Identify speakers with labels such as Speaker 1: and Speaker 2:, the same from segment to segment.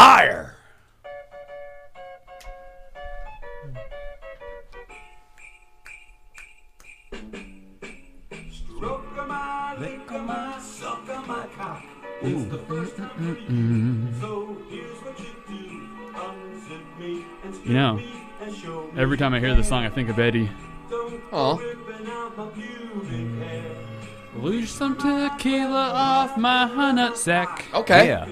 Speaker 1: Fire!
Speaker 2: Stroke of my, lick of my, suck of my cock. It's the first time to meet you. So here's what you do. Unzip me and strip
Speaker 3: You know,
Speaker 2: me and show me
Speaker 3: Every time I hear this song, I think of Eddie.
Speaker 2: Don't
Speaker 1: Oh,
Speaker 4: Aw.
Speaker 2: ripping out my pubic hair.
Speaker 3: Lose some tequila off my nutsack.
Speaker 1: Oh.
Speaker 4: Okay.
Speaker 1: Yeah.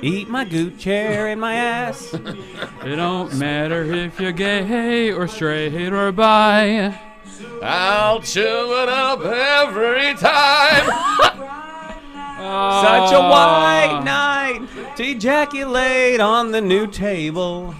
Speaker 1: Eat my gooch hair in my ass.
Speaker 3: It don't matter if you're gay or straight or bi.
Speaker 4: I'll chew it up every time.
Speaker 1: Such a white night to ejaculate on the new table.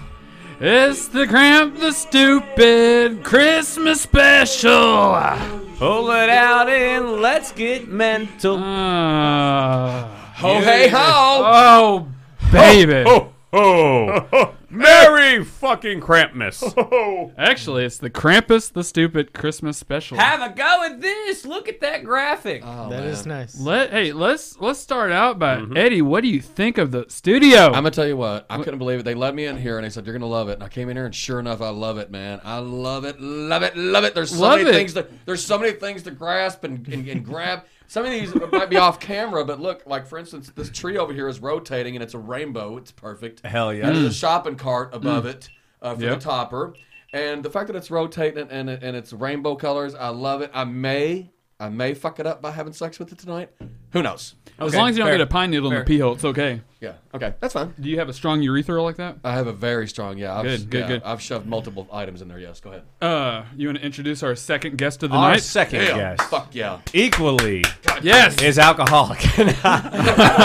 Speaker 3: It's the Cramp the Stupid Christmas special. Ah.
Speaker 1: Pull it out and let's get mental.
Speaker 3: Ah.
Speaker 1: Oh.
Speaker 4: Ho Oh, hey ho.
Speaker 3: oh, baby.
Speaker 5: Oh, Merry fucking
Speaker 1: oh.
Speaker 5: Krampmas.
Speaker 3: Actually, it's the Krampus the Stupid Christmas special.
Speaker 1: Have a go at this. Look at that graphic.
Speaker 6: That is nice.
Speaker 3: Let hey let's let's start out by
Speaker 1: Mm-hmm.
Speaker 3: Eddie. What do you think of the studio?
Speaker 4: I'm gonna tell you what. I couldn't believe it. They let me in here and they said you're gonna love it. And I came in here and sure enough, I love it, man. I love it, love it, love it. There's so
Speaker 3: Love
Speaker 4: many
Speaker 3: it.
Speaker 4: things. To, there's so many things to grasp and, and, and grab. Some of these might be off camera, but look, like for instance, this tree over here is rotating and it's a rainbow. It's perfect.
Speaker 1: Hell yeah.
Speaker 4: And there's a shopping cart above it uh, for
Speaker 3: Mm. Yep.
Speaker 4: the topper. And the fact that it's rotating and, and, and it's rainbow colors, I love it. I may, I may fuck it up by having sex with it tonight. Who knows?
Speaker 3: as
Speaker 1: okay,
Speaker 3: long as you don't
Speaker 1: fair,
Speaker 3: get a pine needle in
Speaker 1: fair.
Speaker 3: the pee hole, it's okay.
Speaker 4: Yeah. Okay. That's fine.
Speaker 3: Do you have a strong urethra like that?
Speaker 4: I have a very strong, yeah. I've,
Speaker 3: Good, good,
Speaker 4: yeah,
Speaker 3: good.
Speaker 4: I've shoved multiple items in there. Yes, go ahead.
Speaker 3: Uh, you want to introduce our second guest of the
Speaker 1: Our
Speaker 3: night?
Speaker 1: second
Speaker 4: Yeah,
Speaker 1: guest,
Speaker 4: Fuck yeah.
Speaker 1: equally,
Speaker 3: yes,
Speaker 1: is alcoholic.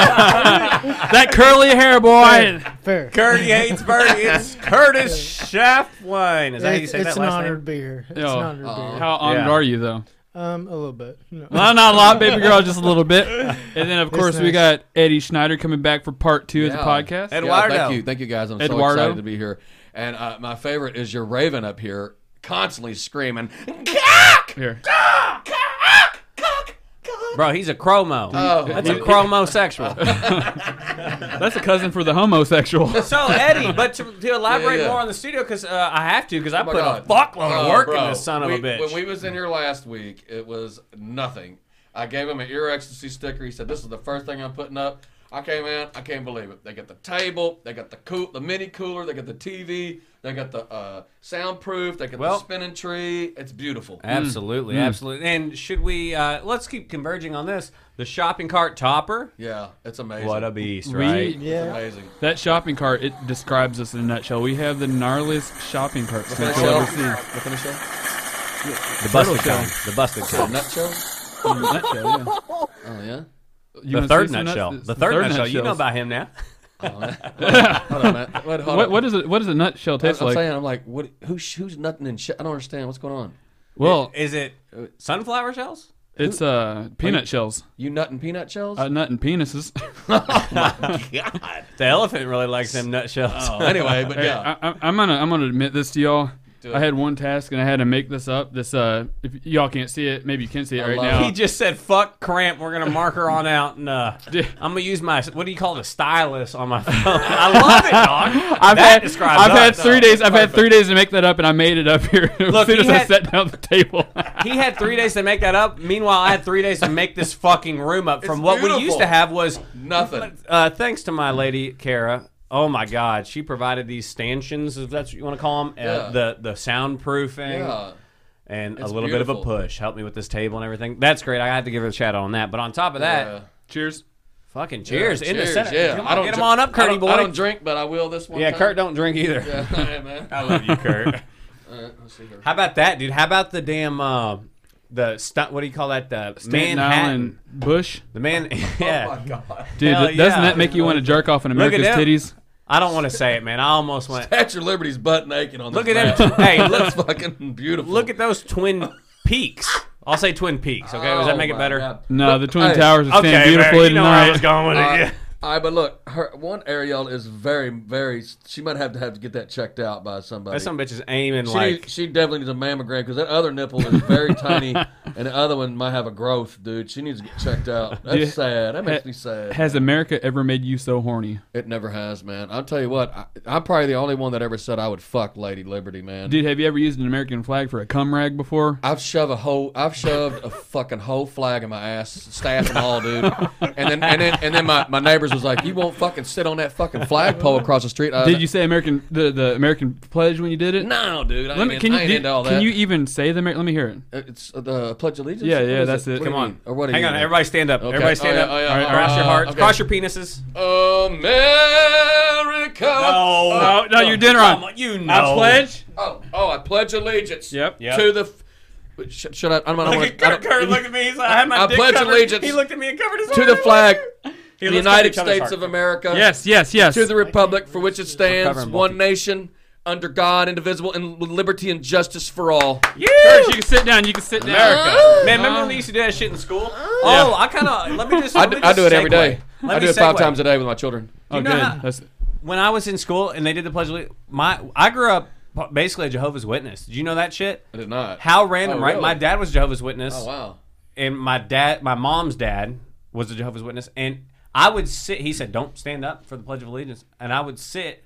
Speaker 3: that curly hair boy.
Speaker 6: Fair.
Speaker 1: Kurt hates Bernie. It's Curtis Chef Wine. Is that how you
Speaker 6: It's,
Speaker 1: say
Speaker 6: it's
Speaker 1: that
Speaker 6: an
Speaker 1: last
Speaker 6: honor to
Speaker 1: name?
Speaker 6: be here. It's
Speaker 3: Oh.
Speaker 6: an honor to be here.
Speaker 3: How honored
Speaker 1: Yeah.
Speaker 3: are you though?
Speaker 6: Um, a little bit. No.
Speaker 3: Well, not a lot, baby girl, just a little bit. And then of course we got Eddie Schneider coming back for part two of the
Speaker 4: Yeah.
Speaker 3: podcast.
Speaker 1: Ed-
Speaker 4: Yeah,
Speaker 1: Eduardo.
Speaker 4: thank you. Thank you guys. I'm so
Speaker 3: Eduardo.
Speaker 4: excited to be here. And uh, my favorite is your raven up here constantly screaming.
Speaker 3: Here,
Speaker 1: Bro, he's a chromo.
Speaker 4: Oh,
Speaker 1: That's a chromosexual.
Speaker 3: that's a cousin for the homosexual.
Speaker 1: so Eddie, but to, to elaborate
Speaker 4: Yeah, yeah.
Speaker 1: more on the studio, because uh, I have to, because I
Speaker 4: my
Speaker 1: put a
Speaker 4: God.
Speaker 1: fuckload of
Speaker 4: Oh,
Speaker 1: work in
Speaker 4: bro.
Speaker 1: this son of
Speaker 4: we,
Speaker 1: a bitch.
Speaker 4: When we was in here last week, it was nothing. I gave him an ear ecstasy sticker. He said, "This is the first thing I'm putting up." I came in. I can't believe it. They got the table. They got the cool, the mini cooler. They got the TV. They got the uh, soundproof. They got the
Speaker 1: Well-
Speaker 4: spinning tree. It's beautiful.
Speaker 1: Absolutely, absolutely. And should we? Uh, let's keep converging on this. The shopping cart topper.
Speaker 4: Yeah, it's amazing.
Speaker 1: beast,
Speaker 3: We- right?
Speaker 4: It's
Speaker 6: yeah.
Speaker 4: amazing.
Speaker 3: That shopping cart, it describes us in a nutshell. We have the gnarliest shopping cart
Speaker 4: Finish
Speaker 3: snake you'll
Speaker 4: show.
Speaker 3: ever see.
Speaker 4: The finish show.
Speaker 1: The busted kind. The busted
Speaker 4: The nut show.
Speaker 3: Nutshell, yeah.
Speaker 4: Oh yeah.
Speaker 3: You
Speaker 1: The
Speaker 3: wanna
Speaker 1: third
Speaker 3: see some
Speaker 1: nutshell.
Speaker 3: nuts?
Speaker 1: The third nutshell. You know
Speaker 3: nutshells.
Speaker 1: about him now.
Speaker 4: Hold on, man. Wait, hold
Speaker 3: What,
Speaker 4: on.
Speaker 3: what is it? What does a nutshell
Speaker 4: I'm
Speaker 3: taste like?
Speaker 4: saying, I'm like, what? Who's who's nutting and shit? I don't understand what's going on.
Speaker 3: well,
Speaker 1: Is it uh, sunflower shells?
Speaker 3: it's uh peanut shells,
Speaker 4: You nutting peanut shells?
Speaker 3: uh, nut and penises.
Speaker 1: The elephant really likes them nutshells.
Speaker 4: anyway, but yeah.
Speaker 3: I, I, I'm gonna I'm gonna admit this to y'all.
Speaker 4: Do it.
Speaker 3: I had one task and I had to make this up. This uh, if y'all can't see it, maybe you can see it
Speaker 4: I
Speaker 3: right
Speaker 4: love
Speaker 3: now.
Speaker 1: He just said, "Fuck cramp." We're gonna mark her on out, and uh, I'm gonna use my what do you call it, a stylus on my phone. I love it, dog.
Speaker 3: I've
Speaker 1: that
Speaker 3: had
Speaker 1: describes
Speaker 3: I've
Speaker 1: us,
Speaker 3: had
Speaker 1: dog.
Speaker 3: three days. I've had three days to make that up, and I made it up here as
Speaker 1: Look,
Speaker 3: soon
Speaker 1: he
Speaker 3: as I
Speaker 1: had-
Speaker 3: sat down at the table.
Speaker 1: He had three days to make that up. Meanwhile, I had three days to make this fucking room up from
Speaker 4: It's
Speaker 1: what we used
Speaker 4: beautiful.
Speaker 1: to have was
Speaker 4: Nothing.
Speaker 1: Uh, thanks to my lady Kara. Oh my God, she provided these stanchions, if that's what you want to call them, uh,
Speaker 4: Yeah.
Speaker 1: the the soundproofing
Speaker 4: Yeah.
Speaker 1: and a
Speaker 4: It's
Speaker 1: little bit of
Speaker 4: beautiful.
Speaker 1: a push. Helped me with this table and everything. That's great. I had to give her a shout out on that. But on top of that,
Speaker 4: Yeah.
Speaker 3: Cheers.
Speaker 1: fucking cheers in
Speaker 4: Cheers,
Speaker 1: the center.
Speaker 4: Yeah.
Speaker 1: Come
Speaker 4: I
Speaker 1: on,
Speaker 4: don't
Speaker 1: get
Speaker 4: dr-
Speaker 1: them on up,
Speaker 4: I don't-
Speaker 1: Curdy boy.
Speaker 4: I don't drink, but I will this one.
Speaker 1: yeah,
Speaker 4: time.
Speaker 1: Kurt, don't drink either.
Speaker 4: Yeah, hey, man.
Speaker 1: I love you, Kurt.
Speaker 4: All right, let's see here.
Speaker 1: How about that, dude? How about the damn uh, the stunt? What do you call that? The
Speaker 3: Staten
Speaker 1: Manhattan.
Speaker 3: Island Bush,
Speaker 1: The man.
Speaker 4: Oh my
Speaker 1: Yeah.
Speaker 4: God.
Speaker 3: dude.
Speaker 1: Hell
Speaker 3: th- doesn't
Speaker 1: yeah.
Speaker 3: that make you want to jerk off in
Speaker 1: Look at
Speaker 3: America's
Speaker 1: them.
Speaker 3: titties?
Speaker 1: I don't want to say it, man. I almost went.
Speaker 4: Patrick Liberty's butt naked on this.
Speaker 1: Look
Speaker 4: man.
Speaker 1: at them. Hey, look,
Speaker 4: That's fucking beautiful.
Speaker 1: Look at those twin peaks. I'll say twin peaks. Okay, does
Speaker 4: Oh,
Speaker 1: that make it
Speaker 4: my
Speaker 1: better?
Speaker 4: God.
Speaker 3: No, the Twin
Speaker 4: hey,
Speaker 3: Towers are standing beautifully tonight.
Speaker 5: going with
Speaker 4: Uh, All right, but look, her one areola is very, very. She might have to have to get that checked out by somebody.
Speaker 1: That's some bitches aiming
Speaker 4: she,
Speaker 1: like.
Speaker 4: she definitely needs a mammogram because that other nipple is very tiny And the other one might have a growth, dude. She needs to get checked out. That's
Speaker 3: Yeah.
Speaker 4: sad. That makes me sad.
Speaker 3: Has America ever made you so horny?
Speaker 4: It never has, man. I'll tell you what. I, I'm probably the only one that ever said I would fuck Lady Liberty, man.
Speaker 3: Dude, have you ever used an American flag for a cum rag before?
Speaker 4: I've shoved a whole, I've shoved a fucking whole flag in my ass, staff and all, dude. And then, and then, and then my, my neighbors was like, "You won't fucking sit on that fucking flagpole across the
Speaker 1: Uh,
Speaker 4: street." I-
Speaker 3: Did you say American the, the American pledge when you did it?
Speaker 4: No, dude. I
Speaker 3: Let
Speaker 4: ain't,
Speaker 3: me,
Speaker 4: in-
Speaker 3: can
Speaker 4: I
Speaker 3: you
Speaker 4: ain't
Speaker 3: do-
Speaker 4: into all that.
Speaker 3: can you even say the Amer- let me hear it.
Speaker 4: It's uh, the Pledge of Allegiance.
Speaker 3: Yeah,
Speaker 4: What
Speaker 3: yeah,
Speaker 4: is
Speaker 3: that's
Speaker 4: it.
Speaker 3: it.
Speaker 4: What do
Speaker 3: Come
Speaker 4: you mean? Or what? do
Speaker 1: Hang
Speaker 4: you
Speaker 1: on,
Speaker 4: mean?
Speaker 1: everybody stand up. Everybody stand
Speaker 4: Oh, yeah,
Speaker 1: up.
Speaker 4: oh, yeah,
Speaker 1: All right,
Speaker 4: oh,
Speaker 1: cross your
Speaker 4: uh,
Speaker 1: hearts.
Speaker 4: okay.
Speaker 1: Cross your penises.
Speaker 4: America.
Speaker 1: No.
Speaker 3: Oh no, you're dinner
Speaker 1: Come
Speaker 3: on.
Speaker 1: on, you know.
Speaker 3: I pledge.
Speaker 4: Oh, oh, I pledge allegiance.
Speaker 3: Yep.
Speaker 1: Yep.
Speaker 4: To the. F- wait, sh- should I? I'm not.
Speaker 1: Look at Kurt. Kurt looked at me. He's like, I had my
Speaker 4: I
Speaker 1: dick
Speaker 4: pledge
Speaker 1: covered.
Speaker 4: allegiance
Speaker 1: He looked at me and covered his
Speaker 4: to the
Speaker 1: arm.
Speaker 4: flag,
Speaker 1: He
Speaker 4: the
Speaker 1: looks
Speaker 4: United
Speaker 1: at each other's
Speaker 4: States
Speaker 1: heart.
Speaker 4: of America.
Speaker 3: Yes, yes, yes.
Speaker 4: To the republic for which it stands,
Speaker 1: covering
Speaker 4: one nation under God, indivisible, and with liberty and justice for all.
Speaker 3: Kurt, you can sit down. You can sit down. Oh,
Speaker 4: America.
Speaker 1: Man, remember when they used to do that shit in school? Oh, I kind of let me just.
Speaker 4: I
Speaker 1: let
Speaker 4: do,
Speaker 1: me
Speaker 4: I do
Speaker 1: just
Speaker 4: it every
Speaker 1: segue.
Speaker 4: day.
Speaker 1: Let
Speaker 4: I
Speaker 1: me
Speaker 4: do it five
Speaker 1: segue.
Speaker 4: times a day with my children.
Speaker 3: Oh,
Speaker 1: know
Speaker 3: good.
Speaker 1: how-
Speaker 3: That's,
Speaker 1: When I was in school and they did the pledge, of Alle- my I grew up basically a Jehovah's Witness. Did you know that shit?
Speaker 4: I did not.
Speaker 1: How random,
Speaker 4: Oh,
Speaker 1: right?
Speaker 4: really?
Speaker 1: My dad was Jehovah's Witness.
Speaker 4: Oh, wow.
Speaker 1: and my dad, my mom's dad, was a Jehovah's Witness, and I would sit. He said, "Don't stand up for the Pledge of Allegiance," and I would sit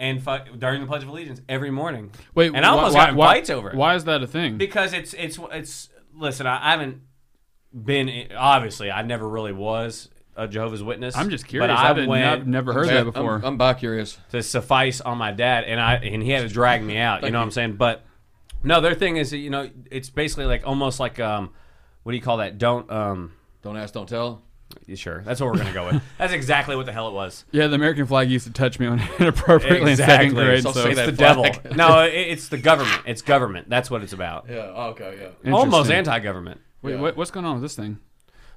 Speaker 1: and fuck during the Pledge of Allegiance every morning.
Speaker 3: wait,
Speaker 1: and I
Speaker 3: why-
Speaker 1: almost
Speaker 3: why,
Speaker 1: got in
Speaker 3: why-
Speaker 1: fights over it
Speaker 3: Why is that a thing?
Speaker 1: because it's it's it's. Listen, I, I haven't been in- obviously. I never really was a Jehovah's Witness.
Speaker 3: I'm just curious.
Speaker 1: But
Speaker 3: I
Speaker 1: I,
Speaker 3: didn't-
Speaker 1: went
Speaker 3: I've never heard
Speaker 4: Man,
Speaker 3: that before.
Speaker 4: I'm, I'm bi curious.
Speaker 1: to suffice on my dad, and I and he had to drag me out. You know what I'm saying? But no, their thing is, you know, it's basically like almost like um, what do you call that? Don't um.
Speaker 4: Don't ask, don't tell.
Speaker 1: You Sure, that's what we're gonna go with. That's exactly what the hell it was.
Speaker 3: yeah, the American flag used to touch me inappropriately in second grade.
Speaker 1: So
Speaker 3: So,
Speaker 4: say
Speaker 1: it's
Speaker 4: that
Speaker 1: the
Speaker 4: flag.
Speaker 1: devil. No, it, it's the government. It's government. That's what it's about.
Speaker 4: Yeah, okay, yeah.
Speaker 1: Almost
Speaker 3: Interesting.
Speaker 1: anti-government.
Speaker 3: Wait, what, what's going on with this thing?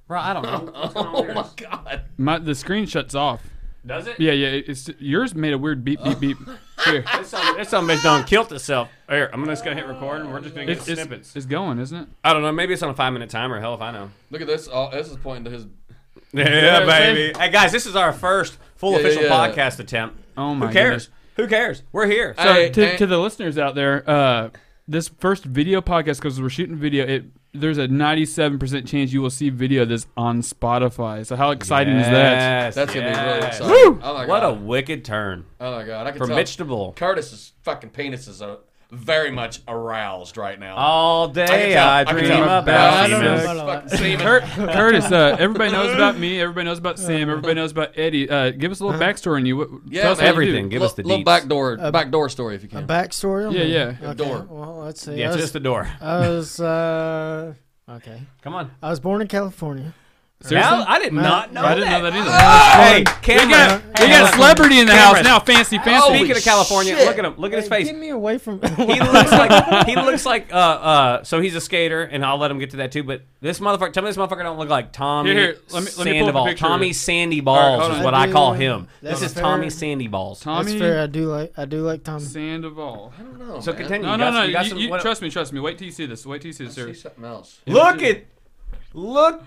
Speaker 1: Bro, I don't know. What's going on
Speaker 4: Oh,
Speaker 1: with
Speaker 4: my
Speaker 1: yours?
Speaker 4: God.
Speaker 3: My the screen shuts off.
Speaker 1: Does it?
Speaker 3: Yeah, yeah. It's yours made a weird beep beep beep. Here,
Speaker 1: This some this some bitch done killed itself. Here, I'm just gonna hit record and we're just gonna get
Speaker 3: it's,
Speaker 1: snippets.
Speaker 3: it's, it's going, isn't it?
Speaker 1: I don't know. Maybe it's on a five-minute timer. Hell if I know.
Speaker 4: Look at this. Oh, this is pointing to his.
Speaker 1: Yeah,
Speaker 3: baby.
Speaker 1: Hey guys, this is our first full
Speaker 4: Yeah, yeah,
Speaker 1: official
Speaker 4: yeah.
Speaker 1: podcast attempt.
Speaker 3: Oh my
Speaker 1: Who cares?
Speaker 3: goodness.
Speaker 1: Who cares? We're here.
Speaker 3: So
Speaker 4: Hey,
Speaker 3: to,
Speaker 4: hey.
Speaker 3: to the listeners out there, uh, this first video podcast because we're shooting video, it there's a 97% chance you will see video of this on Spotify. So how exciting is that?
Speaker 1: Yes,
Speaker 4: That's going to be really
Speaker 1: yes.
Speaker 4: exciting. Oh, my
Speaker 1: What a
Speaker 4: God.
Speaker 1: wicked turn
Speaker 4: Oh, my God. I can
Speaker 1: for
Speaker 4: tell.
Speaker 1: Mitch to Bull.
Speaker 4: Curtis's fucking penis is uh, very much aroused right now.
Speaker 1: All day
Speaker 4: tell.
Speaker 1: Oh, I,
Speaker 4: I can
Speaker 1: dream
Speaker 4: tell.
Speaker 1: about
Speaker 6: I don't
Speaker 1: semen.
Speaker 6: know.
Speaker 4: Fucking semen.
Speaker 3: Cur- Curtis, uh, everybody knows about me. Everybody knows about Sam. Everybody knows about Eddie. Uh, give us a little backstory on you. What,
Speaker 4: Yeah,
Speaker 3: tell us how you do.
Speaker 1: everything. Give us the
Speaker 4: little
Speaker 1: deets.
Speaker 4: back door, back door story if you
Speaker 6: A
Speaker 4: can.
Speaker 6: backstory? on
Speaker 3: Yeah,
Speaker 6: me?
Speaker 3: yeah.
Speaker 6: Okay,
Speaker 4: Door.
Speaker 6: Well, let's see.
Speaker 1: Yeah,
Speaker 6: I
Speaker 1: it's
Speaker 6: was,
Speaker 1: just the door.
Speaker 6: I was, uh, okay.
Speaker 1: Come on.
Speaker 6: I was born in California.
Speaker 3: Seriously?
Speaker 1: Now, I did
Speaker 6: Man.
Speaker 1: not know
Speaker 3: I didn't know
Speaker 1: that.
Speaker 3: that either.
Speaker 1: Hey, Cameron.
Speaker 3: we got,
Speaker 1: hey,
Speaker 3: we got a
Speaker 1: look.
Speaker 3: celebrity in the house
Speaker 1: Cameron.
Speaker 3: now. Fancy, fancy.
Speaker 1: Oh, Speaking of California,
Speaker 4: shit.
Speaker 1: look at him. Look at his face.
Speaker 6: Get me away from.
Speaker 1: He looks like he looks like uh uh. So he's a skater, and I'll let him get to that too. But this motherfucker, tell me this motherfucker don't look like Tommy
Speaker 3: Here, here, let me- let me pull up a
Speaker 1: Sandoval.
Speaker 3: picture.
Speaker 1: Tommy Sandy
Speaker 3: right,
Speaker 1: Balls
Speaker 3: hold
Speaker 1: is
Speaker 3: on.
Speaker 1: what
Speaker 6: I
Speaker 1: I call
Speaker 6: do.
Speaker 1: him.
Speaker 6: That's
Speaker 1: this is
Speaker 6: fair.
Speaker 1: Tommy Sandy Balls.
Speaker 6: That's
Speaker 3: Tommy
Speaker 6: fair. I do like. I do like Tom.
Speaker 3: Sandoval.
Speaker 4: I don't know.
Speaker 1: so
Speaker 4: man.
Speaker 1: continue.
Speaker 3: No,
Speaker 1: you
Speaker 3: no,
Speaker 1: got,
Speaker 3: no.
Speaker 1: You got
Speaker 3: You,
Speaker 1: some,
Speaker 3: you-
Speaker 1: what-
Speaker 3: trust me, trust me. Wait till you see this. Wait till you see this,
Speaker 4: See
Speaker 3: sir.
Speaker 4: something else.
Speaker 1: look at look.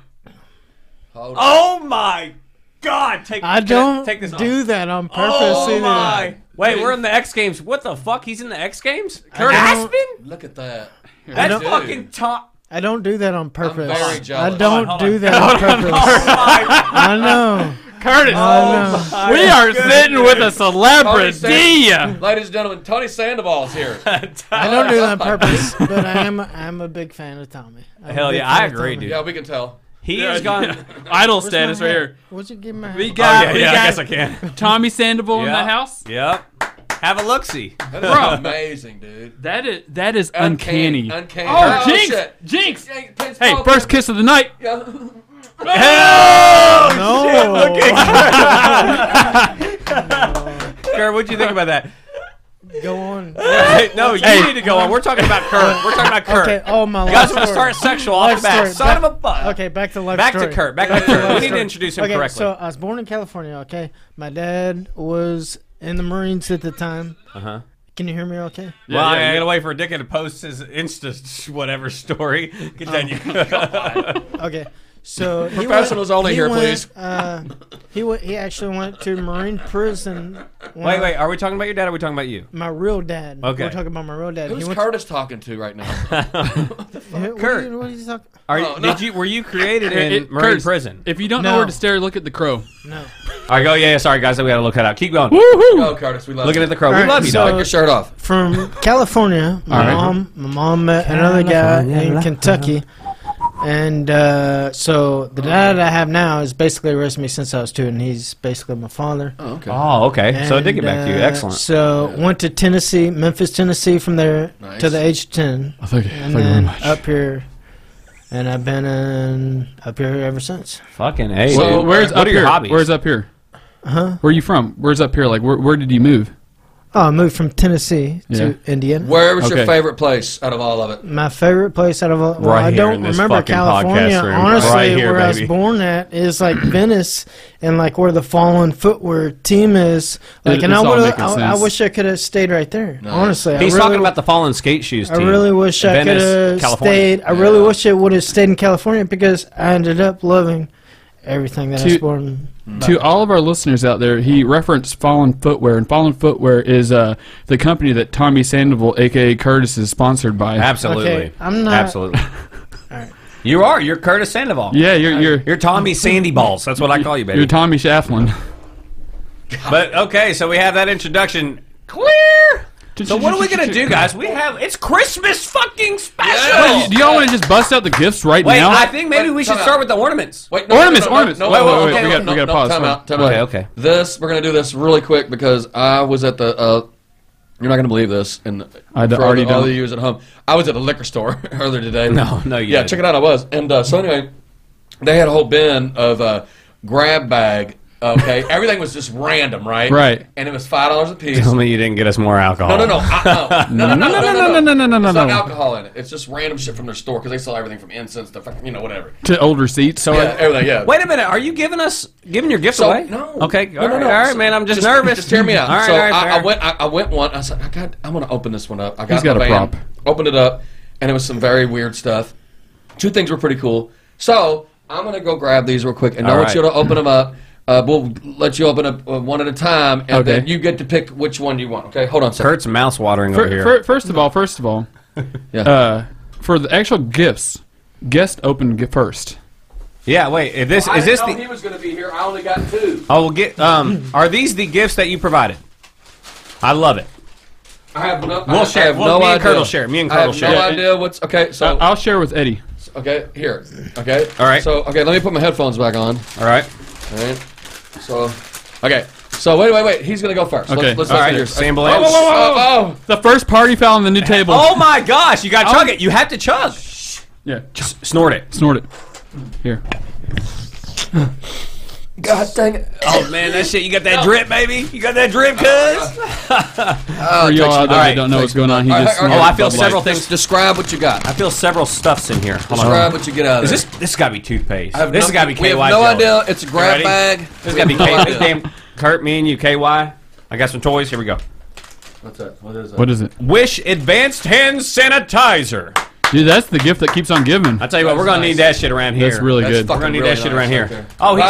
Speaker 4: Hold on.
Speaker 1: Oh my God! Take
Speaker 6: I don't
Speaker 1: take this off.
Speaker 6: do that on purpose
Speaker 1: Oh
Speaker 6: either.
Speaker 1: my! Wait, we're in the X Games. What the fuck? He's in the X Games.
Speaker 6: don't-
Speaker 1: Aspen?
Speaker 4: Look at that.
Speaker 1: That's
Speaker 4: Dude.
Speaker 1: fucking top.
Speaker 6: I don't do that on purpose.
Speaker 4: very jealous.
Speaker 6: I don't
Speaker 1: Hold on,
Speaker 6: do
Speaker 1: hold
Speaker 6: that on purpose.
Speaker 1: Oh My,
Speaker 6: I know.
Speaker 3: Curtis,
Speaker 6: I know.
Speaker 1: my
Speaker 3: we are
Speaker 1: goodness.
Speaker 3: sitting with a
Speaker 4: Tony
Speaker 3: celebrity.
Speaker 4: Sand- Ladies and gentlemen, Tony Sandoval's here.
Speaker 6: I don't do that on purpose, but I am. I'm a big fan of Tommy. I'm a
Speaker 1: Hell
Speaker 6: big
Speaker 1: yeah, I
Speaker 6: fan of
Speaker 1: agree,
Speaker 6: Tommy.
Speaker 1: dude.
Speaker 4: yeah, we can tell.
Speaker 1: He is
Speaker 3: Oh,
Speaker 1: gone.
Speaker 3: Idol
Speaker 6: Where's
Speaker 3: status
Speaker 6: my
Speaker 3: right
Speaker 6: hat?
Speaker 3: here.
Speaker 6: What'd you give me? my
Speaker 3: We
Speaker 6: hat?
Speaker 3: got,
Speaker 1: yeah,
Speaker 3: we
Speaker 1: yeah, I
Speaker 3: got
Speaker 1: guess I can.
Speaker 3: Tommy Sandoval in the
Speaker 1: Yeah.
Speaker 3: house.
Speaker 1: Yep. Have a look see.
Speaker 4: That is amazing, dude.
Speaker 3: That is that is uncanny.
Speaker 4: Uncanny.
Speaker 3: Oh, jinx,
Speaker 4: shit.
Speaker 3: jinx.
Speaker 4: Hey, Prince
Speaker 3: Hey,
Speaker 4: Paul-
Speaker 3: first kiss of the night.
Speaker 4: Yeah.
Speaker 1: Oh,
Speaker 6: No.
Speaker 1: Kerr, what'd you think about that?
Speaker 6: Go on.
Speaker 1: Hey, no, you need to go on. We're talking about Kurt. We're talking about Kurt.
Speaker 6: Okay. Oh my.
Speaker 1: You guys
Speaker 6: life
Speaker 1: want to
Speaker 6: story.
Speaker 1: start sexual off the
Speaker 6: Life
Speaker 1: bat.
Speaker 6: story.
Speaker 1: Son
Speaker 6: Back-
Speaker 1: of a butt.
Speaker 6: Okay, back to life
Speaker 1: Back
Speaker 6: story.
Speaker 1: to Kurt. Back to Kurt. We need to
Speaker 6: story.
Speaker 1: introduce him
Speaker 6: okay,
Speaker 1: correctly.
Speaker 6: so I was born in California. Okay, my dad was in the Marines at the time. Uh
Speaker 1: Uh-huh.
Speaker 6: Can you hear me? Okay.
Speaker 1: well,
Speaker 3: Yeah,
Speaker 1: I'm
Speaker 3: yeah.
Speaker 1: gonna wait for a dickhead to post his Insta whatever story.
Speaker 6: Oh
Speaker 1: Continue.
Speaker 6: Okay. So he
Speaker 4: Professionals
Speaker 6: went-
Speaker 4: only
Speaker 6: he
Speaker 4: here,
Speaker 6: went,
Speaker 4: please.
Speaker 6: Uh, he went, he actually went to Marine prison
Speaker 1: Wait, wait. Are we talking about your dad? or Are we talking about you?
Speaker 6: My real dad.
Speaker 1: Okay.
Speaker 6: We're talking about my real dad.
Speaker 4: Who's
Speaker 6: went-
Speaker 4: Curtis talking to right now?
Speaker 6: What are
Speaker 1: Kurt.
Speaker 6: you, what are you talking?
Speaker 1: Are
Speaker 4: Oh,
Speaker 1: you,
Speaker 4: no.
Speaker 1: did you were you created
Speaker 3: It-
Speaker 1: in
Speaker 3: it-
Speaker 1: Marine
Speaker 3: Curtis,
Speaker 1: prison?
Speaker 3: If you don't know
Speaker 6: No.
Speaker 3: where to stare, look at the crow.
Speaker 6: No.
Speaker 1: All right, go. Yeah, yeah, sorry guys, we got a little cut out. Keep going.
Speaker 4: Go, Curtis. We love
Speaker 1: Looking
Speaker 4: you.
Speaker 1: at the crow,
Speaker 6: All
Speaker 1: we
Speaker 6: right,
Speaker 1: love you,
Speaker 6: so-
Speaker 1: dog.
Speaker 4: Your shirt off.
Speaker 6: From California, my
Speaker 1: right.
Speaker 6: mom, my mom met another guy in Kentucky,
Speaker 1: uh-huh.
Speaker 6: and uh, so
Speaker 1: Oh,
Speaker 6: the dad I have now has basically raised me since I was two, and he's basically my father.
Speaker 4: Oh, okay.
Speaker 1: Oh, okay. so I did get
Speaker 6: And,
Speaker 1: back to you.
Speaker 6: uh,
Speaker 1: Excellent.
Speaker 6: So went to Tennessee, Memphis, Tennessee, from there
Speaker 4: Nice.
Speaker 6: to the age of ten,
Speaker 3: Thank you.
Speaker 6: and then up here, and I've been in up here ever since.
Speaker 1: Fucking hey.
Speaker 4: So,
Speaker 1: dude.
Speaker 3: where's
Speaker 1: what
Speaker 3: up
Speaker 1: are your
Speaker 3: here?
Speaker 1: hobbies?
Speaker 3: Where's up here?
Speaker 6: Huh?
Speaker 3: Where are you from? Where's up here? Like, where, where did you move?
Speaker 6: Oh, I moved from Tennessee to Indiana.
Speaker 4: Where was your
Speaker 3: Okay.
Speaker 4: favorite place out of all of it?
Speaker 6: My favorite place out of all, well,
Speaker 5: Right
Speaker 6: I
Speaker 5: here in
Speaker 6: don't
Speaker 5: this
Speaker 6: remember
Speaker 5: fucking
Speaker 6: California.
Speaker 5: podcast room.
Speaker 6: Honestly,
Speaker 5: Right here,
Speaker 6: where I was
Speaker 5: baby.
Speaker 6: born at is like Venice, and like where the Fallen Footwear team is. Like,
Speaker 3: It-
Speaker 6: and I
Speaker 3: it's all
Speaker 6: would,
Speaker 3: making
Speaker 6: I, I
Speaker 3: sense.
Speaker 6: wish I could have stayed right there.
Speaker 4: Nice.
Speaker 6: Honestly, I
Speaker 1: He's
Speaker 6: really,
Speaker 1: talking about the fallen skate shoes
Speaker 6: I
Speaker 1: team.
Speaker 6: really wish I could
Speaker 1: Venice,
Speaker 6: have
Speaker 1: California.
Speaker 6: stayed. I really wish I would have stayed in California because I ended up loving everything that I was
Speaker 3: Dude.
Speaker 6: born. in.
Speaker 3: To all of our listeners out there, he referenced Fallen Footwear, and Fallen Footwear is uh, the company that Tommy Sandoval, aka Curtis, is sponsored by.
Speaker 1: Absolutely.
Speaker 6: Okay, I'm not-
Speaker 1: Absolutely. You are. You're Curtis Sandoval.
Speaker 3: Yeah, you're you're
Speaker 1: You're Tommy Sandy Balls. That's what I call you, baby.
Speaker 3: you're Tommy Shaflin.
Speaker 1: but okay, so we have that introduction clear. So what are we gonna do, guys? We have it's Christmas fucking special.
Speaker 3: Wait, do y'all want to just bust out the gifts right
Speaker 1: Wait,
Speaker 3: now?
Speaker 1: I think maybe
Speaker 4: Wait,
Speaker 1: we should
Speaker 4: time
Speaker 1: start
Speaker 4: out.
Speaker 1: with the ornaments.
Speaker 4: Wait,
Speaker 3: Ornaments, ornaments. Wait, wait, wait, we got- we
Speaker 4: no,
Speaker 3: gotta
Speaker 4: no,
Speaker 3: pause,
Speaker 4: Time
Speaker 3: hold
Speaker 4: out, time
Speaker 1: Okay,
Speaker 4: out.
Speaker 1: okay.
Speaker 4: This, we're going to do this really quick because I was at the, uh, you're not going to believe this, and
Speaker 3: I d-
Speaker 4: for
Speaker 3: already
Speaker 4: all the- all
Speaker 3: don't.
Speaker 4: of you who's at home, I was at a liquor store earlier today.
Speaker 1: No, no, you
Speaker 4: Yeah,
Speaker 1: didn't.
Speaker 4: check it out, I was. And uh, so anyway, they had a whole bin of uh, grab bag, okay? Everything was just random, right?
Speaker 3: Right.
Speaker 4: And it was $5 a piece.
Speaker 1: me you didn't get us more alcohol.
Speaker 4: No, no, no. I, no, no, no, no, no, no, no, no, no, no, It's not alcohol in it. It's just random shit from their store because they sell everything from incense to fucking, you know, whatever.
Speaker 3: to old receipts. So
Speaker 4: Yeah, everything. Yeah.
Speaker 1: Wait a minute. Are you giving us giving your gifts
Speaker 4: So,
Speaker 1: away?
Speaker 4: no.
Speaker 1: Okay.
Speaker 4: No,
Speaker 1: all
Speaker 4: no,
Speaker 1: right,
Speaker 4: no.
Speaker 1: all right,
Speaker 4: So-
Speaker 1: man. I'm just,
Speaker 4: Just,
Speaker 1: nervous.
Speaker 4: just hear me out.
Speaker 1: All right.
Speaker 4: so
Speaker 1: all right,
Speaker 4: I, I
Speaker 1: fair.
Speaker 4: went. I, I went one. I was like, I got. I'm gonna open this one up. I got.
Speaker 3: He's got
Speaker 4: my
Speaker 3: a
Speaker 4: van,
Speaker 3: prop.
Speaker 4: Opened it up, and it was some very weird stuff. Two things were pretty cool. So I'm gonna go grab these real quick, and I
Speaker 1: All
Speaker 4: want
Speaker 1: right.
Speaker 4: you to open them up. Uh, we'll let you open up uh, one at a time, and
Speaker 3: Okay.
Speaker 4: then you get to pick which one you want. Okay, hold on. a second.
Speaker 1: Kurt's mouth watering
Speaker 3: Fir-
Speaker 1: over here.
Speaker 3: fir- first of all, first of all,
Speaker 4: Yeah.
Speaker 3: uh, for the actual gifts, guest open gi- first.
Speaker 1: yeah. Wait. Is this
Speaker 4: I
Speaker 1: is
Speaker 4: didn't
Speaker 1: this
Speaker 4: know
Speaker 1: the?
Speaker 4: he was gonna be here. I only got two.
Speaker 1: I will get. Um. Are these the gifts that you provided? I love it.
Speaker 4: I have no.
Speaker 1: We'll
Speaker 4: I,
Speaker 1: share.
Speaker 4: I have
Speaker 1: Well,
Speaker 4: no
Speaker 1: me and
Speaker 4: idea.
Speaker 1: Kurt will share. Me and
Speaker 4: I
Speaker 1: Kurt
Speaker 4: have
Speaker 1: will share.
Speaker 4: No
Speaker 1: Yeah.
Speaker 4: idea what's okay. So
Speaker 1: Uh,
Speaker 3: I- I'll share with Eddie.
Speaker 4: okay, here. Okay.
Speaker 1: All right.
Speaker 4: So okay, let me put my headphones back on.
Speaker 1: All right.
Speaker 4: All right. So okay. So wait, wait, wait. He's gonna go first.
Speaker 3: Okay.
Speaker 4: Let's, let's listen
Speaker 1: All right,
Speaker 4: to yours.
Speaker 1: Sam
Speaker 4: Oh,
Speaker 1: Blanche.
Speaker 4: whoa, whoa, whoa, whoa, whoa.
Speaker 3: The first party foul on the new table.
Speaker 1: Oh my gosh! You got to chug
Speaker 4: Oh.
Speaker 1: it. You have to chug.
Speaker 3: Yeah,
Speaker 1: S- Snort it.
Speaker 3: snort it. Here,
Speaker 4: God dang it!
Speaker 1: Oh man, that shit. You got that drip, baby. You got that drip, cuz.
Speaker 4: Oh,
Speaker 3: for
Speaker 4: it
Speaker 3: y'all
Speaker 4: takes
Speaker 3: out
Speaker 4: me-
Speaker 3: there
Speaker 1: alright,
Speaker 3: that don't know what's going on, he
Speaker 4: All right,
Speaker 3: just.
Speaker 4: all right,
Speaker 1: Oh,
Speaker 3: snorted
Speaker 1: I feel
Speaker 3: Bud Light.
Speaker 1: several
Speaker 4: Just
Speaker 1: things.
Speaker 4: describe what you got.
Speaker 1: I feel several stuffs in here. Hold
Speaker 4: Describe
Speaker 1: on.
Speaker 4: what you get out of
Speaker 1: Oh. Is
Speaker 4: it.
Speaker 1: this this got to be toothpaste?
Speaker 4: I have
Speaker 1: This
Speaker 4: no-
Speaker 1: has got to be KY.
Speaker 4: We have no
Speaker 1: jelly.
Speaker 4: idea. It's a
Speaker 1: You
Speaker 4: grab
Speaker 1: ready?
Speaker 4: bag.
Speaker 1: This got to be
Speaker 4: We have
Speaker 1: KY.
Speaker 4: no
Speaker 1: This
Speaker 4: idea.
Speaker 1: damn Kurt, me and you, KY. I got some toys. Here we go.
Speaker 4: What's that? What is that?
Speaker 3: What is it,
Speaker 1: Wish Advanced Hand Sanitizer.
Speaker 3: dude? That's the gift that keeps on giving.
Speaker 1: I tell you what, we're gonna need that shit around here.
Speaker 3: That's really
Speaker 4: That's
Speaker 3: good.
Speaker 1: We're
Speaker 4: fucking
Speaker 1: gonna need
Speaker 4: really
Speaker 1: that shit
Speaker 4: nice right
Speaker 1: around here.
Speaker 4: there.
Speaker 1: Oh, he
Speaker 4: Bye.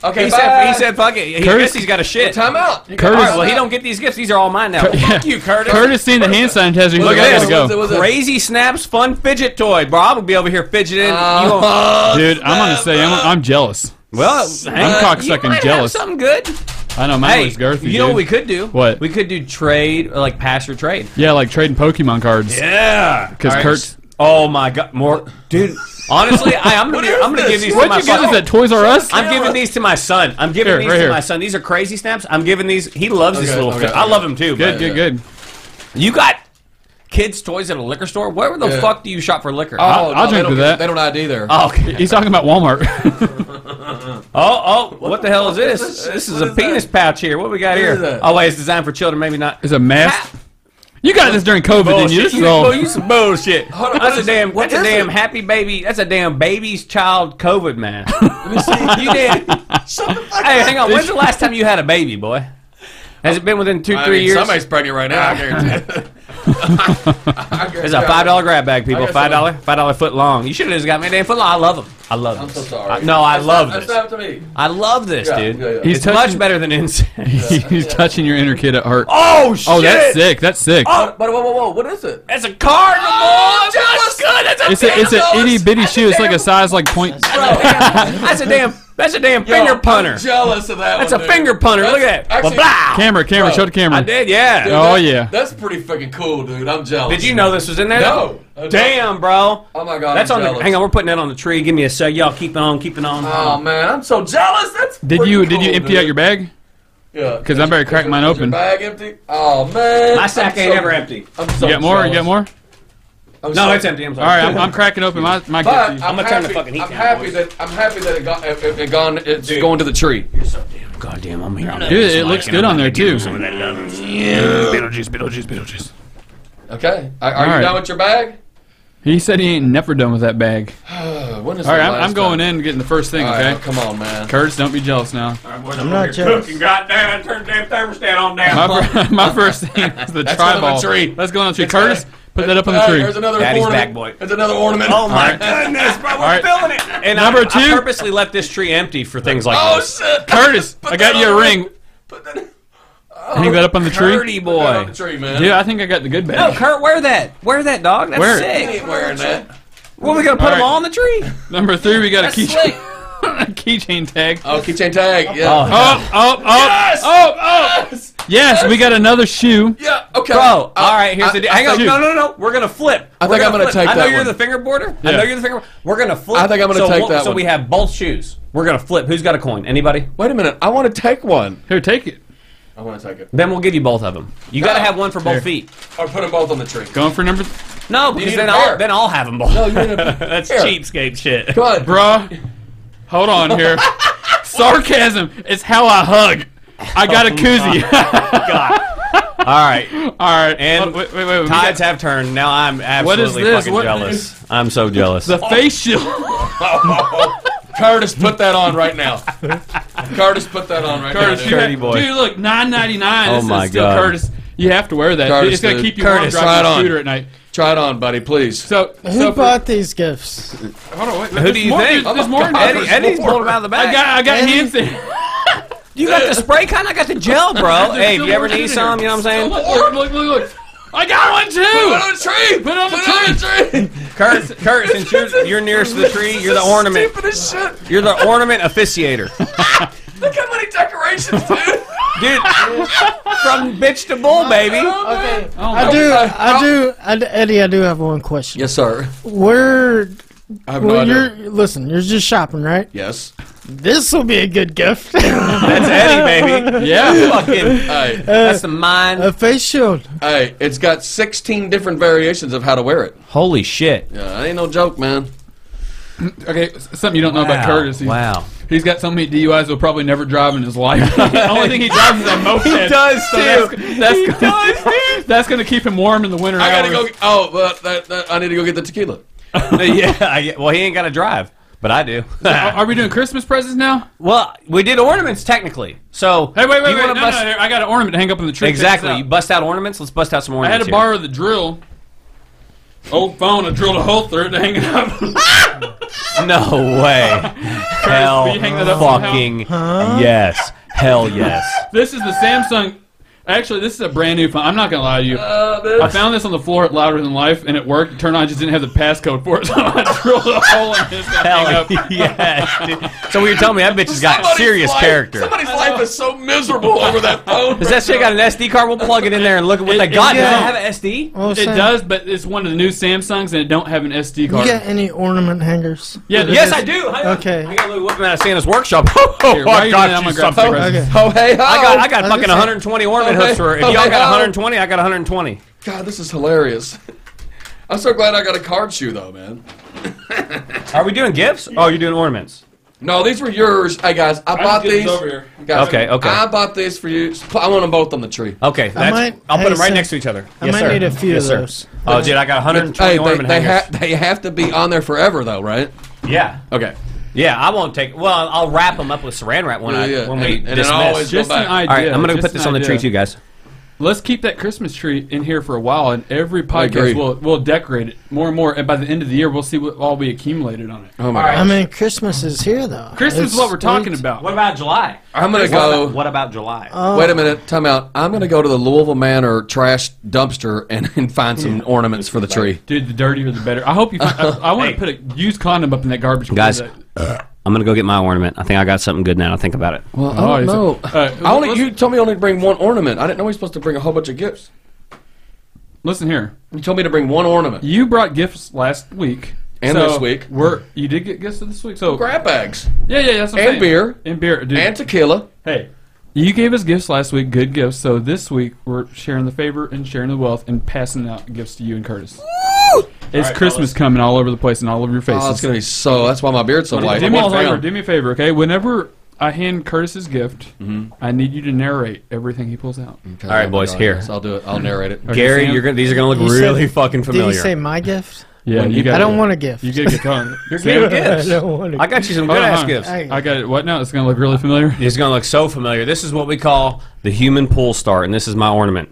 Speaker 1: said.
Speaker 4: Okay,
Speaker 1: He
Speaker 4: bye.
Speaker 1: said. He said. Fuck it. He
Speaker 3: Curtis-
Speaker 1: guess he's got a shit.
Speaker 4: Time out. You got-
Speaker 3: Curtis-
Speaker 1: All
Speaker 4: all
Speaker 1: right, well, he
Speaker 4: time
Speaker 1: don't
Speaker 4: out.
Speaker 1: get these gifts. These are all mine now.
Speaker 3: yeah.
Speaker 1: Fuck you, Curtis.
Speaker 3: Curtis seen the hand sanitizer. He's
Speaker 4: Look
Speaker 3: like,
Speaker 4: at
Speaker 3: I
Speaker 4: this.
Speaker 3: gotta
Speaker 4: What's it-
Speaker 3: go.
Speaker 4: what's it-
Speaker 1: Crazy snaps, fun fidget toy. Bob will be over here fidgeting.
Speaker 4: Uh,
Speaker 1: You won't-
Speaker 3: Dude, I'm gonna say I'm, I'm jealous.
Speaker 1: well,
Speaker 3: I'm cocksucking jealous.
Speaker 1: Have something good.
Speaker 3: I know mine
Speaker 1: Hey,
Speaker 3: was girthy.
Speaker 1: you know what
Speaker 3: dude.
Speaker 1: we could do?
Speaker 3: What?
Speaker 1: we could do trade, or like pass or trade.
Speaker 3: Yeah, like trading Pokemon cards.
Speaker 1: Yeah,
Speaker 3: 'Cause Kurt's-
Speaker 1: Oh my god, more dude. Honestly, I, I'm gonna I'm gonna give these to my
Speaker 3: What'd you get
Speaker 1: son.
Speaker 3: us at Toys R Us?
Speaker 1: I'm giving these to my son. I'm giving
Speaker 3: Here,
Speaker 1: these
Speaker 3: right
Speaker 1: to
Speaker 3: here.
Speaker 1: my son. These are crazy snaps. I'm giving these. He loves these
Speaker 4: Okay,
Speaker 1: little.
Speaker 4: okay,
Speaker 1: fi- I
Speaker 4: okay.
Speaker 1: love him too.
Speaker 3: Good,
Speaker 1: Good,
Speaker 3: good, good.
Speaker 1: You got kids' toys at a liquor store. Where the
Speaker 4: Yeah.
Speaker 1: fuck do you shop for liquor?
Speaker 4: Oh,
Speaker 3: I'll
Speaker 4: no,
Speaker 3: drink
Speaker 4: they don't
Speaker 3: to
Speaker 4: get-
Speaker 3: that.
Speaker 4: They don't ID there.
Speaker 1: Oh, okay.
Speaker 3: He's talking about Walmart.
Speaker 1: Oh, oh, what, the hell is this?
Speaker 4: is this
Speaker 1: this
Speaker 4: shit?
Speaker 1: is
Speaker 4: What
Speaker 1: a
Speaker 4: is
Speaker 1: penis pouch here. What we got
Speaker 4: What
Speaker 1: here?
Speaker 4: is that?
Speaker 1: Oh, wait, it's designed for children, maybe not.
Speaker 3: It's a mask. You got this during COVID, didn't you? This is
Speaker 1: You-
Speaker 3: all.
Speaker 1: boy, you some bullshit.
Speaker 4: on, what
Speaker 1: that's a
Speaker 4: is-
Speaker 1: damn.
Speaker 4: what
Speaker 1: That's a
Speaker 4: is
Speaker 1: damn
Speaker 4: it?
Speaker 1: happy baby. That's a damn baby's child COVID man.
Speaker 4: Let me see.
Speaker 1: you did.
Speaker 4: Shut the fuck
Speaker 1: Hey,
Speaker 4: up.
Speaker 1: hang on. When's the last time you had a baby, boy? Has it been within two,
Speaker 4: I
Speaker 1: three
Speaker 4: mean,
Speaker 1: years?
Speaker 4: Somebody's pregnant right now. I guarantee. it.
Speaker 1: It's a five dollar grab bag, people.
Speaker 4: I got some-
Speaker 1: Five dollar, five dollar foot long. You should have just got me a damn foot long. I love them. I love
Speaker 4: I'm
Speaker 1: this.
Speaker 4: so sorry.
Speaker 1: I- no, I
Speaker 4: That's
Speaker 1: love
Speaker 4: not-
Speaker 1: this.
Speaker 4: That's not up to me.
Speaker 1: I love this,
Speaker 4: Yeah,
Speaker 1: dude.
Speaker 4: yeah, yeah.
Speaker 3: He's
Speaker 1: It's
Speaker 3: touching-
Speaker 1: much better than insects.
Speaker 3: He's touching your inner kid at heart.
Speaker 1: oh shit! Oh,
Speaker 3: Oh, that's sick. That's sick.
Speaker 4: Oh, But, but whoa, whoa, whoa! What is it?
Speaker 1: That's a cardinal. Oh,
Speaker 4: Jealous!
Speaker 1: that's good. That's a
Speaker 3: It's a it's a
Speaker 1: damn-
Speaker 3: itty bitty shoe. It's like a size like point.
Speaker 1: That's a damn. That's a damn
Speaker 4: Yo,
Speaker 1: finger
Speaker 4: Oh, I'm
Speaker 1: punter.
Speaker 4: jealous of that.
Speaker 1: That's
Speaker 4: one,
Speaker 1: a
Speaker 4: dude.
Speaker 1: finger punter. Look
Speaker 4: That's-
Speaker 1: at that.
Speaker 4: actually-
Speaker 1: Blah, blah.
Speaker 3: Camera, camera,
Speaker 4: Bro,
Speaker 3: show the camera.
Speaker 1: I did, yeah.
Speaker 4: Dude,
Speaker 3: Oh,
Speaker 4: that-
Speaker 3: yeah.
Speaker 4: That's pretty freaking cool, dude. I'm jealous.
Speaker 1: Did you know this was in there?
Speaker 4: No.
Speaker 1: though? Damn, bro.
Speaker 4: Oh my god.
Speaker 1: That's
Speaker 4: I'm
Speaker 1: on the.
Speaker 4: jealous.
Speaker 1: Hang on, we're putting that on the tree. Give me a sec. Y'all keep it on, keep it on.
Speaker 4: Oh man, I'm so jealous. That's
Speaker 3: Did
Speaker 4: pretty
Speaker 3: you did
Speaker 4: cool,
Speaker 3: you empty
Speaker 4: dude.
Speaker 3: out your bag?
Speaker 4: Yeah.
Speaker 3: 'Cause I'm about to
Speaker 4: Is
Speaker 3: crack
Speaker 4: your-
Speaker 3: mine
Speaker 4: is
Speaker 3: open.
Speaker 4: Your bag empty? Oh man.
Speaker 1: My sack ain't ever empty.
Speaker 4: I'm
Speaker 3: You
Speaker 4: so
Speaker 3: got more? You
Speaker 4: jealous.
Speaker 3: got more?
Speaker 4: I'm
Speaker 1: No,
Speaker 4: so-
Speaker 1: it's empty. I'm sorry.
Speaker 3: All right, I'm, I'm cracking open my my
Speaker 4: But
Speaker 3: gift.
Speaker 4: I'm,
Speaker 1: gonna
Speaker 4: happy,
Speaker 1: turn the fucking heat
Speaker 4: I'm
Speaker 1: down,
Speaker 4: happy
Speaker 1: boys.
Speaker 4: that I'm happy that it got it, it, it gone. It's going to the tree.
Speaker 1: Goddamn, I'm here. I'm
Speaker 3: Dude, it looks good on there too.
Speaker 4: Okay. Are, are you
Speaker 3: All right.
Speaker 4: done with your bag?
Speaker 3: He said he ain't never done with that bag.
Speaker 4: Uh, when is
Speaker 3: All right, I'm, I'm going in and getting the first thing. Okay,
Speaker 4: come on, man.
Speaker 3: Curtis, don't be jealous now.
Speaker 6: I'm not jealous.
Speaker 5: Goddamn, turn the damn thermostat on down.
Speaker 3: My, fir- my first thing is the
Speaker 4: That's
Speaker 3: tri
Speaker 4: going on
Speaker 3: ball.
Speaker 4: the tree.
Speaker 3: Let's go on the tree. Curtis, put that up on the
Speaker 4: Hey,
Speaker 3: tree.
Speaker 4: There's another
Speaker 1: Daddy's
Speaker 4: ornament.
Speaker 1: back, boy.
Speaker 4: There's another ornament.
Speaker 1: Oh my
Speaker 3: All right.
Speaker 1: goodness, bro, we're
Speaker 3: right.
Speaker 1: feeling it. And
Speaker 3: Number
Speaker 1: I, I
Speaker 3: two?
Speaker 1: purposely left this tree empty for things like
Speaker 4: Oh
Speaker 1: this.
Speaker 4: shit.
Speaker 3: Curtis,
Speaker 4: Put
Speaker 3: I got
Speaker 4: that
Speaker 3: you a
Speaker 4: on the- Oh,
Speaker 3: ring.
Speaker 4: Put that Oh,
Speaker 3: Hang that up on the tree.
Speaker 1: Curdy
Speaker 4: Put that on
Speaker 1: boy.
Speaker 4: the tree, man.
Speaker 3: Dude, I think I got the good bag.
Speaker 1: No, Kurt, wear that. Wear that, dog. That's
Speaker 3: Wear
Speaker 4: I
Speaker 3: it.
Speaker 1: sick.
Speaker 4: ain't wearing that.
Speaker 1: When are we gonna put
Speaker 3: All
Speaker 1: them
Speaker 3: right.
Speaker 1: all on the tree?
Speaker 3: Number three, we got
Speaker 4: That's
Speaker 3: a
Speaker 4: slick.
Speaker 3: keychain keychain tag.
Speaker 4: Oh, keychain tag. Yeah.
Speaker 1: Oh.
Speaker 3: Oh, oh, oh, oh, oh.
Speaker 4: Yes.
Speaker 3: Yes, we got another shoe.
Speaker 4: Yeah. Okay.
Speaker 1: Bro,
Speaker 4: I-
Speaker 1: all right, here's
Speaker 4: Uh, I-
Speaker 1: the deal.
Speaker 4: I
Speaker 1: Hang on,
Speaker 4: think-
Speaker 1: no, no, no, we're gonna flip.
Speaker 4: I
Speaker 1: We're
Speaker 4: think I'm gonna
Speaker 1: flip.
Speaker 4: take
Speaker 1: I know
Speaker 4: that
Speaker 1: you're
Speaker 4: one.
Speaker 1: the fingerboarder. I
Speaker 3: Yeah.
Speaker 1: know you're the fingerboarder. We're gonna flip.
Speaker 4: I think I'm gonna
Speaker 1: so
Speaker 4: take
Speaker 1: we'll-
Speaker 4: that
Speaker 1: So
Speaker 4: one.
Speaker 1: we have both shoes. We're gonna flip. Who's got a coin? Anybody?
Speaker 4: Wait a minute. I want to take one.
Speaker 3: Here, take it.
Speaker 4: I want to take it.
Speaker 1: Then we'll give you both of them. You gotta
Speaker 4: No.
Speaker 1: have one for both
Speaker 3: Here.
Speaker 1: feet.
Speaker 4: Or put them both on the tree.
Speaker 3: Going for number,
Speaker 1: No,
Speaker 4: need
Speaker 1: because
Speaker 4: a
Speaker 1: then
Speaker 4: pair.
Speaker 1: I'll then I'll have them both.
Speaker 4: No, you need a-
Speaker 1: That's
Speaker 4: Here.
Speaker 1: cheapskate shit.
Speaker 4: Come on,
Speaker 3: bruh. Hold on here. Sarcasm is how I hug. I got a
Speaker 4: Oh
Speaker 3: koozie.
Speaker 1: All right,
Speaker 3: All right,
Speaker 1: And
Speaker 3: hold- wait, wait, wait. we
Speaker 1: tides
Speaker 3: got
Speaker 1: have turned. Now I'm
Speaker 3: What is
Speaker 1: absolutely
Speaker 3: this?
Speaker 1: fucking
Speaker 3: What-
Speaker 1: jealous. I'm so jealous.
Speaker 3: the face shield.
Speaker 4: Curtis, put that on right now. Curtis, put that on right
Speaker 3: Curtis,
Speaker 4: now. dude.
Speaker 3: you
Speaker 1: Curtis.
Speaker 3: have-
Speaker 1: boy.
Speaker 3: Dude, look, nine ninety nine.
Speaker 1: Oh
Speaker 3: This
Speaker 1: my
Speaker 3: is still
Speaker 1: God.
Speaker 3: Curtis. You have to wear that.
Speaker 4: Curtis,
Speaker 3: it's gonna
Speaker 4: dude.
Speaker 3: keep you
Speaker 4: Curtis,
Speaker 3: warm
Speaker 4: try it
Speaker 3: driving
Speaker 4: on.
Speaker 3: the shooter at night.
Speaker 4: Try it on, buddy, please.
Speaker 3: So,
Speaker 6: Who
Speaker 3: so for-
Speaker 6: bought these gifts?
Speaker 3: hold on, wait, wait,
Speaker 1: Who
Speaker 3: there's
Speaker 1: do you
Speaker 3: more,
Speaker 1: think?
Speaker 3: There's, there's more. in
Speaker 1: Eddie,
Speaker 3: there.
Speaker 1: Eddie's pulled him out of the bag.
Speaker 3: I got, I got
Speaker 6: Eddie.
Speaker 3: hands in.
Speaker 1: you got the spray kind. I got the gel, bro. hey, if
Speaker 3: still
Speaker 1: you ever
Speaker 3: more in
Speaker 1: need some, you know what I'm saying?
Speaker 3: Look, look, look, look. I got one
Speaker 4: Put it on
Speaker 3: too.
Speaker 4: the tree. Put
Speaker 3: it on the
Speaker 4: it on the tree.
Speaker 1: Kurt, Kurt, since you're, you're nearest to the tree, you're the ornament.
Speaker 4: Stupid as shit.
Speaker 1: You're the ornament officiator,
Speaker 4: Look how many decorations, dude.
Speaker 1: dude. from bitch to bull, baby.
Speaker 6: Okay.
Speaker 3: Oh
Speaker 6: I
Speaker 3: my-
Speaker 6: do, I do, I do, Eddie. I do have one question.
Speaker 4: Yes, sir.
Speaker 6: Where,
Speaker 4: I have no
Speaker 6: well,
Speaker 4: idea.
Speaker 6: you're listen. You're just shopping, right?
Speaker 4: Yes.
Speaker 6: This will be a good gift. a
Speaker 1: That's Eddie, baby.
Speaker 3: Yeah.
Speaker 1: Fucking,
Speaker 4: Hey,
Speaker 1: that's the mind.
Speaker 6: face shield.
Speaker 4: hey, it's got 16 different variations of how to wear it.
Speaker 1: Holy shit.
Speaker 4: Yeah, ain't no joke, man.
Speaker 3: okay, s- something you don't know about
Speaker 1: Wow,
Speaker 3: Curtis. He's,
Speaker 1: wow.
Speaker 3: He's got so many DUIs he'll probably never drive in his life. the only thing he drives is a moped.
Speaker 1: He does
Speaker 3: So
Speaker 1: too.
Speaker 3: That's, that's
Speaker 1: He
Speaker 3: gonna,
Speaker 1: does,
Speaker 3: That's gonna keep him warm in the winter.
Speaker 4: I gotta go.
Speaker 3: hours.
Speaker 4: Get, oh, but that, that, I need to go get the tequila.
Speaker 1: yeah, I, well, he ain't got to drive, but I do.
Speaker 3: Are are we doing Christmas presents now?
Speaker 1: well, we did ornaments technically. So
Speaker 3: Hey, wait, wait,
Speaker 1: you
Speaker 3: wait.
Speaker 1: wanna
Speaker 3: No,
Speaker 1: bust-
Speaker 3: no, no, I got an ornament to hang up in the tree. Check this
Speaker 1: Exactly.
Speaker 3: out.
Speaker 1: You bust out ornaments. Let's bust out some
Speaker 3: I
Speaker 1: ornaments.
Speaker 3: had to
Speaker 1: here.
Speaker 3: borrow the drill. Old phone. I drilled a hole through it to hang it up.
Speaker 1: No way. Hell
Speaker 3: will you hang that up
Speaker 1: fucking yes. Hell yes.
Speaker 3: this is the Samsung. Actually, this is a brand new phone. I'm not gonna lie to you.
Speaker 4: Uh,
Speaker 3: I found this on the floor at Louder Than Life, and it worked. It turned out I just didn't have the passcode for it, so I drilled a hole in this to hang
Speaker 1: Hell
Speaker 3: up.
Speaker 1: yes. dude. So what you're telling me that bitch has got
Speaker 4: Somebody's
Speaker 1: serious
Speaker 4: life-
Speaker 1: character.
Speaker 4: Somebody's life is so miserable over that phone.
Speaker 1: Does that shit got an SD card? We'll plug it in there and look at what
Speaker 3: It-
Speaker 1: they
Speaker 3: it
Speaker 1: got. Does
Speaker 6: don't.
Speaker 1: it have an SD?
Speaker 6: Well,
Speaker 3: It does, but it's one of the new Samsungs, and it don't have an SD
Speaker 6: You
Speaker 3: card.
Speaker 6: got any ornament hangers?
Speaker 3: yeah this
Speaker 1: Yes,
Speaker 3: is-
Speaker 1: I do. I,
Speaker 6: Okay.
Speaker 1: I got a little whooping out of Santa's workshop. Oh,
Speaker 3: Here, why are
Speaker 1: I
Speaker 3: you doing that?
Speaker 1: got
Speaker 3: I'm
Speaker 1: you
Speaker 3: gonna grab
Speaker 1: something.
Speaker 3: some presents.
Speaker 6: Okay.
Speaker 4: Oh hey ho!
Speaker 1: I got, I got
Speaker 6: I was
Speaker 1: fucking
Speaker 6: gonna say-
Speaker 1: 120 ornament
Speaker 4: Okay.
Speaker 1: hooks for her. If
Speaker 4: Okay,
Speaker 1: y'all got
Speaker 4: no.
Speaker 1: 120, I got 120.
Speaker 4: God, this is hilarious. I'm so glad I got a card shoe though, man.
Speaker 1: Are we doing gifts? Oh, you're doing ornaments.
Speaker 4: No, these were yours. Hey guys, I bought
Speaker 3: get this
Speaker 4: these.
Speaker 3: over here.
Speaker 4: Guys,
Speaker 1: Okay, okay.
Speaker 4: I bought these for you. Pl- I want them both on the tree.
Speaker 1: Okay, that's,
Speaker 6: might-
Speaker 1: I'll
Speaker 6: hey,
Speaker 1: put them right
Speaker 6: Sam,
Speaker 1: next to each other.
Speaker 6: I
Speaker 1: yes,
Speaker 6: might
Speaker 1: sir.
Speaker 6: need a few
Speaker 1: yes,
Speaker 6: of
Speaker 1: sir.
Speaker 6: those.
Speaker 1: Oh, dude, I got 120
Speaker 4: Hey, they,
Speaker 1: ornament
Speaker 4: they, ha-
Speaker 1: hangers.
Speaker 4: they have to be on there forever though, right?
Speaker 1: yeah,
Speaker 4: Okay.
Speaker 1: yeah. I won't take. Well, I'll wrap them up with Saran wrap when
Speaker 4: Yeah,
Speaker 1: I
Speaker 4: yeah.
Speaker 1: when we
Speaker 4: And- and it
Speaker 1: dismiss.
Speaker 4: always-
Speaker 3: Just
Speaker 4: Go
Speaker 3: an
Speaker 4: back.
Speaker 3: idea.
Speaker 1: All right, I'm gonna
Speaker 3: just
Speaker 1: put this
Speaker 3: an
Speaker 1: on the
Speaker 3: idea.
Speaker 1: tree too, guys.
Speaker 3: Let's keep that Christmas tree in here for a while, and every
Speaker 4: agree.
Speaker 3: podcast we'll we'll decorate it more and more. And by the end of the year, we'll see what all we accumulated on it.
Speaker 4: Oh my
Speaker 6: I mean, Christmas is here though.
Speaker 3: Christmas is
Speaker 6: It's-
Speaker 3: what we're talking
Speaker 6: it's-
Speaker 3: about.
Speaker 1: What about July?
Speaker 4: I'm gonna
Speaker 1: What about-
Speaker 4: go.
Speaker 1: What about July?
Speaker 6: Oh,
Speaker 4: Wait a minute, time out. I'm going to go to the Louisville Manor trash dumpster and, and find some ornaments for the tree.
Speaker 3: Dude, the dirtier the better. I hope you. Find, I, I want to
Speaker 1: Hey.
Speaker 3: put a used condom up in that garbage. can.
Speaker 1: Guys,
Speaker 3: That-
Speaker 1: I'm gonna go get my ornament. I think I got something good now. that I think about it.
Speaker 4: Well, I
Speaker 3: Oh,
Speaker 4: don't
Speaker 3: is it-
Speaker 4: know.
Speaker 3: uh,
Speaker 4: I only,
Speaker 3: let's-
Speaker 4: you told me only to bring one ornament. I didn't know we were supposed to bring a whole bunch of gifts.
Speaker 3: listen here.
Speaker 4: You told me to bring one ornament.
Speaker 3: You brought gifts last week
Speaker 4: And
Speaker 3: so
Speaker 4: this week.
Speaker 3: We're you did get gifts this week. So
Speaker 4: Grab bags
Speaker 3: yeah, yeah, that's what I'm
Speaker 4: And
Speaker 3: saying.
Speaker 4: beer.
Speaker 3: and beer, dude.
Speaker 4: and tequila.
Speaker 3: hey, you gave us gifts last week, good gifts. So this week we're sharing the favor and sharing the wealth and passing out gifts to you and Curtis. It's Christmas coming all over the place and all over your faces.
Speaker 4: Oh, it's going to be so. That's why my beard's so white.
Speaker 3: do me a
Speaker 4: Hang
Speaker 3: favor.
Speaker 4: on.
Speaker 3: Do me a favor, okay? Whenever I hand Curtis's gift, I need you to narrate everything he pulls out.
Speaker 4: Okay,
Speaker 1: All right,
Speaker 4: I'll
Speaker 1: boys,
Speaker 4: do it.
Speaker 1: here.
Speaker 4: Yes, I'll do it. I'll narrate it.
Speaker 1: Gary,
Speaker 3: Sam?
Speaker 1: you're gonna, these are gonna look
Speaker 6: You said-
Speaker 1: really fucking
Speaker 6: Did you
Speaker 1: familiar.
Speaker 6: say my gift?
Speaker 3: Yeah, you got
Speaker 6: I don't
Speaker 3: it.
Speaker 6: want a gift.
Speaker 3: You get a guitar. You're
Speaker 6: I don't want a
Speaker 1: I got you
Speaker 4: Uh-huh.
Speaker 1: some good
Speaker 3: Hold on,
Speaker 1: ass
Speaker 3: hold on.
Speaker 1: gifts.
Speaker 6: Hey.
Speaker 3: I got it. What now? It's gonna look really familiar.
Speaker 1: It's gonna look so familiar. This is what we call the human pool star, and this is my ornament.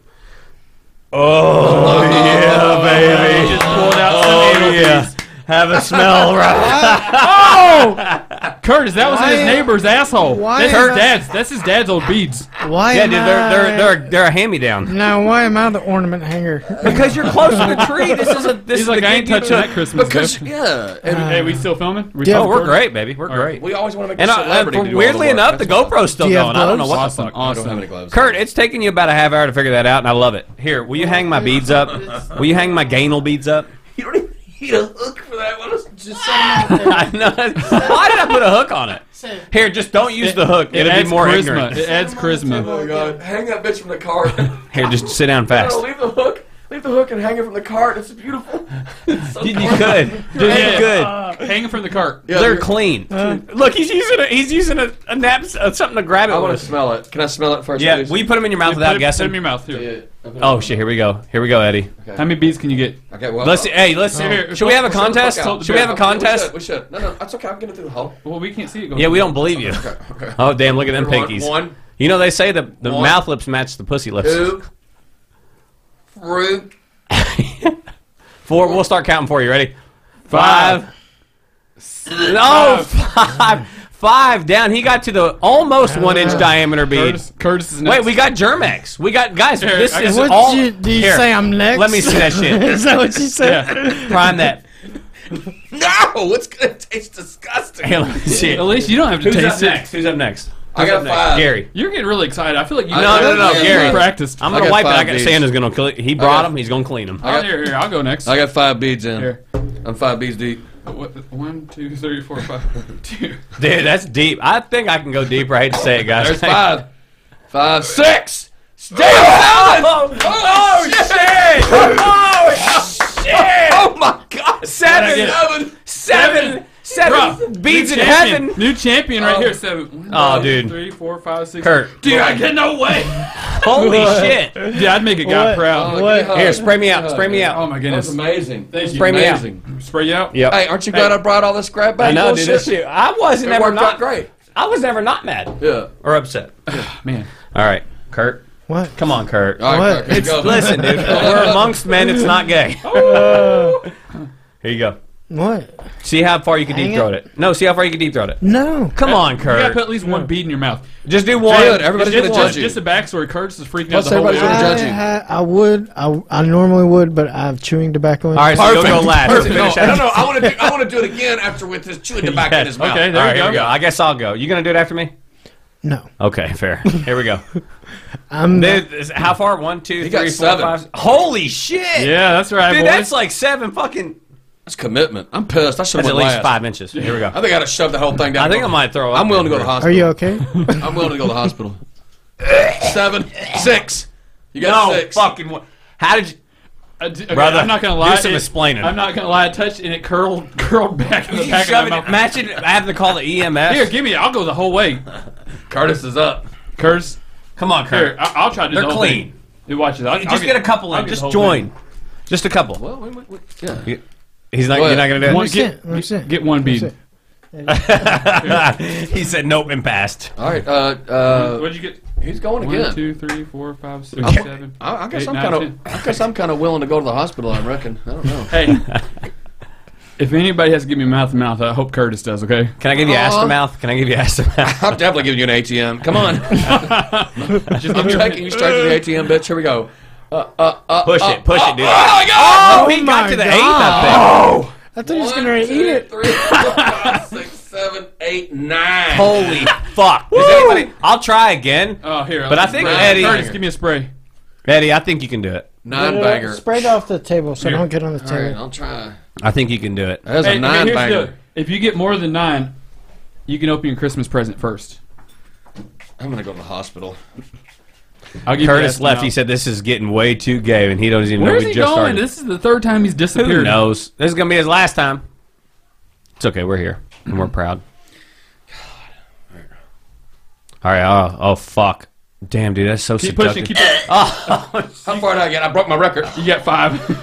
Speaker 1: Oh, yeah, baby! oh yeah, have a smell right.
Speaker 3: Oh, Curtis, that was in his
Speaker 6: Why-
Speaker 3: neighbor's asshole.
Speaker 6: why
Speaker 3: that's
Speaker 6: am
Speaker 3: his
Speaker 6: I-
Speaker 3: dad's. That's his dad's old beads.
Speaker 6: Why
Speaker 1: Yeah,
Speaker 6: am
Speaker 1: dude, they're
Speaker 6: I-
Speaker 1: they're they're, they're a hand me down.
Speaker 6: Now, why am I the ornament hanger?
Speaker 1: Because you're close to the tree. This is a this
Speaker 3: He's
Speaker 1: is
Speaker 3: like,
Speaker 1: the
Speaker 3: I
Speaker 1: gig
Speaker 3: ain't
Speaker 1: you
Speaker 3: touching
Speaker 1: took."
Speaker 3: that Christmas
Speaker 4: Because,
Speaker 3: gift.
Speaker 4: yeah. And
Speaker 3: Hey, we still filming? We
Speaker 6: Yeah.
Speaker 3: still
Speaker 1: Oh, we're
Speaker 3: recording?
Speaker 1: great, baby. We're great.
Speaker 4: we always want to make
Speaker 1: Ah. And
Speaker 4: a
Speaker 1: I,
Speaker 4: celebrity
Speaker 1: and
Speaker 4: to do all
Speaker 1: weirdly
Speaker 4: the work.
Speaker 1: enough, the
Speaker 4: That's why.
Speaker 1: GoPro's still
Speaker 6: Do you have
Speaker 1: going. I don't know
Speaker 6: gloves?
Speaker 1: what the
Speaker 3: Awesome,
Speaker 4: I don't have
Speaker 3: awesome.
Speaker 4: any gloves.
Speaker 1: Kurt, it's taking you about a half hour to figure that out, and I love it. Here, will you hang my beads up? Will you hang my gainal beads up?
Speaker 4: You don't even need a hook for that one. It's just something.
Speaker 1: I know. Why did I put a hook on it? Here, just don't use the hook.
Speaker 3: It
Speaker 1: It'll be
Speaker 3: adds
Speaker 1: more
Speaker 3: charisma.
Speaker 1: ignorant.
Speaker 3: It adds
Speaker 4: Oh
Speaker 3: charisma.
Speaker 4: my god! Hang that bitch from the cart.
Speaker 1: Here, just sit down fast.
Speaker 4: No, leave the hook. Leave the hook and hang it from the cart. It's beautiful. It's so
Speaker 1: You, you
Speaker 4: cool.
Speaker 1: could. Dude,
Speaker 3: Yeah.
Speaker 1: you could.
Speaker 3: Hanging from the cart.
Speaker 4: Yeah,
Speaker 1: They're
Speaker 4: you're-
Speaker 1: clean. Uh, Look, he's using a he's using a, a nap uh, something to grab it
Speaker 4: I want to
Speaker 1: with.
Speaker 4: smell it. Can I smell it first?
Speaker 1: Yeah,
Speaker 4: please?
Speaker 1: will you put them in your
Speaker 3: Put
Speaker 1: mouth
Speaker 3: it-
Speaker 1: without
Speaker 3: put It in
Speaker 1: guessing?
Speaker 3: your mouth here.
Speaker 4: Yeah. Okay.
Speaker 1: Oh shit! Here we go. Here we go, Eddie.
Speaker 3: How many beads can you get?
Speaker 4: Okay. Well,
Speaker 1: Let's
Speaker 4: uh,
Speaker 1: see. Hey, let's
Speaker 3: Here, here,
Speaker 1: Should we have a
Speaker 4: shut the fuck
Speaker 1: contest?
Speaker 4: out.
Speaker 1: Should we have a
Speaker 4: Okay,
Speaker 1: contest?
Speaker 4: We should. We should. No, no. That's okay. I'm getting through the hole.
Speaker 3: Well, we can't see it. Going
Speaker 1: Yeah, we don't believe you.
Speaker 4: Okay.
Speaker 1: Oh damn! Look at them
Speaker 4: Everyone,
Speaker 1: pinkies.
Speaker 4: One,
Speaker 1: You know they say the the
Speaker 4: One.
Speaker 1: mouth lips match the pussy lips.
Speaker 4: two, three.
Speaker 1: Four. We'll start counting for you. Ready? Five. No, five. Five down. He got to the almost one inch diameter bead.
Speaker 3: Curtis, Curtis is next.
Speaker 1: Wait, we got Germex. We got guys.
Speaker 3: Here,
Speaker 1: This
Speaker 3: I
Speaker 1: is
Speaker 3: got-
Speaker 6: What
Speaker 1: all.
Speaker 6: you, do you
Speaker 1: Here,
Speaker 6: say I'm next?
Speaker 1: Let me see that shit.
Speaker 6: is that what you said?
Speaker 3: Yeah.
Speaker 1: Prime that.
Speaker 4: No, it's gonna taste disgusting.
Speaker 1: Hey, let me see. it.
Speaker 3: At least you don't have to
Speaker 1: Who's
Speaker 3: taste
Speaker 1: up
Speaker 3: it.
Speaker 1: next? Who's up next?
Speaker 4: I got
Speaker 1: Who's up next?
Speaker 4: five.
Speaker 1: Gary.
Speaker 3: You're getting really excited. I feel like you.
Speaker 4: I- No, no, no,
Speaker 3: you
Speaker 1: Gary.
Speaker 3: Practiced.
Speaker 1: I'm
Speaker 4: I
Speaker 1: gonna
Speaker 4: got
Speaker 1: wipe it. I
Speaker 4: five
Speaker 1: got
Speaker 4: beads.
Speaker 1: Santa's gonna. Clean. He
Speaker 4: got-
Speaker 1: brought him. He's gonna clean him.
Speaker 4: I got-
Speaker 3: Oh, here, here. I'll go next.
Speaker 4: I got five beads in.
Speaker 3: Here.
Speaker 4: I'm five beads deep.
Speaker 3: What- One, two, three, four, five, two.
Speaker 1: Dude, that's deep. I think I can go deeper. I hate to say it, guys.
Speaker 4: There's five. Five, six.
Speaker 1: Oh,
Speaker 4: Oh,
Speaker 1: shit! Oh shit!
Speaker 4: Oh my god.
Speaker 1: Seven.
Speaker 4: Seven.
Speaker 1: Seven, seven
Speaker 3: Bruh,
Speaker 1: beads in
Speaker 3: new champion.
Speaker 1: heaven.
Speaker 3: New champion right
Speaker 4: Oh.
Speaker 3: here. Seven.
Speaker 1: Oh,
Speaker 3: One, two,
Speaker 1: dude.
Speaker 3: Three, four, five, six.
Speaker 1: Kurt.
Speaker 3: Dude, I get no way.
Speaker 1: Holy shit!
Speaker 3: Yeah, I'd make a guy
Speaker 6: What?
Speaker 3: proud.
Speaker 4: Oh,
Speaker 6: What?
Speaker 4: yeah.
Speaker 1: Here, spray me out.
Speaker 4: Yeah.
Speaker 1: Spray me
Speaker 3: Oh
Speaker 1: out.
Speaker 3: my
Speaker 4: That's
Speaker 3: goodness.
Speaker 4: amazing.
Speaker 3: Thank you.
Speaker 1: Spray me out.
Speaker 4: amazing.
Speaker 3: Spray you out.
Speaker 1: Yep.
Speaker 4: Hey, aren't you glad I brought all this grab back?
Speaker 1: I know,
Speaker 4: bullshit?
Speaker 1: dude. This shit. I was
Speaker 4: It
Speaker 1: never
Speaker 4: worked
Speaker 1: not
Speaker 4: out great.
Speaker 1: I was never not mad
Speaker 4: Yeah.
Speaker 1: or upset.
Speaker 3: Man.
Speaker 1: All right, Kurt.
Speaker 6: What?
Speaker 1: Come on, Kurt.
Speaker 4: All
Speaker 6: What?
Speaker 4: right, Kirk, here you go.
Speaker 1: Listen, dude. We're amongst men. It's not gay. Here you go.
Speaker 6: What?
Speaker 1: See how far you can
Speaker 6: Hang
Speaker 1: deep throat
Speaker 6: it.
Speaker 1: it. No, see how far you can deep throat it.
Speaker 6: No.
Speaker 1: Come on,
Speaker 3: You gotta put at
Speaker 1: Kurt.
Speaker 3: least one bead in your mouth.
Speaker 1: Just do one.
Speaker 4: Dude, everybody's
Speaker 1: Just
Speaker 4: gonna
Speaker 1: do
Speaker 4: judge
Speaker 1: one.
Speaker 3: Just,
Speaker 4: you.
Speaker 3: just the backstory. Curtis is freaking
Speaker 4: What's
Speaker 3: out the whole
Speaker 4: everybody's
Speaker 3: way.
Speaker 4: gonna
Speaker 6: I,
Speaker 4: judge you.
Speaker 6: ha- I would. I, I normally would, but I have chewing tobacco. In
Speaker 1: All right, so you'll go last.
Speaker 4: No,
Speaker 1: Finish
Speaker 4: no,
Speaker 1: that.
Speaker 4: no, I want to do. I want to do it again after with this chewing tobacco in his mouth.
Speaker 3: Okay, there
Speaker 1: All
Speaker 3: you
Speaker 1: right, here
Speaker 3: go.
Speaker 1: we go. I guess I'll go. You gonna do it after me?
Speaker 6: No.
Speaker 1: Okay, fair. Here we go.
Speaker 6: I'm not-
Speaker 1: Dude, is- how far? One, two,
Speaker 4: got
Speaker 1: three, four,
Speaker 4: seven.
Speaker 1: five. Holy shit!
Speaker 3: Yeah, that's right.
Speaker 1: dude,
Speaker 3: boys.
Speaker 1: that's like seven fucking.
Speaker 4: That's commitment. I'm pissed. I should
Speaker 1: That's
Speaker 4: have went
Speaker 1: at least
Speaker 4: last.
Speaker 1: five inches. Here we go.
Speaker 4: I think I would have shoved the whole thing down.
Speaker 1: I think I might throw. up.
Speaker 4: I'm willing to go to the
Speaker 6: Are
Speaker 4: hospital.
Speaker 6: you okay?
Speaker 4: I'm willing to go to the hospital. Seven, six. You got
Speaker 1: No
Speaker 4: six.
Speaker 1: fucking. wa- How did you?
Speaker 3: I Uh, d- okay,
Speaker 1: Brother,
Speaker 3: I'm not gonna
Speaker 1: do
Speaker 3: lie.
Speaker 1: some
Speaker 3: it-
Speaker 1: explaining.
Speaker 3: I'm not gonna lie. I touched and it curled, curled back in the
Speaker 1: you
Speaker 3: back
Speaker 1: shove
Speaker 3: of
Speaker 1: it-
Speaker 3: my mouth.
Speaker 1: Imagine having to call the E EMS.
Speaker 3: Here, give me. it. I'll go the whole way.
Speaker 4: Curtis is up.
Speaker 3: Curtis,
Speaker 1: Come on, Kurt.
Speaker 3: here. I, I'll try to do
Speaker 1: They're
Speaker 3: the whole
Speaker 1: clean.
Speaker 3: Thing. Dude, watch this. I'll, I'll
Speaker 1: Just get a couple
Speaker 3: I'll
Speaker 1: in.
Speaker 3: get
Speaker 1: Just
Speaker 3: the whole
Speaker 1: join.
Speaker 3: thing.
Speaker 1: Just a couple.
Speaker 4: Well, we, we, we, yeah.
Speaker 1: He's not.
Speaker 4: What?
Speaker 1: You're not gonna do
Speaker 3: One,
Speaker 6: That's it.
Speaker 3: get,
Speaker 6: That's
Speaker 3: get-
Speaker 6: it.
Speaker 3: get one bead.
Speaker 6: it.
Speaker 1: it. he said nope and passed.
Speaker 4: All right. Uh, uh,
Speaker 3: What'd you get?
Speaker 4: He's going
Speaker 3: One,
Speaker 4: again.
Speaker 3: two, three, four, five, six,
Speaker 4: Okay.
Speaker 3: seven.
Speaker 4: I, I guess
Speaker 3: eight,
Speaker 4: I'm
Speaker 3: nine,
Speaker 4: kind of.
Speaker 3: ten.
Speaker 4: I guess I'm kind of willing to go to the hospital. I reckon. I don't know.
Speaker 3: Hey, if anybody has to give me mouth to mouth, I hope Curtis does. Okay.
Speaker 1: Can I give you
Speaker 4: Aw.
Speaker 1: Astromouth? Can I give you Astromouth?
Speaker 4: I'm definitely giving you an ATM. Come on. I'm taking you straight to the ATM, bitch. Here we go. Uh, uh, uh,
Speaker 1: Push
Speaker 4: uh,
Speaker 1: it, push it, dude.
Speaker 4: Oh my god!
Speaker 1: Oh, he got
Speaker 6: my
Speaker 1: to the eighth, I
Speaker 6: I thought he was gonna eat it.
Speaker 4: Three, four, five, six, seven, eight, nine.
Speaker 1: think. Holy fuck! Does anybody- I'll try again,
Speaker 3: Oh, here.
Speaker 1: but I
Speaker 3: I'll-
Speaker 1: think
Speaker 4: Right.
Speaker 1: Eddie,
Speaker 3: Curtis, give me a spray.
Speaker 1: Eddie, I think you can do it.
Speaker 4: Nine
Speaker 6: Uh,
Speaker 4: bagger.
Speaker 6: Spray it off the table so
Speaker 3: Here.
Speaker 6: don't get on the
Speaker 4: All right,
Speaker 6: table.
Speaker 4: I'll try.
Speaker 1: I think you can do it.
Speaker 4: That's
Speaker 3: Hey, I
Speaker 4: a
Speaker 3: mean,
Speaker 4: nine
Speaker 3: here's the
Speaker 4: bagger.
Speaker 3: deal. If you get more than nine, you can open your Christmas present first.
Speaker 4: I'm gonna go to the hospital.
Speaker 3: I'll give you
Speaker 1: Curtis
Speaker 3: that
Speaker 1: left.
Speaker 3: amount.
Speaker 1: He said this is getting way too gay, and he doesn't even know
Speaker 3: "Where's
Speaker 1: we
Speaker 3: he
Speaker 1: just
Speaker 3: going?
Speaker 1: started.
Speaker 3: This is the third time he's disappeared.
Speaker 1: Who knows? This is gonna be his last time. It's okay. We're here, and we're proud. All right. Oh, oh fuck. Damn, dude, that's so
Speaker 3: Keep pushing. Keep.
Speaker 1: seductive.
Speaker 3: it.
Speaker 4: How far did I get? I broke my record.
Speaker 3: You got five.
Speaker 4: No,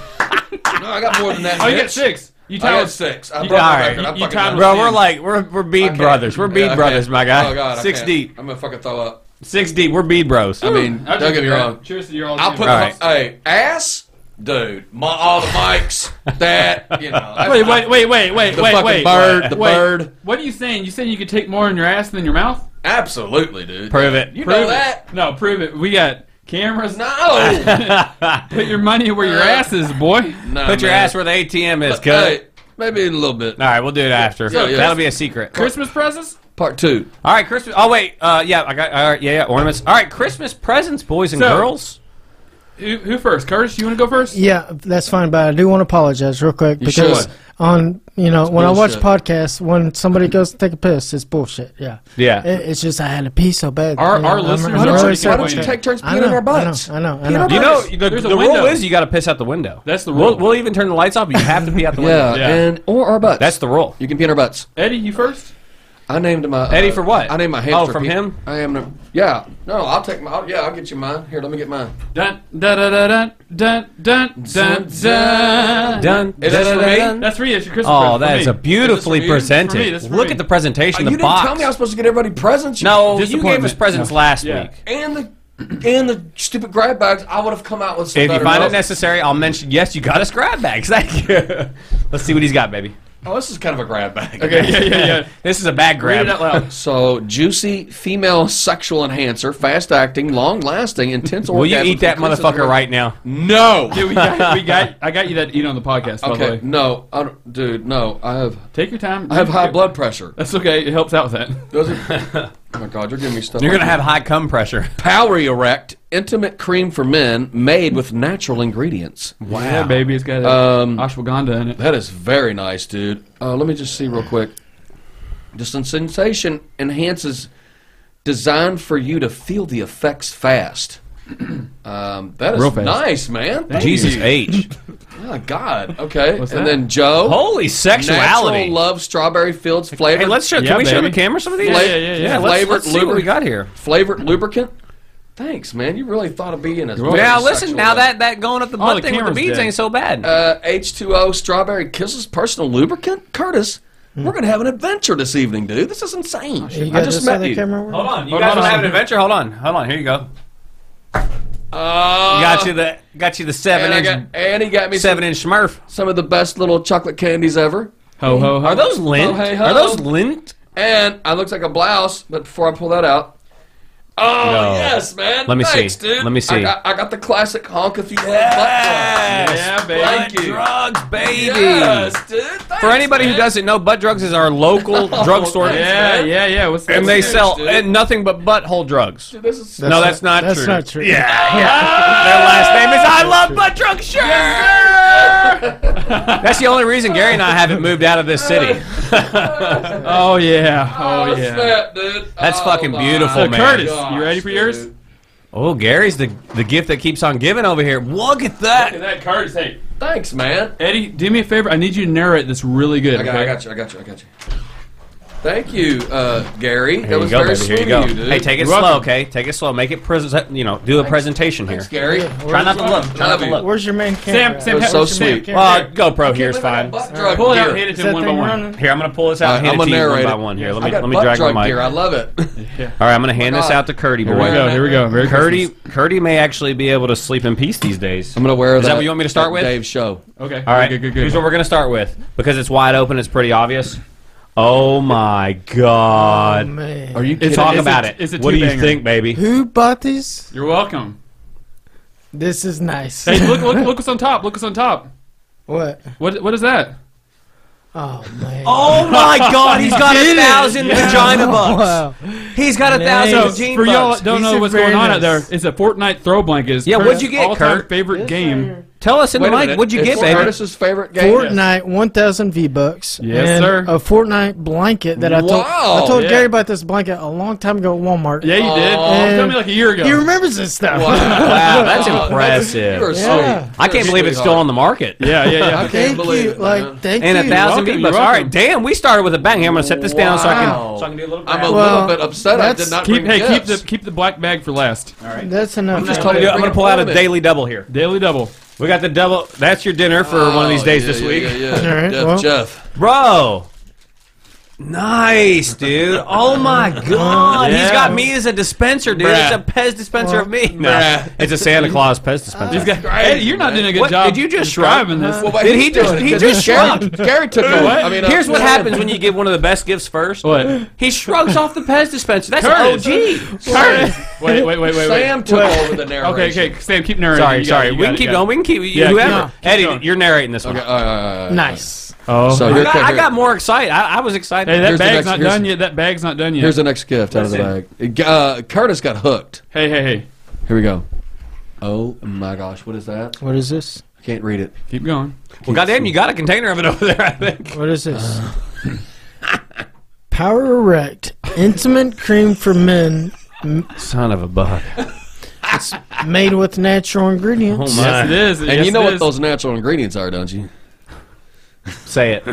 Speaker 4: I got more than that.
Speaker 3: oh, you
Speaker 4: bitch.
Speaker 3: got six. You
Speaker 4: I
Speaker 3: tied.
Speaker 4: got six. I
Speaker 3: You-
Speaker 4: broke my
Speaker 1: alright,
Speaker 4: record. I'm
Speaker 3: you
Speaker 4: fucking
Speaker 3: tied
Speaker 4: done.
Speaker 3: with-
Speaker 1: Bro, we're like we're we're bead
Speaker 4: Okay.
Speaker 1: brothers. We're bead
Speaker 4: Yeah, okay.
Speaker 1: brothers, my guy.
Speaker 4: Oh god, I
Speaker 1: Six
Speaker 4: can't.
Speaker 1: deep.
Speaker 4: I'm gonna fucking throw up.
Speaker 1: Six deep. We're bead bros.
Speaker 4: I mean, don't
Speaker 3: I'll just-
Speaker 4: get me wrong.
Speaker 3: Cheers to your all.
Speaker 4: I'll put
Speaker 1: All right.
Speaker 4: the, hey ass, dude. My all the mics that you know. that's
Speaker 3: Wait,
Speaker 4: not-
Speaker 3: wait, wait, wait, wait,
Speaker 4: The
Speaker 3: wait,
Speaker 4: fucking
Speaker 3: wait.
Speaker 4: bird, the
Speaker 3: wait.
Speaker 4: bird.
Speaker 3: What are you saying? You saying you could take more in your ass than your mouth?
Speaker 4: Absolutely, dude.
Speaker 1: Prove it.
Speaker 4: You
Speaker 3: Prove
Speaker 4: know that?
Speaker 3: It. No, prove it. We got cameras.
Speaker 4: No.
Speaker 3: Put your money where your
Speaker 4: Uh,
Speaker 3: ass is, boy.
Speaker 4: Nah,
Speaker 1: Put your
Speaker 4: man.
Speaker 1: ass where the ATM is,
Speaker 4: Hey,
Speaker 1: cuz.
Speaker 4: maybe in a little bit.
Speaker 1: All right, we'll do it after.
Speaker 4: Yeah, yeah.
Speaker 1: That'll be a secret.
Speaker 3: Christmas presents?
Speaker 4: Part two.
Speaker 1: All right, Christmas. Oh wait, uh, yeah, I got. All right, yeah, yeah, ornaments. All right, Christmas presents, boys and
Speaker 3: So-
Speaker 1: girls.
Speaker 3: Who, who first? Curtis, you want to go first?
Speaker 6: Yeah, that's fine, but I do want to apologize real quick because
Speaker 4: should.
Speaker 6: on you know when
Speaker 4: bullshit.
Speaker 6: I watch podcasts, when somebody goes to take a piss, it's bullshit. Yeah,
Speaker 1: Yeah.
Speaker 6: It, it's just I had to pee so bad.
Speaker 3: Our-
Speaker 6: you know,
Speaker 3: our
Speaker 6: I'm-
Speaker 3: listeners
Speaker 6: I'm
Speaker 3: are
Speaker 6: really
Speaker 3: already
Speaker 6: sorry.
Speaker 3: complaining. Why don't you
Speaker 4: take turns
Speaker 6: I
Speaker 4: peeing
Speaker 6: know,
Speaker 4: in our butts?
Speaker 6: I know, I
Speaker 4: Peeing
Speaker 6: know.
Speaker 4: our
Speaker 1: You
Speaker 6: I know.
Speaker 4: butts.
Speaker 1: know,
Speaker 4: Nice.
Speaker 1: the,
Speaker 3: There's a
Speaker 1: the rule
Speaker 3: window.
Speaker 1: is you got to piss out the window.
Speaker 3: That's the
Speaker 1: We'll,
Speaker 3: rule.
Speaker 1: we'll even turn the lights off. but You have to pee out the window.
Speaker 4: Yeah,
Speaker 3: Yeah.
Speaker 4: and or our butts.
Speaker 1: That's the rule.
Speaker 4: you can pee in our butts.
Speaker 3: Eddie, you first?
Speaker 4: I named my uh,
Speaker 1: Eddie for what?
Speaker 4: I named my
Speaker 1: Oh,
Speaker 4: hamster.
Speaker 1: from
Speaker 4: Pete.
Speaker 1: him?
Speaker 4: I am. the- Yeah. No, I'll take my. I'll, yeah, I'll get you mine. Here, let me get mine.
Speaker 3: Dun, dun, dun, dun, dun, dun, dun, dun.
Speaker 1: Done.
Speaker 4: Is this for me?
Speaker 3: That's for you. That's your Christmas present.
Speaker 1: Oh,
Speaker 3: for
Speaker 1: that
Speaker 3: me.
Speaker 1: is a beautifully
Speaker 4: Is this for you?
Speaker 3: This is for me. This
Speaker 1: presented.
Speaker 3: is for
Speaker 1: Look
Speaker 3: me. Oh,
Speaker 1: at the presentation.
Speaker 4: you
Speaker 1: the
Speaker 4: didn't
Speaker 1: box.
Speaker 4: tell me I was supposed to get everybody presents. you-
Speaker 1: no, you gave us
Speaker 3: Disappointment.
Speaker 1: presents
Speaker 3: No.
Speaker 1: last
Speaker 3: Yeah.
Speaker 1: week.
Speaker 4: and the and the stupid grab bags. I would have come out with. Some
Speaker 1: If you
Speaker 4: better
Speaker 1: find it
Speaker 4: notes.
Speaker 1: necessary, I'll mention. Yes, you got us grab bags. Thank you. Let's see what he's got, baby.
Speaker 4: Oh, this is kind of a grab bag.
Speaker 3: Okay, yeah, yeah, yeah.
Speaker 1: This is a bag
Speaker 3: Read
Speaker 1: grab.
Speaker 3: it out loud.
Speaker 4: So juicy female sexual enhancer, fast acting, long lasting, intense.
Speaker 1: Will you eat that motherfucker right now?
Speaker 4: No.
Speaker 3: Dude, we got, we got, I got you that to eat on the podcast, by
Speaker 4: Okay.
Speaker 3: the way.
Speaker 4: No, I don't, dude. No, I have.
Speaker 3: Take your time.
Speaker 4: I have high blood pressure.
Speaker 3: That's okay. It helps out with that.
Speaker 4: Those are, oh my god, you're giving me stuff.
Speaker 1: You're
Speaker 4: like
Speaker 1: gonna have high cum pressure.
Speaker 4: Power Erect intimate cream for men made with natural ingredients.
Speaker 1: Wow,
Speaker 3: Yeah, baby, it's got
Speaker 4: Um,
Speaker 3: ashwagandha in it.
Speaker 4: That is very nice, dude. Uh, let me just see real quick. Just the sensation enhances, designed for you to feel the effects fast. Um, that is
Speaker 3: Real fast.
Speaker 4: nice, man. Thank
Speaker 1: Jesus
Speaker 4: you.
Speaker 1: H.
Speaker 4: Oh, God. Okay.
Speaker 3: What's
Speaker 4: and
Speaker 3: that?
Speaker 4: then Joe.
Speaker 1: Holy sexuality.
Speaker 4: Natural love strawberry fields flavored.
Speaker 1: Hey, let's show.
Speaker 3: Yeah,
Speaker 1: can we show the
Speaker 3: baby.
Speaker 1: camera some of these?
Speaker 3: Yeah, yeah, yeah, yeah.
Speaker 1: yeah let's,
Speaker 4: Flavored
Speaker 1: let's see what
Speaker 4: lubricant.
Speaker 1: we got here.
Speaker 4: flavored lubricant. Thanks, man. You really thought of being a
Speaker 3: welcome.
Speaker 1: Now
Speaker 4: sexual
Speaker 1: listen, now
Speaker 4: lover.
Speaker 1: that that going up the
Speaker 3: Oh,
Speaker 1: butt
Speaker 3: the
Speaker 1: thing with the
Speaker 3: camera's
Speaker 1: beads
Speaker 3: dead.
Speaker 1: ain't so bad.
Speaker 4: uh, H2O Strawberry Kisses personal lubricant? Curtis,
Speaker 1: Hmm.
Speaker 4: we're going to have an adventure this evening, dude. This is insane.
Speaker 1: Oh,
Speaker 6: You
Speaker 4: I
Speaker 6: got
Speaker 4: just
Speaker 6: this
Speaker 4: met
Speaker 6: other
Speaker 4: you.
Speaker 6: camera? working?
Speaker 1: hold on, you
Speaker 3: Hold
Speaker 1: guys
Speaker 3: on,
Speaker 1: don't
Speaker 3: hold
Speaker 1: have an
Speaker 3: on.
Speaker 1: adventure. Hold on, hold on. Here you go.
Speaker 4: Uh,
Speaker 1: got you the got you the seven
Speaker 4: and, I
Speaker 1: inch
Speaker 4: got, and he got me
Speaker 1: seven
Speaker 4: some,
Speaker 1: inch Smurf.
Speaker 4: some of the best little chocolate candies ever.
Speaker 3: Ho, ho, ho.
Speaker 1: Are those lint?
Speaker 4: Oh, hey, ho.
Speaker 1: Are those lint?
Speaker 4: And I looks like a blouse, but before I pull that out. Oh,
Speaker 1: No.
Speaker 4: yes, man.
Speaker 1: Let me see.
Speaker 4: Thanks, dude.
Speaker 1: Let me
Speaker 4: I
Speaker 1: see.
Speaker 4: got, I got the classic honk if you want butt
Speaker 1: Yes.
Speaker 3: Yeah, baby.
Speaker 1: Butt
Speaker 4: Thank you.
Speaker 1: drugs, baby.
Speaker 4: plug. Yes, dude. Thanks,
Speaker 1: For anybody who
Speaker 4: man.
Speaker 1: doesn't know, Butt Drugs is our local drugstore,
Speaker 3: Yeah, yeah, yeah. What's
Speaker 1: and they
Speaker 4: That's
Speaker 1: sell
Speaker 4: huge, dude.
Speaker 1: and nothing but butthole drugs.
Speaker 4: Dude, This is
Speaker 1: no, that's not
Speaker 6: That's
Speaker 1: true.
Speaker 6: not true.
Speaker 1: Yeah. Their last name is I Love Butt Drug Sure. That's the only reason Gary and I haven't moved out of this city.
Speaker 3: Oh yeah, oh yeah.
Speaker 4: Snap, dude.
Speaker 1: That's
Speaker 4: Oh,
Speaker 1: fucking
Speaker 4: my
Speaker 1: beautiful,
Speaker 3: So
Speaker 1: man.
Speaker 3: Curtis,
Speaker 4: gosh,
Speaker 3: you ready for yours?
Speaker 4: dude.
Speaker 1: Oh, Gary's the the gift that keeps on giving over here. Look at that.
Speaker 3: that Curtis. Hey,
Speaker 4: Thanks, man.
Speaker 3: Eddie, do me a favor. I need you to narrate this really good.
Speaker 4: I got,
Speaker 3: okay?
Speaker 4: I got you. I got you. I got you. Thank you, uh, Gary.
Speaker 1: Here
Speaker 4: that was
Speaker 1: you go,
Speaker 4: very
Speaker 1: baby.
Speaker 4: sweet
Speaker 1: Here you go.
Speaker 4: of you, dude.
Speaker 1: hey, take
Speaker 3: You're
Speaker 1: it slow,
Speaker 3: welcome.
Speaker 1: okay? Take it slow. Make it present. You know, do a presentation here.
Speaker 4: Thanks, Gary.
Speaker 1: Try not to look. Try not to look.
Speaker 6: Where's your main
Speaker 3: Sam,
Speaker 6: camera?
Speaker 3: Sam,
Speaker 4: That's
Speaker 3: ha-
Speaker 4: so
Speaker 3: Sam,
Speaker 4: sweet.
Speaker 6: camera.
Speaker 1: Well, GoPro here is fine.
Speaker 4: Butt drug
Speaker 3: Pull it out,
Speaker 4: gear.
Speaker 3: and hand it
Speaker 6: Is
Speaker 3: to him
Speaker 6: that
Speaker 3: one by
Speaker 6: thing
Speaker 3: one.
Speaker 6: running?
Speaker 1: Here, I'm gonna pull this out.
Speaker 4: I-
Speaker 1: and hand
Speaker 4: I'm
Speaker 1: it to
Speaker 4: gonna
Speaker 1: you one
Speaker 4: narrate
Speaker 1: by
Speaker 4: it.
Speaker 1: one. Here, let
Speaker 4: I
Speaker 1: me
Speaker 4: got
Speaker 1: let me
Speaker 4: butt
Speaker 1: drag the
Speaker 4: drug
Speaker 1: mic.
Speaker 4: gear. I love it.
Speaker 1: All right, I'm gonna hand this
Speaker 4: God.
Speaker 1: out to Curdy
Speaker 3: Here we
Speaker 1: boy.
Speaker 3: go. Here we go. Merry
Speaker 1: Curdy,
Speaker 3: Christmas.
Speaker 1: Curdy may actually be able to sleep in peace these days.
Speaker 4: I'm gonna wear
Speaker 1: Is that
Speaker 4: that.
Speaker 1: what you want me to start
Speaker 4: at
Speaker 1: with?
Speaker 4: Dave's show.
Speaker 3: Okay.
Speaker 1: All right,
Speaker 3: Good. Good.
Speaker 1: here's what
Speaker 3: Good.
Speaker 1: we're gonna start with because it's wide open. It's pretty obvious. Oh my God!
Speaker 6: Oh, Man.
Speaker 4: Are you
Speaker 3: It's
Speaker 4: kidding?
Speaker 1: Talk
Speaker 3: a-
Speaker 1: about
Speaker 3: it's a-
Speaker 1: it.
Speaker 3: it's a
Speaker 1: what do you
Speaker 3: two-banger.
Speaker 1: think, baby?
Speaker 6: Who bought these?
Speaker 3: You're welcome.
Speaker 6: This is nice.
Speaker 3: Hey, look! Look! Look what's on top! Look what's on top!
Speaker 6: what?
Speaker 3: What? What is that?
Speaker 6: Oh man.
Speaker 1: Oh my God! He's got a thousand vagina
Speaker 6: Wow.
Speaker 1: He's got a
Speaker 6: Nice.
Speaker 1: thousand
Speaker 3: So
Speaker 1: gene
Speaker 3: for y'all
Speaker 1: bugs.
Speaker 3: that don't
Speaker 6: These
Speaker 3: know
Speaker 6: are
Speaker 3: what's
Speaker 6: very
Speaker 3: going on out there,
Speaker 6: nice.
Speaker 3: it's a Fortnite throw blanket. It's
Speaker 1: Yeah, what'd
Speaker 3: Curtis'
Speaker 1: you get,
Speaker 3: all-time
Speaker 1: Kurt?
Speaker 3: Favorite game.
Speaker 1: Tell us in
Speaker 4: Wait
Speaker 1: the
Speaker 4: a
Speaker 1: mic.
Speaker 4: minute.
Speaker 1: What'd you
Speaker 4: It's
Speaker 1: get, baby?
Speaker 4: Curtis's favorite game.
Speaker 6: Fortnite 1,000 V bucks.
Speaker 3: Yes,
Speaker 6: and
Speaker 3: sir.
Speaker 6: A Fortnite blanket that I told
Speaker 4: Wow.
Speaker 6: I told
Speaker 3: Yeah.
Speaker 6: Gary about this blanket a long time ago at Walmart.
Speaker 3: Yeah, you
Speaker 1: Oh.
Speaker 3: did.
Speaker 4: Aw.
Speaker 3: Tell me like a year ago.
Speaker 6: He remembers this stuff.
Speaker 1: Wow, that's
Speaker 4: Wow,
Speaker 1: impressive. Oh,
Speaker 4: You're
Speaker 6: Yeah.
Speaker 4: sweet.
Speaker 1: I can't believe it's still on the market.
Speaker 3: yeah, yeah, yeah.
Speaker 4: can't
Speaker 6: thank
Speaker 4: believe
Speaker 6: you.
Speaker 4: it,
Speaker 6: like
Speaker 4: man.
Speaker 6: thank
Speaker 1: And a
Speaker 6: you.
Speaker 1: thousand
Speaker 3: You're
Speaker 1: V
Speaker 3: welcome,
Speaker 1: bucks.
Speaker 3: you're
Speaker 1: All right,
Speaker 3: welcome.
Speaker 1: damn, we started with a bang. Here, I'm gonna set this down so I
Speaker 4: Wow.
Speaker 1: can so I can do a little.
Speaker 4: I'm a
Speaker 1: grab.
Speaker 6: Well,
Speaker 4: little bit upset. I did
Speaker 6: that's-
Speaker 4: not
Speaker 3: Keep
Speaker 4: bring
Speaker 3: hey, keep
Speaker 4: gifts.
Speaker 3: the keep the black bag for last.
Speaker 6: That's enough.
Speaker 4: just telling
Speaker 1: I'm gonna,
Speaker 4: you-
Speaker 1: do- I'm gonna pull out a
Speaker 4: Bring it.
Speaker 1: daily double here.
Speaker 3: Daily double.
Speaker 1: We got the double. That's your dinner for one of these
Speaker 4: Oh,
Speaker 1: days
Speaker 4: yeah,
Speaker 1: this
Speaker 4: yeah,
Speaker 1: week,
Speaker 4: Yeah, yeah.
Speaker 6: All right,
Speaker 4: Jeff,
Speaker 6: well.
Speaker 4: Jeff.
Speaker 1: bro. Nice, dude. Oh my god, he's got me as a dispenser, dude.
Speaker 3: Bruh.
Speaker 1: It's a Pez dispenser of me. No,
Speaker 4: Bruh.
Speaker 1: it's a Santa Claus Pez dispenser.
Speaker 3: He's got-
Speaker 4: Great,
Speaker 3: hey, you're not
Speaker 4: man.
Speaker 3: doing a good
Speaker 1: What?
Speaker 3: job.
Speaker 1: Did you just
Speaker 3: describing this?
Speaker 4: Well, wait,
Speaker 1: Did
Speaker 4: he's
Speaker 1: he just-
Speaker 4: doing it
Speaker 1: he
Speaker 4: 'cause
Speaker 1: just
Speaker 4: Gary, Gary took over. I mean, uh,
Speaker 1: Here's what happens when you give one of the best gifts first.
Speaker 3: What?
Speaker 1: He shrugs off the Pez dispenser. That's
Speaker 3: Curtis.
Speaker 1: an OG.
Speaker 3: Curtis. Wait, wait, wait, wait, wait.
Speaker 4: Sam took over the narration.
Speaker 3: Okay, okay, Sam, keep narrating.
Speaker 1: Sorry,
Speaker 3: You got
Speaker 1: sorry.
Speaker 3: it, you
Speaker 1: we
Speaker 3: got
Speaker 1: can
Speaker 3: it,
Speaker 1: keep
Speaker 3: you got
Speaker 1: going. We can keep
Speaker 3: Yeah,
Speaker 1: whoever.
Speaker 3: no, keep
Speaker 1: Eddie,
Speaker 3: going.
Speaker 1: you're narrating this one.
Speaker 4: Okay, all right, all right, all right.
Speaker 6: nice.
Speaker 3: it. Oh,
Speaker 4: So
Speaker 1: I
Speaker 4: here,
Speaker 1: got,
Speaker 4: okay,
Speaker 1: I
Speaker 4: here-
Speaker 1: got more excited. I, I was excited.
Speaker 3: hey, that
Speaker 4: here's the
Speaker 3: bag's
Speaker 4: next-
Speaker 3: not
Speaker 4: here's-
Speaker 3: done yet. That bag's not done yet.
Speaker 4: here's the next gift out of the bag. Uh, Curtis got hooked.
Speaker 3: hey, hey, hey.
Speaker 4: Here we go. Oh my gosh, what is that?
Speaker 6: What is this?
Speaker 4: I can't read it.
Speaker 3: Keep going.
Speaker 1: well, goddamn, you got a container of it over there. I think.
Speaker 6: What is this? Uh, Power Erect Intimate Cream for Men m-
Speaker 1: Son of a bug.
Speaker 6: made with natural ingredients.
Speaker 3: Yes, it is.
Speaker 4: And you know what those natural ingredients are, don't you?
Speaker 1: Say it.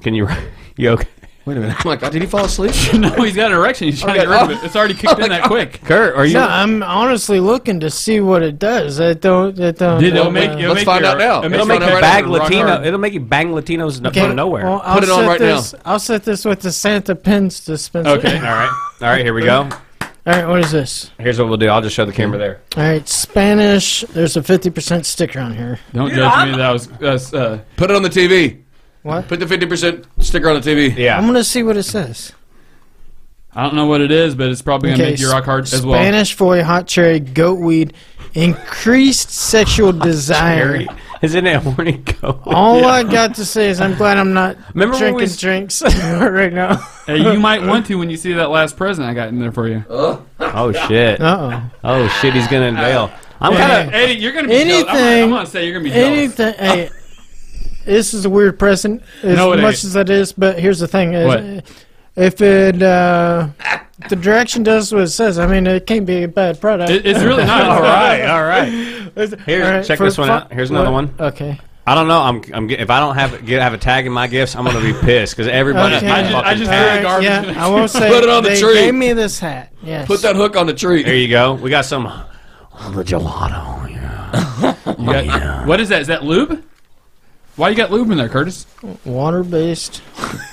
Speaker 1: Can you? You okay?
Speaker 4: Wait a minute. Oh my god, did he fall asleep?
Speaker 3: no, Oh, he's got an erection. He's trying to get rid of it. It's already
Speaker 4: Oh
Speaker 3: kicked in that quick.
Speaker 1: Kurt, are you?
Speaker 6: No, I'm honestly looking to see what it does. I don't. I don't.
Speaker 3: Did it'll
Speaker 6: uh,
Speaker 3: make, it'll
Speaker 4: Let's
Speaker 3: make
Speaker 4: find
Speaker 3: your,
Speaker 4: out now.
Speaker 3: It'll
Speaker 1: it'll
Speaker 4: It's
Speaker 1: make
Speaker 4: on
Speaker 1: you
Speaker 4: a
Speaker 1: bag
Speaker 4: rock
Speaker 1: Latino.
Speaker 4: hard.
Speaker 1: It'll make you bang Latinos out
Speaker 6: Okay,
Speaker 1: of nowhere.
Speaker 6: well,
Speaker 1: all
Speaker 6: I'll
Speaker 4: Put it on
Speaker 6: set
Speaker 4: right
Speaker 6: this, I'll set this with the Santa Pins dispenser.
Speaker 3: Okay.
Speaker 1: right, all right. Here we go.
Speaker 6: All right, what is this?
Speaker 1: Here's what we'll do. I'll just show the camera there.
Speaker 6: All right, Spanish. There's a 50% sticker on here.
Speaker 3: Don't judge me. That was that's, uh,
Speaker 4: Put it on the TV.
Speaker 6: What?
Speaker 4: Put the 50% sticker on the TV.
Speaker 6: I'm
Speaker 1: Yeah.
Speaker 6: going to see what it says.
Speaker 3: I don't know what it is, but it's probably gonna make you rock hard as well.
Speaker 6: Spanish foy, hot cherry, goat weed, increased sexual desire.
Speaker 1: Isn't it a horny goat?
Speaker 6: All I got to say is I'm glad I'm not
Speaker 1: Remember when
Speaker 6: drinking
Speaker 1: we s-
Speaker 6: drinks right now.
Speaker 3: Hey, you might want to when you see that last present I got in there for you.
Speaker 1: Oh shit!
Speaker 6: Uh-oh.
Speaker 1: Oh shit! He's gonna unveil. I'm
Speaker 6: Yeah.
Speaker 1: kind of.
Speaker 3: Eddie, you're gonna be jealous. I'm gonna- I'm,
Speaker 6: Anything-
Speaker 3: gonna say you're gonna be jealous.
Speaker 6: Anything. hey, this is a weird present as
Speaker 3: No, it
Speaker 6: much
Speaker 3: ain't.
Speaker 6: as that is, but here's the thing: is,
Speaker 3: What?
Speaker 6: if it uh, the direction does what it says, I mean, it can't be a bad product.
Speaker 3: It- it's really not.
Speaker 1: All right, all right. Here,
Speaker 6: All right,
Speaker 1: check
Speaker 6: for
Speaker 1: this one
Speaker 6: fu-
Speaker 1: out. Here's another
Speaker 6: what-
Speaker 1: one.
Speaker 6: Okay.
Speaker 1: I don't know. I'm. I'm. get- If I don't have get, have a tag in my gifts, I'm gonna be pissed because everybody's
Speaker 6: Okay.
Speaker 1: getting
Speaker 6: I just-
Speaker 1: fucking
Speaker 3: I just-
Speaker 1: tagged.
Speaker 3: Very
Speaker 6: All right,
Speaker 3: garbage.
Speaker 6: yeah, I won't say.
Speaker 4: Put it on the
Speaker 6: they
Speaker 4: tree.
Speaker 6: gave me this hat. Yes.
Speaker 4: Put that hook on the tree.
Speaker 1: There you go. We got some on the gelato. Yeah.
Speaker 3: You got- What is that? Is that lube? Why you got lube in there, Curtis?
Speaker 6: water-based.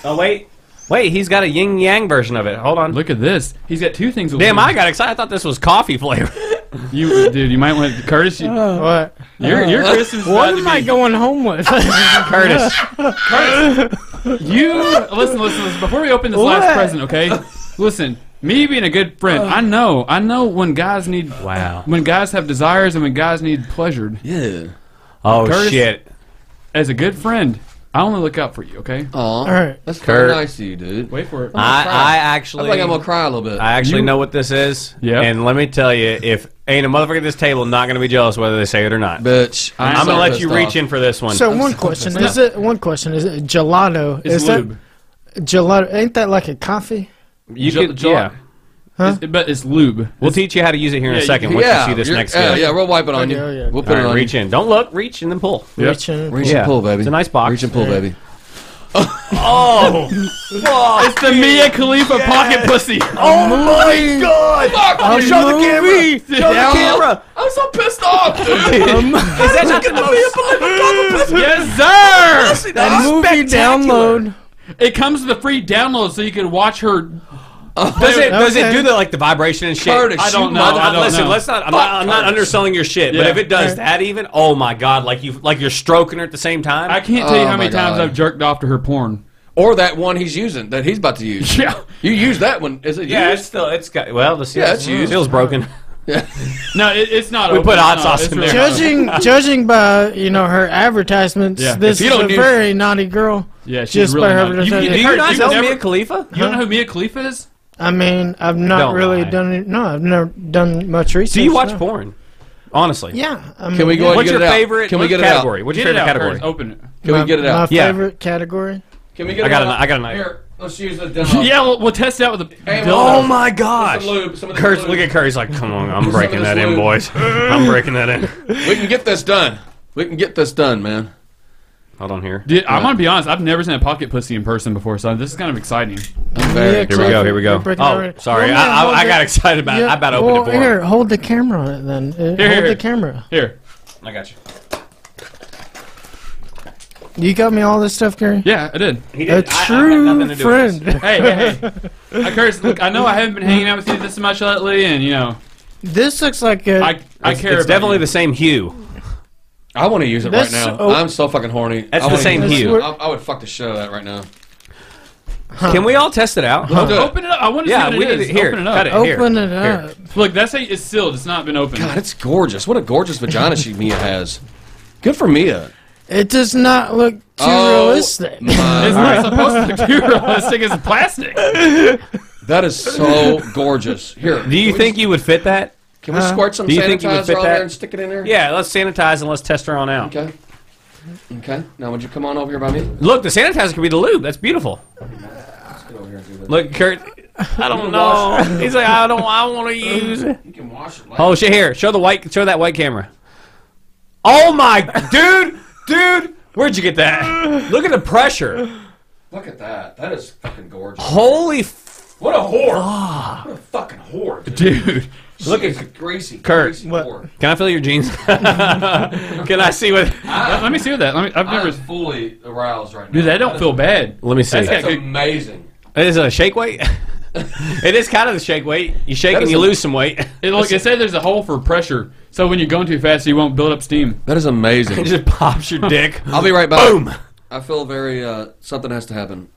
Speaker 1: Oh wait, wait. He's got a yin yang version of it. Hold on.
Speaker 3: Look at this. He's got two things. of
Speaker 1: Damn,
Speaker 3: lube.
Speaker 1: I got excited. I thought this was coffee flavor.
Speaker 3: you, dude. You might want Curtis. You,
Speaker 6: What?
Speaker 3: your your Christmas. is about to
Speaker 6: What am Uh, I
Speaker 3: be-
Speaker 6: going home with?
Speaker 1: Curtis,
Speaker 3: You listen, listen, listen. Before we open this last
Speaker 6: What?
Speaker 3: present, okay? Listen, me being a good friend, I know, I know when guys need,
Speaker 1: Wow.
Speaker 3: when guys have desires and when guys need pleasured.
Speaker 4: Yeah.
Speaker 1: Oh
Speaker 3: Curtis.
Speaker 1: shit.
Speaker 3: As a good friend, I only look out for you, okay?
Speaker 4: Aw. All
Speaker 6: right.
Speaker 4: That's
Speaker 1: Kurt.
Speaker 4: very nice of you, dude.
Speaker 3: Wait for it.
Speaker 1: I, I
Speaker 4: I
Speaker 1: actually,
Speaker 4: think I'm going to cry a little bit.
Speaker 1: I actually
Speaker 3: You-
Speaker 1: know what this is.
Speaker 3: Yep.
Speaker 1: And let me tell you, if ain't a motherfucker at this table not gonna be jealous whether they say it or not.
Speaker 4: Bitch.
Speaker 1: I'm,
Speaker 3: I'm
Speaker 4: so
Speaker 1: gonna let
Speaker 4: pissed
Speaker 1: you
Speaker 4: off.
Speaker 1: reach in for this one.
Speaker 6: so one question is it? One question is it gelato?
Speaker 3: it's
Speaker 6: is
Speaker 3: lube,
Speaker 6: that gelato? Ain't that like a coffee?
Speaker 1: you
Speaker 3: Gel-
Speaker 1: could,
Speaker 3: gel-
Speaker 1: yeah.
Speaker 3: It's- but it's lube.
Speaker 1: We'll teach you how to use it here in
Speaker 3: Yeah,
Speaker 1: a
Speaker 3: you-
Speaker 1: second once
Speaker 4: Yeah.
Speaker 1: you see this
Speaker 4: you're-
Speaker 1: next
Speaker 4: yeah,
Speaker 1: gift.
Speaker 4: yeah, we'll wipe it on
Speaker 6: Okay,
Speaker 4: you.
Speaker 6: oh, yeah.
Speaker 4: We'll put
Speaker 1: All
Speaker 4: it
Speaker 1: right,
Speaker 4: on
Speaker 1: reach in. Don't look. Reach and then pull.
Speaker 3: Yep.
Speaker 6: Reaching.
Speaker 4: you. Reach
Speaker 1: Yeah.
Speaker 4: and pull, baby.
Speaker 1: It's a nice box.
Speaker 4: Reach and pull,
Speaker 6: Yeah.
Speaker 4: baby.
Speaker 3: It's the Mia Khalifa pocket pussy.
Speaker 7: Oh my god!
Speaker 4: Fuck, dude.
Speaker 7: Show the camera! Show the
Speaker 3: Yeah.
Speaker 7: camera!
Speaker 4: I'm so pissed off, dude.
Speaker 1: Um,
Speaker 7: Is that not gonna be a believable
Speaker 3: yes, sir.
Speaker 7: That
Speaker 6: movie download.
Speaker 3: It comes with a free download, so you can watch her.
Speaker 1: Does it does it
Speaker 6: Okay.
Speaker 1: do the like the vibration and shit?
Speaker 4: Curtis,
Speaker 3: I don't
Speaker 4: you
Speaker 3: know.
Speaker 1: I'm-
Speaker 3: I
Speaker 1: I'm-
Speaker 3: don't
Speaker 1: listen,
Speaker 3: know.
Speaker 1: let's not. I'm, not, I'm not
Speaker 4: Curtis.
Speaker 1: underselling your shit, but
Speaker 3: Yeah.
Speaker 1: if it does that, even oh my god, like you like you're stroking her at the same time.
Speaker 3: I can't tell you
Speaker 4: Oh
Speaker 3: how
Speaker 4: my
Speaker 3: many times
Speaker 4: God.
Speaker 3: I've jerked off to her porn.
Speaker 4: Or that one he's using that he's about to use.
Speaker 3: Yeah.
Speaker 4: You use that one. Is it
Speaker 1: yeah, it's
Speaker 4: used?
Speaker 1: still it's got well the seal,
Speaker 4: Yeah, it's used.
Speaker 1: seal's broken.
Speaker 3: No, it, it's not.
Speaker 1: We
Speaker 3: open.
Speaker 1: put hot
Speaker 3: No,
Speaker 1: sauce
Speaker 3: it's
Speaker 1: in
Speaker 3: really
Speaker 1: there.
Speaker 3: not.
Speaker 6: Judging, judging by you know her advertisements,
Speaker 3: Yeah.
Speaker 6: this
Speaker 4: If you
Speaker 6: is a
Speaker 4: don't do-
Speaker 6: very naughty girl.
Speaker 3: Yeah, she's
Speaker 6: Just
Speaker 3: really
Speaker 6: by her
Speaker 3: not- you-
Speaker 6: advertisement.
Speaker 3: you-
Speaker 1: Do
Speaker 3: Her-
Speaker 1: you not
Speaker 3: you
Speaker 1: know
Speaker 3: never-
Speaker 1: Mia Khalifa?
Speaker 3: You don't know who Mia Khalifa is?
Speaker 6: I mean, I've not
Speaker 1: Don't
Speaker 6: really
Speaker 1: lie.
Speaker 6: done it. No, I've never done much research.
Speaker 1: Do you watch
Speaker 6: no.
Speaker 1: porn? Honestly,
Speaker 6: Yeah. I mean,
Speaker 4: Can we go
Speaker 6: yeah.
Speaker 4: ahead
Speaker 1: What's
Speaker 4: Get
Speaker 1: your
Speaker 4: it out.
Speaker 1: favorite?
Speaker 4: Can we get it out?
Speaker 1: category? What's your
Speaker 3: Get it
Speaker 1: favorite
Speaker 3: out,
Speaker 1: category?
Speaker 3: Curtis, Open it.
Speaker 4: Can
Speaker 6: my,
Speaker 4: we get it out?
Speaker 6: My
Speaker 1: Yeah.
Speaker 6: favorite category.
Speaker 4: Can we get
Speaker 1: I
Speaker 4: it
Speaker 1: got
Speaker 4: out?
Speaker 1: a- I got a knife.
Speaker 4: Here, let's use the demo.
Speaker 3: Yeah, we'll, we'll test it out with the.
Speaker 4: Hey,
Speaker 1: Oh
Speaker 4: Mom,
Speaker 1: my gosh!
Speaker 4: some lube, some of this
Speaker 1: Curtis,
Speaker 4: lube.
Speaker 1: look at Curtis. Like, come on, I'm breaking
Speaker 4: of
Speaker 1: that
Speaker 4: this
Speaker 1: in,
Speaker 4: lube.
Speaker 1: boys. I'm breaking that in.
Speaker 4: We can get this done. We can get this done, man.
Speaker 1: Hold on here. Uh,
Speaker 3: Dude, I'm gonna be honest. I've never seen a pocket pussy in person before, so this is kind of exciting.
Speaker 4: I'm very.
Speaker 1: Here we go. Here we go.
Speaker 6: You're breaking
Speaker 1: Oh,
Speaker 6: already.
Speaker 1: sorry.
Speaker 6: Well, man,
Speaker 1: I,
Speaker 6: hold
Speaker 1: I, I
Speaker 6: the-
Speaker 1: got excited about it. I about opened
Speaker 6: well,
Speaker 1: it for
Speaker 6: here,
Speaker 1: him.
Speaker 6: hold the camera then. Uh, hold
Speaker 3: here, here.
Speaker 6: the camera.
Speaker 3: Here,
Speaker 1: I got you.
Speaker 6: You got me all this stuff, Gary?
Speaker 3: yeah, I did.
Speaker 1: He
Speaker 6: A
Speaker 1: didn't- I- I had nothing
Speaker 6: true
Speaker 1: to do with this.
Speaker 6: friend.
Speaker 3: Hey, hey, hey. Uh, Curtis, look, I know I haven't been hanging out with you this much lately, and you know,
Speaker 6: This looks like a.
Speaker 3: I I
Speaker 1: It's,
Speaker 3: care.
Speaker 1: it's
Speaker 3: about
Speaker 1: definitely
Speaker 3: you.
Speaker 1: the same hue.
Speaker 4: I want to use it
Speaker 6: That's
Speaker 4: right now.
Speaker 6: so-
Speaker 4: I'm so fucking horny.
Speaker 1: That's
Speaker 4: I
Speaker 1: the
Speaker 4: wanna
Speaker 1: same
Speaker 4: use it.
Speaker 1: hue.
Speaker 4: I, I would fuck the shit out of that right now.
Speaker 1: Can we all test it out?
Speaker 4: Do it.
Speaker 3: Open it up. I want to
Speaker 1: Yeah,
Speaker 3: see
Speaker 1: we
Speaker 3: what it
Speaker 1: did
Speaker 3: is.
Speaker 1: it here.
Speaker 3: Open it up.
Speaker 1: Cut it. here,
Speaker 6: Open it
Speaker 1: here.
Speaker 6: up.
Speaker 3: Look, that's how it's sealed. It's not been opened.
Speaker 4: God, it's gorgeous. What a gorgeous vagina she Mia has. Good for Mia.
Speaker 6: It does not look too
Speaker 4: Oh,
Speaker 6: realistic.
Speaker 3: It's
Speaker 4: my-
Speaker 3: not supposed to be realistic. It's plastic.
Speaker 4: that is so gorgeous. Here,
Speaker 1: Do you
Speaker 4: can we-
Speaker 1: think you would fit that?
Speaker 4: can we squirt some
Speaker 1: do you think you would fit
Speaker 4: sanitizer on
Speaker 1: that?
Speaker 4: there and stick it in there?
Speaker 1: Yeah, let's sanitize and let's test her on out.
Speaker 4: Okay. Okay. Now, would you come on over here by me?
Speaker 1: Look, the sanitizer could be the lube. That's beautiful.
Speaker 4: Get over here and do that.
Speaker 1: Look, Kurt. I don't know. He's like, I don't. I want to use it.
Speaker 4: You can wash it. Later.
Speaker 1: Oh shit! Here, show the white. Show that white camera. Oh my dude, dude. Where'd you get that? Look at the pressure.
Speaker 4: Look at that. That is fucking gorgeous.
Speaker 1: Oh. Holy. F-
Speaker 4: What a whore.
Speaker 1: Ah.
Speaker 4: What a fucking whore. Dude.
Speaker 1: Dude,
Speaker 4: Look at greasy.
Speaker 1: Kurt.
Speaker 4: greasy
Speaker 6: What?
Speaker 4: whore.
Speaker 1: can I feel your jeans? can I see what?
Speaker 3: Let, let me see that. Let me. I've
Speaker 4: I
Speaker 3: never.
Speaker 4: was fully aroused right now.
Speaker 3: Dude, that don't feel bad.
Speaker 1: Let me see.
Speaker 3: That's
Speaker 4: That's
Speaker 3: got-
Speaker 4: amazing.
Speaker 1: Is it a shake weight? it is kind of the shake weight. You shake
Speaker 4: That
Speaker 1: and
Speaker 4: is
Speaker 1: you
Speaker 4: a-
Speaker 1: lose some weight.
Speaker 3: It, look, it said there's a hole for pressure, so when you're going too fast, you won't build up steam.
Speaker 4: That is
Speaker 1: It
Speaker 4: amazing.
Speaker 1: just pops your dick.
Speaker 4: I'll be right back.
Speaker 1: Boom.
Speaker 4: I feel very. Uh, something has to happen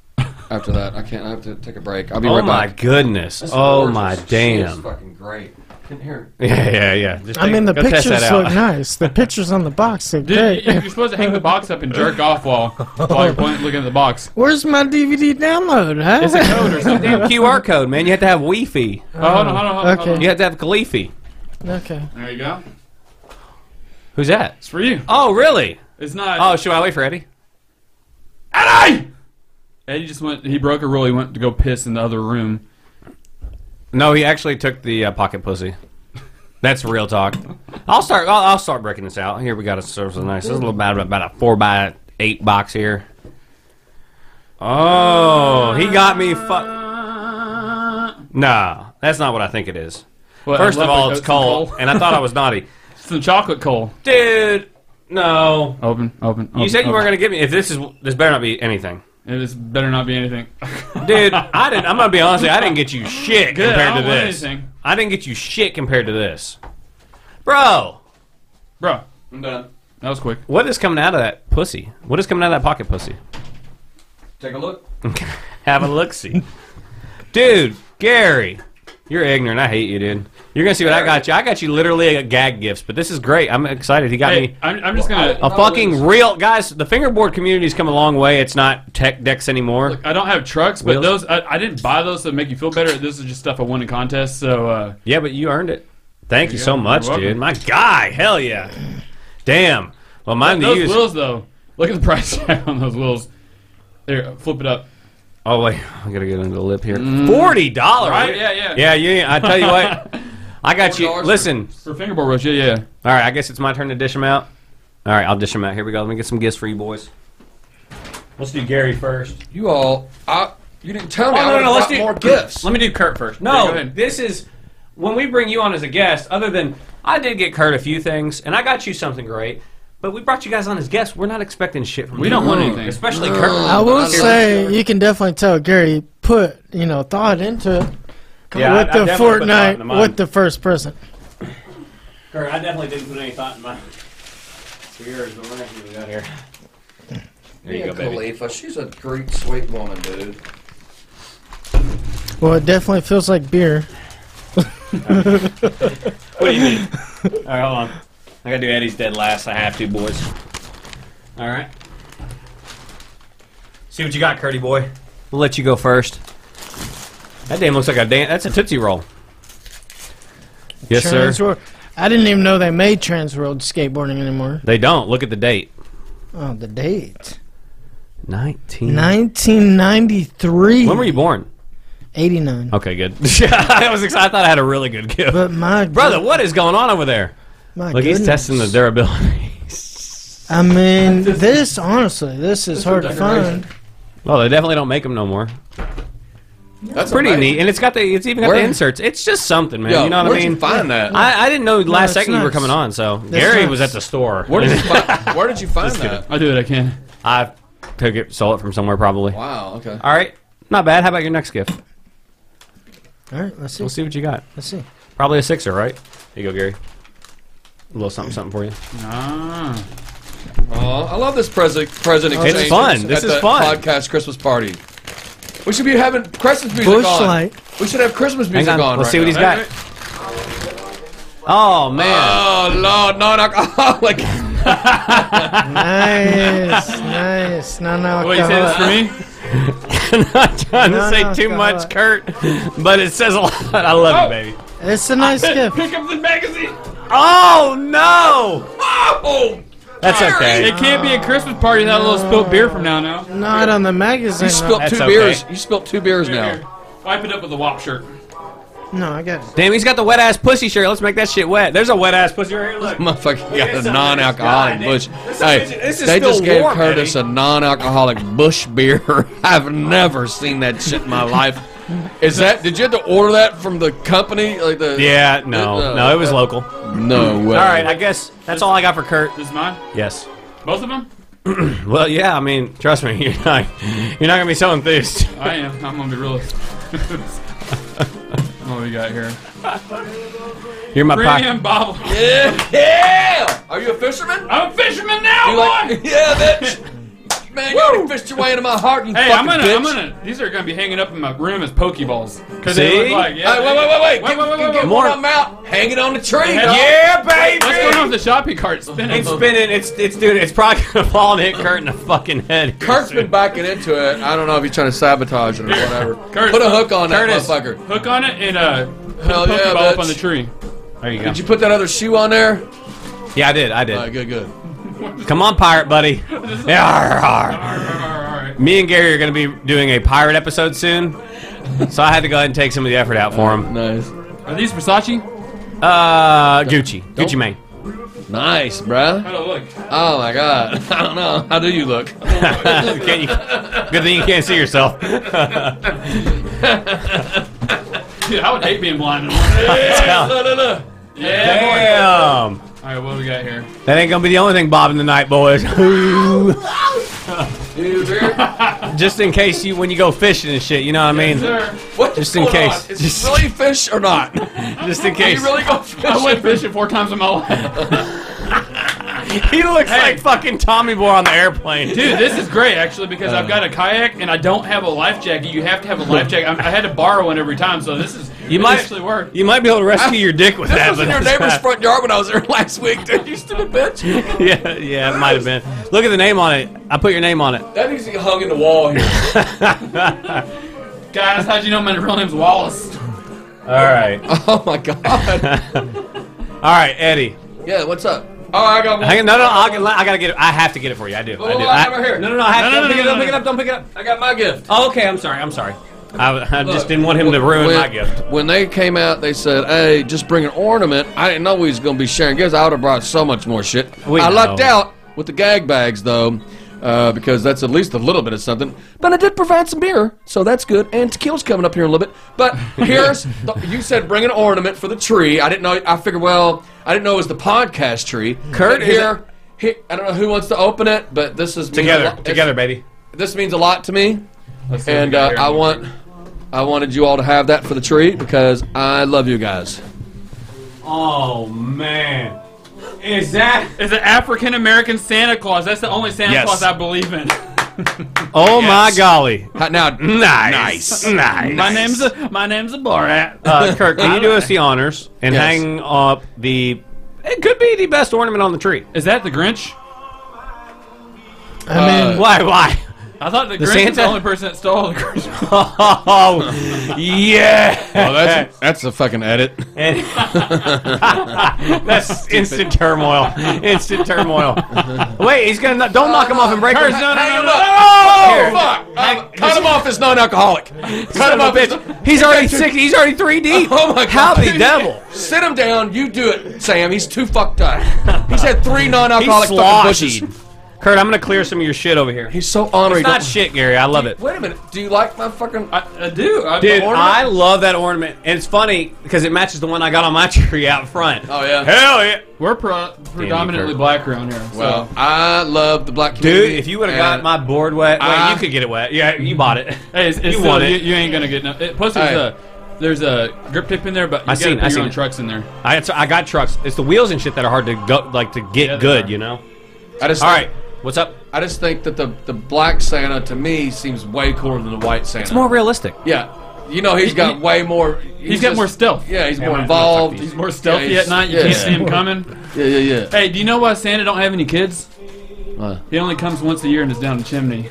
Speaker 4: after that. I can't. I have to take a break. I'll be
Speaker 1: Oh
Speaker 4: right
Speaker 1: my
Speaker 4: back.
Speaker 1: goodness.
Speaker 4: This is
Speaker 1: oh
Speaker 4: gorgeous.
Speaker 1: my
Speaker 4: She is
Speaker 1: damn.
Speaker 4: fucking great. Come here.
Speaker 1: Yeah, yeah, yeah. Just
Speaker 6: I
Speaker 1: take-
Speaker 6: mean, the
Speaker 1: go test
Speaker 6: pictures
Speaker 1: that
Speaker 6: look
Speaker 1: out.
Speaker 6: nice. The pictures on the box look
Speaker 3: Dude, you-
Speaker 6: great.
Speaker 3: you're supposed to hang the box up and jerk off while while you're point, looking at the box.
Speaker 6: Where's my DVD download? Huh?
Speaker 3: It's a code or something.
Speaker 1: Damn QR code, man. You have to have Wi-Fi.
Speaker 3: Oh, hold on, hold on, hold on.
Speaker 6: Okay.
Speaker 1: You have to have Khalifi.
Speaker 6: okay.
Speaker 3: There you go.
Speaker 1: Who's that?
Speaker 3: It's for you.
Speaker 1: Oh, really?
Speaker 3: It's not.
Speaker 1: Oh, should I wait for Eddie?
Speaker 3: Eddie! Eddie just went. He broke a rule. He went to go piss in the other room.
Speaker 1: No, he actually took the uh, pocket pussy. That's real talk. I'll start. I'll, I'll start breaking this out. Here we got a serve some nice. This is a little bad about a four by eight box here. Oh, he got me. Fuck. Nah, that's not what I think it is.
Speaker 3: What,
Speaker 1: First of
Speaker 3: leopard
Speaker 1: all, it's
Speaker 3: coats and
Speaker 1: cold,
Speaker 3: coal?
Speaker 1: and I thought I was naughty,
Speaker 3: Some chocolate coal.
Speaker 1: dude. No,
Speaker 3: Open, open.
Speaker 1: you said you weren't gonna give me. If this is, this better not be anything.
Speaker 3: gonna. This better not be anything.
Speaker 1: Dude, I didn't. I'm gonna be honest. With you, I didn't get you shit
Speaker 3: Good, I
Speaker 1: compared to
Speaker 3: don't want
Speaker 1: this.
Speaker 3: anything.
Speaker 1: I didn't get you shit compared to this, bro.
Speaker 3: Bro,
Speaker 4: I'm done.
Speaker 3: that was quick.
Speaker 1: What is coming out of that pussy? What is coming out of that pocket pussy?
Speaker 4: Take a look.
Speaker 1: Have a look see, dude. Gary, you're ignorant. I hate you, dude. You're gonna see what I got you. I got you literally a gag gifts, but this is great. I'm excited. He got
Speaker 3: Hey,
Speaker 1: me.
Speaker 3: I'm, I'm just gonna.
Speaker 1: A fucking real guys. The fingerboard community's come a long way. It's not tech decks anymore.
Speaker 3: I don't have trucks, but
Speaker 1: Wheels?
Speaker 3: those I, I didn't buy those to make you feel better. This is just stuff I won in contests. So uh,
Speaker 1: Yeah, but you earned it. Thank you,
Speaker 3: you
Speaker 1: so
Speaker 3: go.
Speaker 1: much,
Speaker 3: You're welcome.
Speaker 1: dude. My guy, hell yeah. Damn. Well, mine to
Speaker 3: those
Speaker 1: you. is-
Speaker 3: wheels though, look at the price tag on those wheels. There, flip it up.
Speaker 1: Oh wait, I gotta get under the lip here. Forty dollars.
Speaker 3: Right? Yeah, yeah.
Speaker 1: Mm. Yeah, you. ain't- I tell you what. I got you.
Speaker 4: $40
Speaker 1: Listen.
Speaker 3: For fingerboard roast, yeah, yeah.
Speaker 1: All right, I guess it's my turn to dish them out. All right, I'll dish them out. Here we go. Let me get some gifts for you boys.
Speaker 8: Let's do Gary first.
Speaker 4: You all, I, you didn't tell me.
Speaker 1: Oh,
Speaker 4: I
Speaker 1: no, no,
Speaker 4: would've
Speaker 1: no, let's
Speaker 4: brought
Speaker 1: do
Speaker 4: more gifts.
Speaker 1: Let me do Kurt first.
Speaker 3: Yeah, go
Speaker 1: No,
Speaker 3: ahead.
Speaker 1: this is when we bring you on as a guest. Other than I did get Kurt a few things, and I got you something great. But we brought you guys on as guests. We're not expecting shit from
Speaker 3: We
Speaker 1: you.
Speaker 3: don't want anything.
Speaker 1: especially Kurt.
Speaker 6: I will say you can definitely tell Gary put you know thought into it
Speaker 1: Yeah,
Speaker 6: with
Speaker 1: I- I
Speaker 6: the
Speaker 1: definitely put thought into
Speaker 6: Fortnite
Speaker 1: mine.
Speaker 6: with the first person.
Speaker 1: Kurt, I definitely didn't put any thought in mine. For yours, but we're not gonna go here. There you
Speaker 4: Mia
Speaker 1: go, baby.
Speaker 4: Khalifa, she's a great, sweet woman, dude.
Speaker 6: Well, it definitely feels like beer.
Speaker 1: What do you mean?
Speaker 8: All right, hold on. I gotta do Eddie's dead last. I have to, boys.
Speaker 1: All right. See what you got, Curdy boy. We'll let you go first. That damn looks like a damn. That's a tootsie roll. Yes, sir.
Speaker 6: Transworld. I didn't even know they made Transworld skateboarding anymore.
Speaker 1: They don't. Look at the date.
Speaker 6: Oh, the date.
Speaker 1: 19.
Speaker 6: 1993.
Speaker 1: When were you Oh. born?
Speaker 6: 89.
Speaker 1: Okay, good. I was excited. I thought I had a really good gift.
Speaker 6: But my
Speaker 1: Brother, what is going on over there?
Speaker 6: my
Speaker 1: Look, he's
Speaker 6: goodness.
Speaker 1: testing the durability.
Speaker 6: I mean, this honestly, this is hard to
Speaker 4: decoration.
Speaker 6: find.
Speaker 1: Well, they definitely don't make them no more.
Speaker 4: That's
Speaker 1: Pretty
Speaker 4: amazing.
Speaker 1: neat, and it's got the it's even got
Speaker 4: Where-
Speaker 1: the inserts. It's just something, man.
Speaker 4: Yo,
Speaker 1: you know what I
Speaker 4: where'd
Speaker 1: mean?
Speaker 4: you find that?
Speaker 1: I, I didn't know last
Speaker 6: it's
Speaker 1: second you were
Speaker 6: nuts.
Speaker 1: coming on, so Gary
Speaker 6: nuts.
Speaker 1: was at the store.
Speaker 4: where, did you find, where did you find that?
Speaker 3: I do what I can.
Speaker 1: I took it, sold it from somewhere probably.
Speaker 4: Wow. Okay.
Speaker 1: All right, not bad. How about your next gift?
Speaker 6: All right, let's see.
Speaker 1: We'll see what you got.
Speaker 6: Let's see.
Speaker 1: Probably a sixer, right? Here you go, Gary. A little something, something for you.
Speaker 3: Ah.
Speaker 4: Aw, I love this present present exchange.
Speaker 1: It's fun. This
Speaker 4: at
Speaker 1: is
Speaker 4: the
Speaker 1: fun.
Speaker 4: Podcast Christmas party. We should be having Christmas music on.
Speaker 6: Bushlight.
Speaker 4: We should have Christmas
Speaker 1: Hang
Speaker 4: music
Speaker 1: on,
Speaker 4: on.
Speaker 1: let's
Speaker 4: right
Speaker 1: see what he's
Speaker 4: now.
Speaker 1: got. Oh man,
Speaker 4: Oh Lord, non-alcoholic.
Speaker 6: Nice, nice. No, no.
Speaker 3: What, you say this for me?
Speaker 1: I'm not trying to
Speaker 6: No,
Speaker 1: say
Speaker 6: no,
Speaker 1: too
Speaker 6: go
Speaker 1: much,
Speaker 6: on.
Speaker 1: Kurt, but it says a lot. I love you, baby.
Speaker 6: It's a nice gift.
Speaker 3: Pick up the magazine.
Speaker 1: Oh no!
Speaker 4: Oh,
Speaker 1: That's okay.
Speaker 3: It can't be a Christmas party without a little spilt beer from now now.
Speaker 6: Not on the magazine.
Speaker 4: you spilt
Speaker 1: That's
Speaker 4: two
Speaker 1: okay.
Speaker 4: beers. You spilt two beers
Speaker 3: Here,
Speaker 4: now.
Speaker 3: Wipe it up with a WAP shirt.
Speaker 6: No, I got it.
Speaker 1: Damn, he's got the wet ass pussy shirt. Let's make that shit wet. There's a wet ass pussy right here. Look.
Speaker 4: Motherfucker
Speaker 1: at
Speaker 4: got
Speaker 1: this
Speaker 4: a
Speaker 1: up
Speaker 4: non-alcoholic
Speaker 1: there.
Speaker 4: bush.
Speaker 1: This is-
Speaker 4: Hey,
Speaker 1: this is
Speaker 4: they
Speaker 1: still
Speaker 4: just gave
Speaker 1: warm,
Speaker 4: Curtis
Speaker 1: Eddie.
Speaker 4: a non-alcoholic bush beer. I've never seen that shit in my life. Is that? Did you have to order that from the company? Like the?
Speaker 1: Yeah, no, no, it was local. All
Speaker 4: No way.
Speaker 1: right, I guess that's all I got for Kurt.
Speaker 3: This is mine.
Speaker 1: Yes.
Speaker 3: Both of them.
Speaker 1: Well, yeah. I mean, trust me, you're not, you're not gonna be so enthused.
Speaker 3: I am. I'm gonna be real. what do we got here?
Speaker 1: You're my pocket.
Speaker 3: Premium bobble.
Speaker 4: Yeah, yeah. Are you a fisherman?
Speaker 3: I'm a fisherman now,
Speaker 4: You
Speaker 3: boy.
Speaker 4: like? Yeah, bitch. Man, you already fished your way into my heart. You
Speaker 3: Hey,
Speaker 4: fucking
Speaker 3: I'm gonna,
Speaker 4: bitch.
Speaker 3: I'm gonna. These are gonna be hanging up in my room as pokeballs. Cause
Speaker 1: See?
Speaker 3: they look like. Yeah,
Speaker 4: Hey, wait, wait, wait, wait.
Speaker 3: Wait,
Speaker 4: Get,
Speaker 3: wait, wait,
Speaker 4: get-
Speaker 3: wait,
Speaker 4: get
Speaker 3: wait.
Speaker 4: one of them out. Hang it on the tree.
Speaker 3: Hang it up.
Speaker 1: Yeah, baby.
Speaker 3: What's going on with the shopping cart spinning?
Speaker 1: It's spinning. It's it's dude. It's probably gonna fall and hit Kurt in the fucking head.
Speaker 4: Kurt's been backing into it. I don't know if he's trying to sabotage it or whatever.
Speaker 3: Curtis,
Speaker 4: put a hook on
Speaker 1: Curtis.
Speaker 4: that motherfucker.
Speaker 3: Hook on it and uh, put
Speaker 4: Hell
Speaker 3: the
Speaker 4: yeah,
Speaker 3: pokeball up
Speaker 4: bitch.
Speaker 3: on the tree.
Speaker 1: There you
Speaker 4: Did
Speaker 1: go.
Speaker 4: you put that other shoe on there?
Speaker 1: Yeah, I did. I
Speaker 4: All right,
Speaker 1: did.
Speaker 4: good, good.
Speaker 1: Come on, pirate buddy. Arr, arr.
Speaker 3: Alright.
Speaker 1: Me and Gary are going to be doing a pirate episode soon, so I had to go ahead and take some of the effort out for him.
Speaker 4: Nice.
Speaker 3: Are these Versace?
Speaker 1: Uh, Gucci, Gucci Mane.
Speaker 4: Nice, bruh.
Speaker 3: Oh look.
Speaker 4: Oh my god. I don't know. How do you look?
Speaker 1: Can you, good thing you can't see yourself.
Speaker 3: Dude, I would hate being blind. yeah. yeah.
Speaker 1: Damn,
Speaker 3: boy. All right, what do we got here?
Speaker 1: that ain't gonna be the only thing bobbing tonight, boys.
Speaker 4: Dude, dude.
Speaker 1: Just in case you, when you go fishing and shit, you know what I mean.
Speaker 3: Sir,
Speaker 4: What
Speaker 1: Just
Speaker 4: is
Speaker 1: in
Speaker 4: going
Speaker 1: case.
Speaker 4: On? Is
Speaker 1: Just-
Speaker 4: this really fish or not? Are
Speaker 1: Just in
Speaker 4: you
Speaker 1: case.
Speaker 4: really going
Speaker 3: I went
Speaker 4: fishing?
Speaker 3: fishing four times in my life.
Speaker 1: He looks like fucking Tommy Boy on the airplane.
Speaker 3: Dude, this is great actually because I've got a kayak and I don't have a life jacket. You have to have a life jacket. I, I had to borrow one every time, so this is
Speaker 1: You
Speaker 3: it
Speaker 1: might-
Speaker 3: actually work.
Speaker 1: You might be able to rescue your dick with
Speaker 4: This
Speaker 1: that.
Speaker 4: was
Speaker 1: but
Speaker 4: in your
Speaker 1: that's
Speaker 4: neighbor's
Speaker 1: not-
Speaker 4: front yard when I was there last week, dude. You stupid bitch.
Speaker 1: Yeah, yeah, it might have been. Look at the name on it. I put your name on it.
Speaker 4: That needs to get hung in the wall here.
Speaker 3: Guys, how'd you know my real name's Wallace?
Speaker 1: All right, all
Speaker 4: Oh my god.
Speaker 1: right, Eddie.
Speaker 4: Yeah, what's up? Oh, I got one.
Speaker 1: Hang on, no, no, I'll get, I gotta get it. I have to get it for you. I do. I
Speaker 4: whoa,
Speaker 1: do.
Speaker 4: whoa,
Speaker 1: I,
Speaker 4: over here.
Speaker 1: No, no, no. I have
Speaker 3: No, no,
Speaker 1: to, don't pick
Speaker 3: no,
Speaker 1: it up.
Speaker 3: no,
Speaker 1: Don't pick it up. Don't pick it up.
Speaker 4: I got my gift.
Speaker 1: Oh, okay. I'm sorry. I'm sorry. I, I just
Speaker 4: Look,
Speaker 1: didn't want him to
Speaker 4: when-
Speaker 1: ruin
Speaker 4: when,
Speaker 1: my gift.
Speaker 4: When they came out, they said, "Hey, just bring an ornament." I didn't know he was going to be sharing gifts. I would have brought so much more shit.
Speaker 1: We
Speaker 4: I
Speaker 1: know.
Speaker 4: lucked out with the gag bags, though. uh, because that's at least a little bit of something. But I did provide some beer, so that's good. And tequila's coming up here in a little bit. But here's the, you said bring an ornament for the tree. I didn't know. I figured well, I didn't know it was the podcast tree. Kurt here. he- I don't know who wants to open it, but this is
Speaker 8: Together, together, baby.
Speaker 4: This means a lot to me,
Speaker 8: what we
Speaker 4: and
Speaker 8: got
Speaker 4: uh,
Speaker 8: here.
Speaker 4: I want. I wanted you all to have that for the tree because I love you guys.
Speaker 1: Oh man, is that?
Speaker 3: It's an African American Santa Claus. That's the only Santa
Speaker 8: Yes.
Speaker 3: Claus I believe in.
Speaker 1: Oh my golly!
Speaker 4: How- Now, mm,
Speaker 8: Nice, nice.
Speaker 3: My name's a, my name's a Borat.
Speaker 1: Uh, Kirk, can you do us the honors and
Speaker 4: Yes.
Speaker 1: hang up the? It could be the best ornament on the tree.
Speaker 3: Is that the Grinch?
Speaker 4: Uh,
Speaker 6: I mean,
Speaker 1: Why? Why?
Speaker 3: I thought the, Grinch was
Speaker 1: Santa?
Speaker 3: the only person that stole the Christmas.
Speaker 1: Oh yeah!
Speaker 4: Oh, that's that's a fucking edit.
Speaker 1: And- that's instant turmoil. Instant turmoil. Wait, he's gonna don't knock him off and break him.
Speaker 4: no, no, no, no. Oh,
Speaker 1: Here.
Speaker 4: fuck! Um, cut him off as non-alcoholic. Cut him off as.
Speaker 1: He's already six. He's already three deep.
Speaker 4: Oh my god!
Speaker 1: How the devil?
Speaker 4: Sit him down. You do it, Sam. He's too fucked up. He's had three non-alcoholic
Speaker 1: He's
Speaker 4: fucking bushes.
Speaker 1: sloshy. Kurt, I'm gonna clear some of your shit over here.
Speaker 4: He's so honored.
Speaker 1: It's not shit, Gary. I love it.
Speaker 4: Wait a minute. Do you like my fucking?
Speaker 3: I, I do. I,
Speaker 1: Dude,
Speaker 4: ornament?
Speaker 1: I love that ornament. And it's funny because it matches the one I got on my tree out front.
Speaker 4: Oh yeah.
Speaker 1: Hell yeah.
Speaker 3: We're pro- predominantly
Speaker 4: Kirk.
Speaker 3: black around here. So.
Speaker 4: Well, I love the black community.
Speaker 1: Dude, if you would have
Speaker 4: and-
Speaker 1: got my board wet, wait,
Speaker 4: I-
Speaker 1: you could get it wet. Yeah, you bought it.
Speaker 3: hey, it's, it's
Speaker 1: you
Speaker 3: still-
Speaker 1: want
Speaker 3: you,
Speaker 1: it.
Speaker 3: you ain't gonna get no. It, plus, there's
Speaker 4: Hey.
Speaker 3: a there's a grip tip in there, but you
Speaker 1: I
Speaker 3: gotta
Speaker 1: seen-
Speaker 3: put
Speaker 1: I
Speaker 3: your
Speaker 1: seen
Speaker 3: own
Speaker 1: it.
Speaker 3: trucks in there.
Speaker 1: I got, I got trucks. It's the wheels and shit that are hard to go, like to get
Speaker 3: Yeah, they
Speaker 1: good,
Speaker 3: are.
Speaker 1: you know.
Speaker 4: I just
Speaker 1: All right, what's up?
Speaker 4: I just think that the the black Santa to me seems way cooler than the white Santa.
Speaker 1: It's more realistic.
Speaker 4: Yeah. You know he's got
Speaker 3: He-
Speaker 4: way more. He's
Speaker 3: He's got more stealth.
Speaker 4: Yeah, he's more
Speaker 1: man,
Speaker 4: involved.
Speaker 1: fuck
Speaker 3: He's more stealthy
Speaker 4: yeah,
Speaker 3: at night. You
Speaker 4: yeah.
Speaker 3: can't see him coming.
Speaker 4: Yeah, yeah, yeah.
Speaker 3: Hey, do you know why Santa don't have any kids?
Speaker 4: Why?
Speaker 3: He only comes once a year and is down the chimney.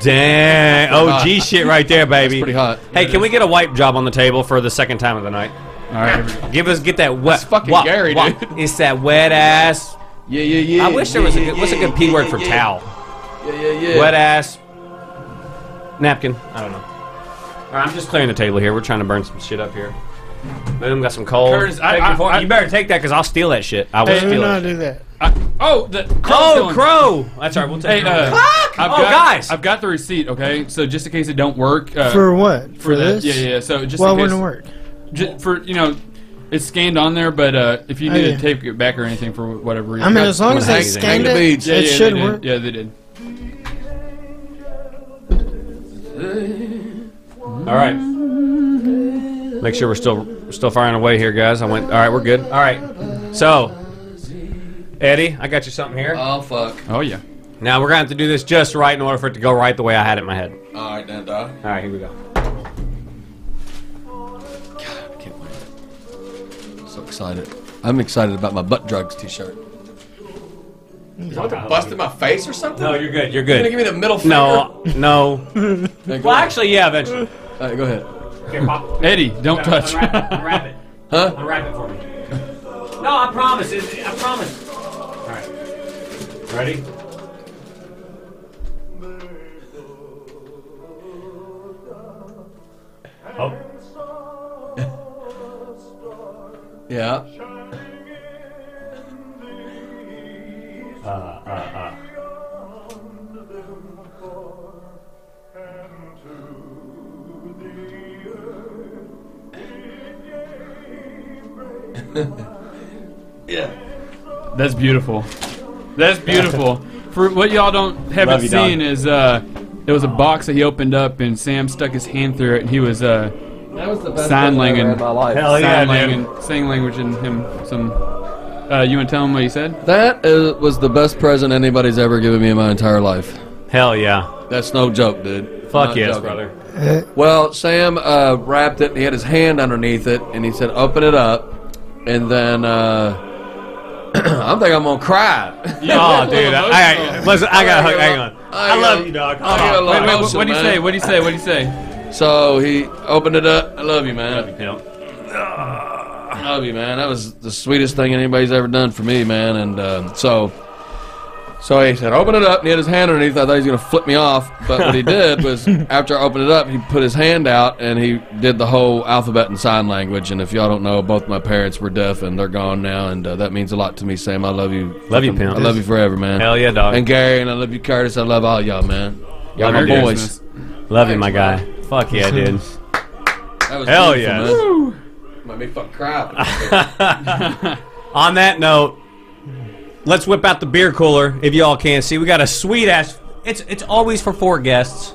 Speaker 1: Dang, OG shit right there, baby.
Speaker 4: Pretty hot.
Speaker 1: Hey, can we get a wipe job on the table for the second time of the night?
Speaker 3: All right.
Speaker 1: Give us, get that wet.
Speaker 4: That's fucking
Speaker 1: wop,
Speaker 4: Gary,
Speaker 1: wop.
Speaker 4: dude.
Speaker 1: It's that wet ass.
Speaker 4: Yeah, yeah, yeah.
Speaker 1: I wish there was a
Speaker 4: yeah,
Speaker 1: good, what's a
Speaker 4: yeah,
Speaker 1: good p
Speaker 4: yeah,
Speaker 1: word
Speaker 4: yeah,
Speaker 1: for
Speaker 4: yeah.
Speaker 1: towel?
Speaker 4: Yeah, yeah, yeah.
Speaker 1: Wet ass napkin. I don't know. All right, I'm just clearing the table here. We're trying to burn some shit up here. Boom, got some coal.
Speaker 3: Curtis, I-
Speaker 1: Take your
Speaker 3: I-
Speaker 1: fork.
Speaker 3: I-
Speaker 1: you better take that because I'll steal that shit. I will
Speaker 6: do
Speaker 1: steal
Speaker 6: not
Speaker 1: it.
Speaker 6: do that.
Speaker 3: Oh, the
Speaker 1: Oh,
Speaker 3: crow's going-
Speaker 1: crow! That's all right. We'll
Speaker 3: Hey,
Speaker 1: take.
Speaker 3: uh,
Speaker 1: it.
Speaker 3: I've
Speaker 1: Oh,
Speaker 3: got,
Speaker 1: guys!
Speaker 3: I've got the receipt. Okay, so just in case it don't work uh,
Speaker 6: For what? For,
Speaker 3: for the-
Speaker 6: this?
Speaker 3: yeah, yeah. So just
Speaker 6: Well, it
Speaker 3: in case,
Speaker 6: wouldn't work.
Speaker 3: ju- for you know, it's scanned on there, but uh, if you
Speaker 6: Oh,
Speaker 3: need
Speaker 6: yeah.
Speaker 3: to tape it back or anything for whatever reason,
Speaker 6: I mean, as long
Speaker 1: I'm
Speaker 6: as
Speaker 1: gonna
Speaker 6: they
Speaker 1: hang it.
Speaker 6: scanned
Speaker 4: Hang the
Speaker 6: it,
Speaker 4: beads.
Speaker 6: it
Speaker 3: yeah, yeah,
Speaker 6: should
Speaker 3: they
Speaker 6: work.
Speaker 3: Did. Yeah, they did.
Speaker 1: all right. Make sure we're still we're still firing away here, guys. I went. All right, we're good. All right. So, Eddie, I got you something here.
Speaker 4: Oh fuck.
Speaker 3: Oh yeah.
Speaker 1: now we're gonna have to do this just right in order for it to go right the way I had it in my head.
Speaker 4: All right, then, dog.
Speaker 1: All right, here we go.
Speaker 4: Can't wait. So excited. I'm excited about my butt drugs T-shirt. You want to bust in my face or something?
Speaker 1: No, you're good.
Speaker 4: You're
Speaker 1: You're
Speaker 4: gonna
Speaker 1: good.
Speaker 4: give me the middle finger?
Speaker 1: No, no.
Speaker 4: Okay, go
Speaker 1: Well,
Speaker 4: ahead.
Speaker 1: actually, yeah, eventually.
Speaker 4: All right, go ahead.
Speaker 3: Eddie, don't touch.
Speaker 1: Unwrap it. Unwrap it.
Speaker 4: Huh?
Speaker 1: Unwrap it for me. No, I promise. It's, I promise. All right. Ready? Oh.
Speaker 4: Yeah.
Speaker 3: That's beautiful. That's beautiful. For what y'all don't haven't
Speaker 1: Love you, dog.
Speaker 3: seen is uh, there was a box that he opened up and Sam stuck his hand through it and he was uh,
Speaker 4: That was the best
Speaker 3: Sign thing I've ever language. had in my
Speaker 4: life.
Speaker 1: Hell yeah,
Speaker 3: sign language, sign language and him some. Uh, you want to tell him what he said?
Speaker 4: That is, was the best present anybody's ever given me in my entire life.
Speaker 1: dude. Hell yeah.
Speaker 4: That's no joke, dude.
Speaker 1: Fuck
Speaker 4: Not
Speaker 1: yes,
Speaker 4: joking.
Speaker 1: brother.
Speaker 4: Well, Sam uh, wrapped it. He had his hand underneath it, and he said, "Open it up," and then uh, I think I'm gonna cry.
Speaker 1: Oh, dude. I, I, listen, I got a hug. Hang on.
Speaker 4: I
Speaker 1: I love
Speaker 4: got-
Speaker 1: you, dog.
Speaker 4: Oh, I got a lot
Speaker 3: Wait,
Speaker 4: of
Speaker 3: wait, what
Speaker 4: emotion,
Speaker 3: what do you
Speaker 4: man.
Speaker 3: say? What do you say? What do you say?
Speaker 4: So he opened it up. I love you, man.
Speaker 1: Yep.
Speaker 4: I love you, man. That was the sweetest thing anybody's ever done for me, man. And um, so So he said, open it up, and he had his hand underneath. I thought he was going to flip me off. But what he did was, after I opened it up, he put his hand out and he did the whole alphabet and sign language. And if y'all don't know, both my parents were deaf and they're gone now. And uh, that means a lot to me, Sam. I love you.
Speaker 1: Love you,
Speaker 4: fucking-
Speaker 1: pimp.
Speaker 4: I love you forever, man.
Speaker 1: Hell yeah, dog.
Speaker 4: And Gary, and I love you, Curtis. I love all y'all, man. Y'all my
Speaker 1: Merry
Speaker 4: boys.
Speaker 3: Christmas.
Speaker 1: Love you, my guy. Fuck yeah, dude.
Speaker 4: That was beautiful,
Speaker 1: Hell yeah.
Speaker 4: man. Made me fucking cry. up in there.
Speaker 1: On that note, let's whip out the beer cooler if y'all can't see. We got a sweet ass. It's it's always for four guests.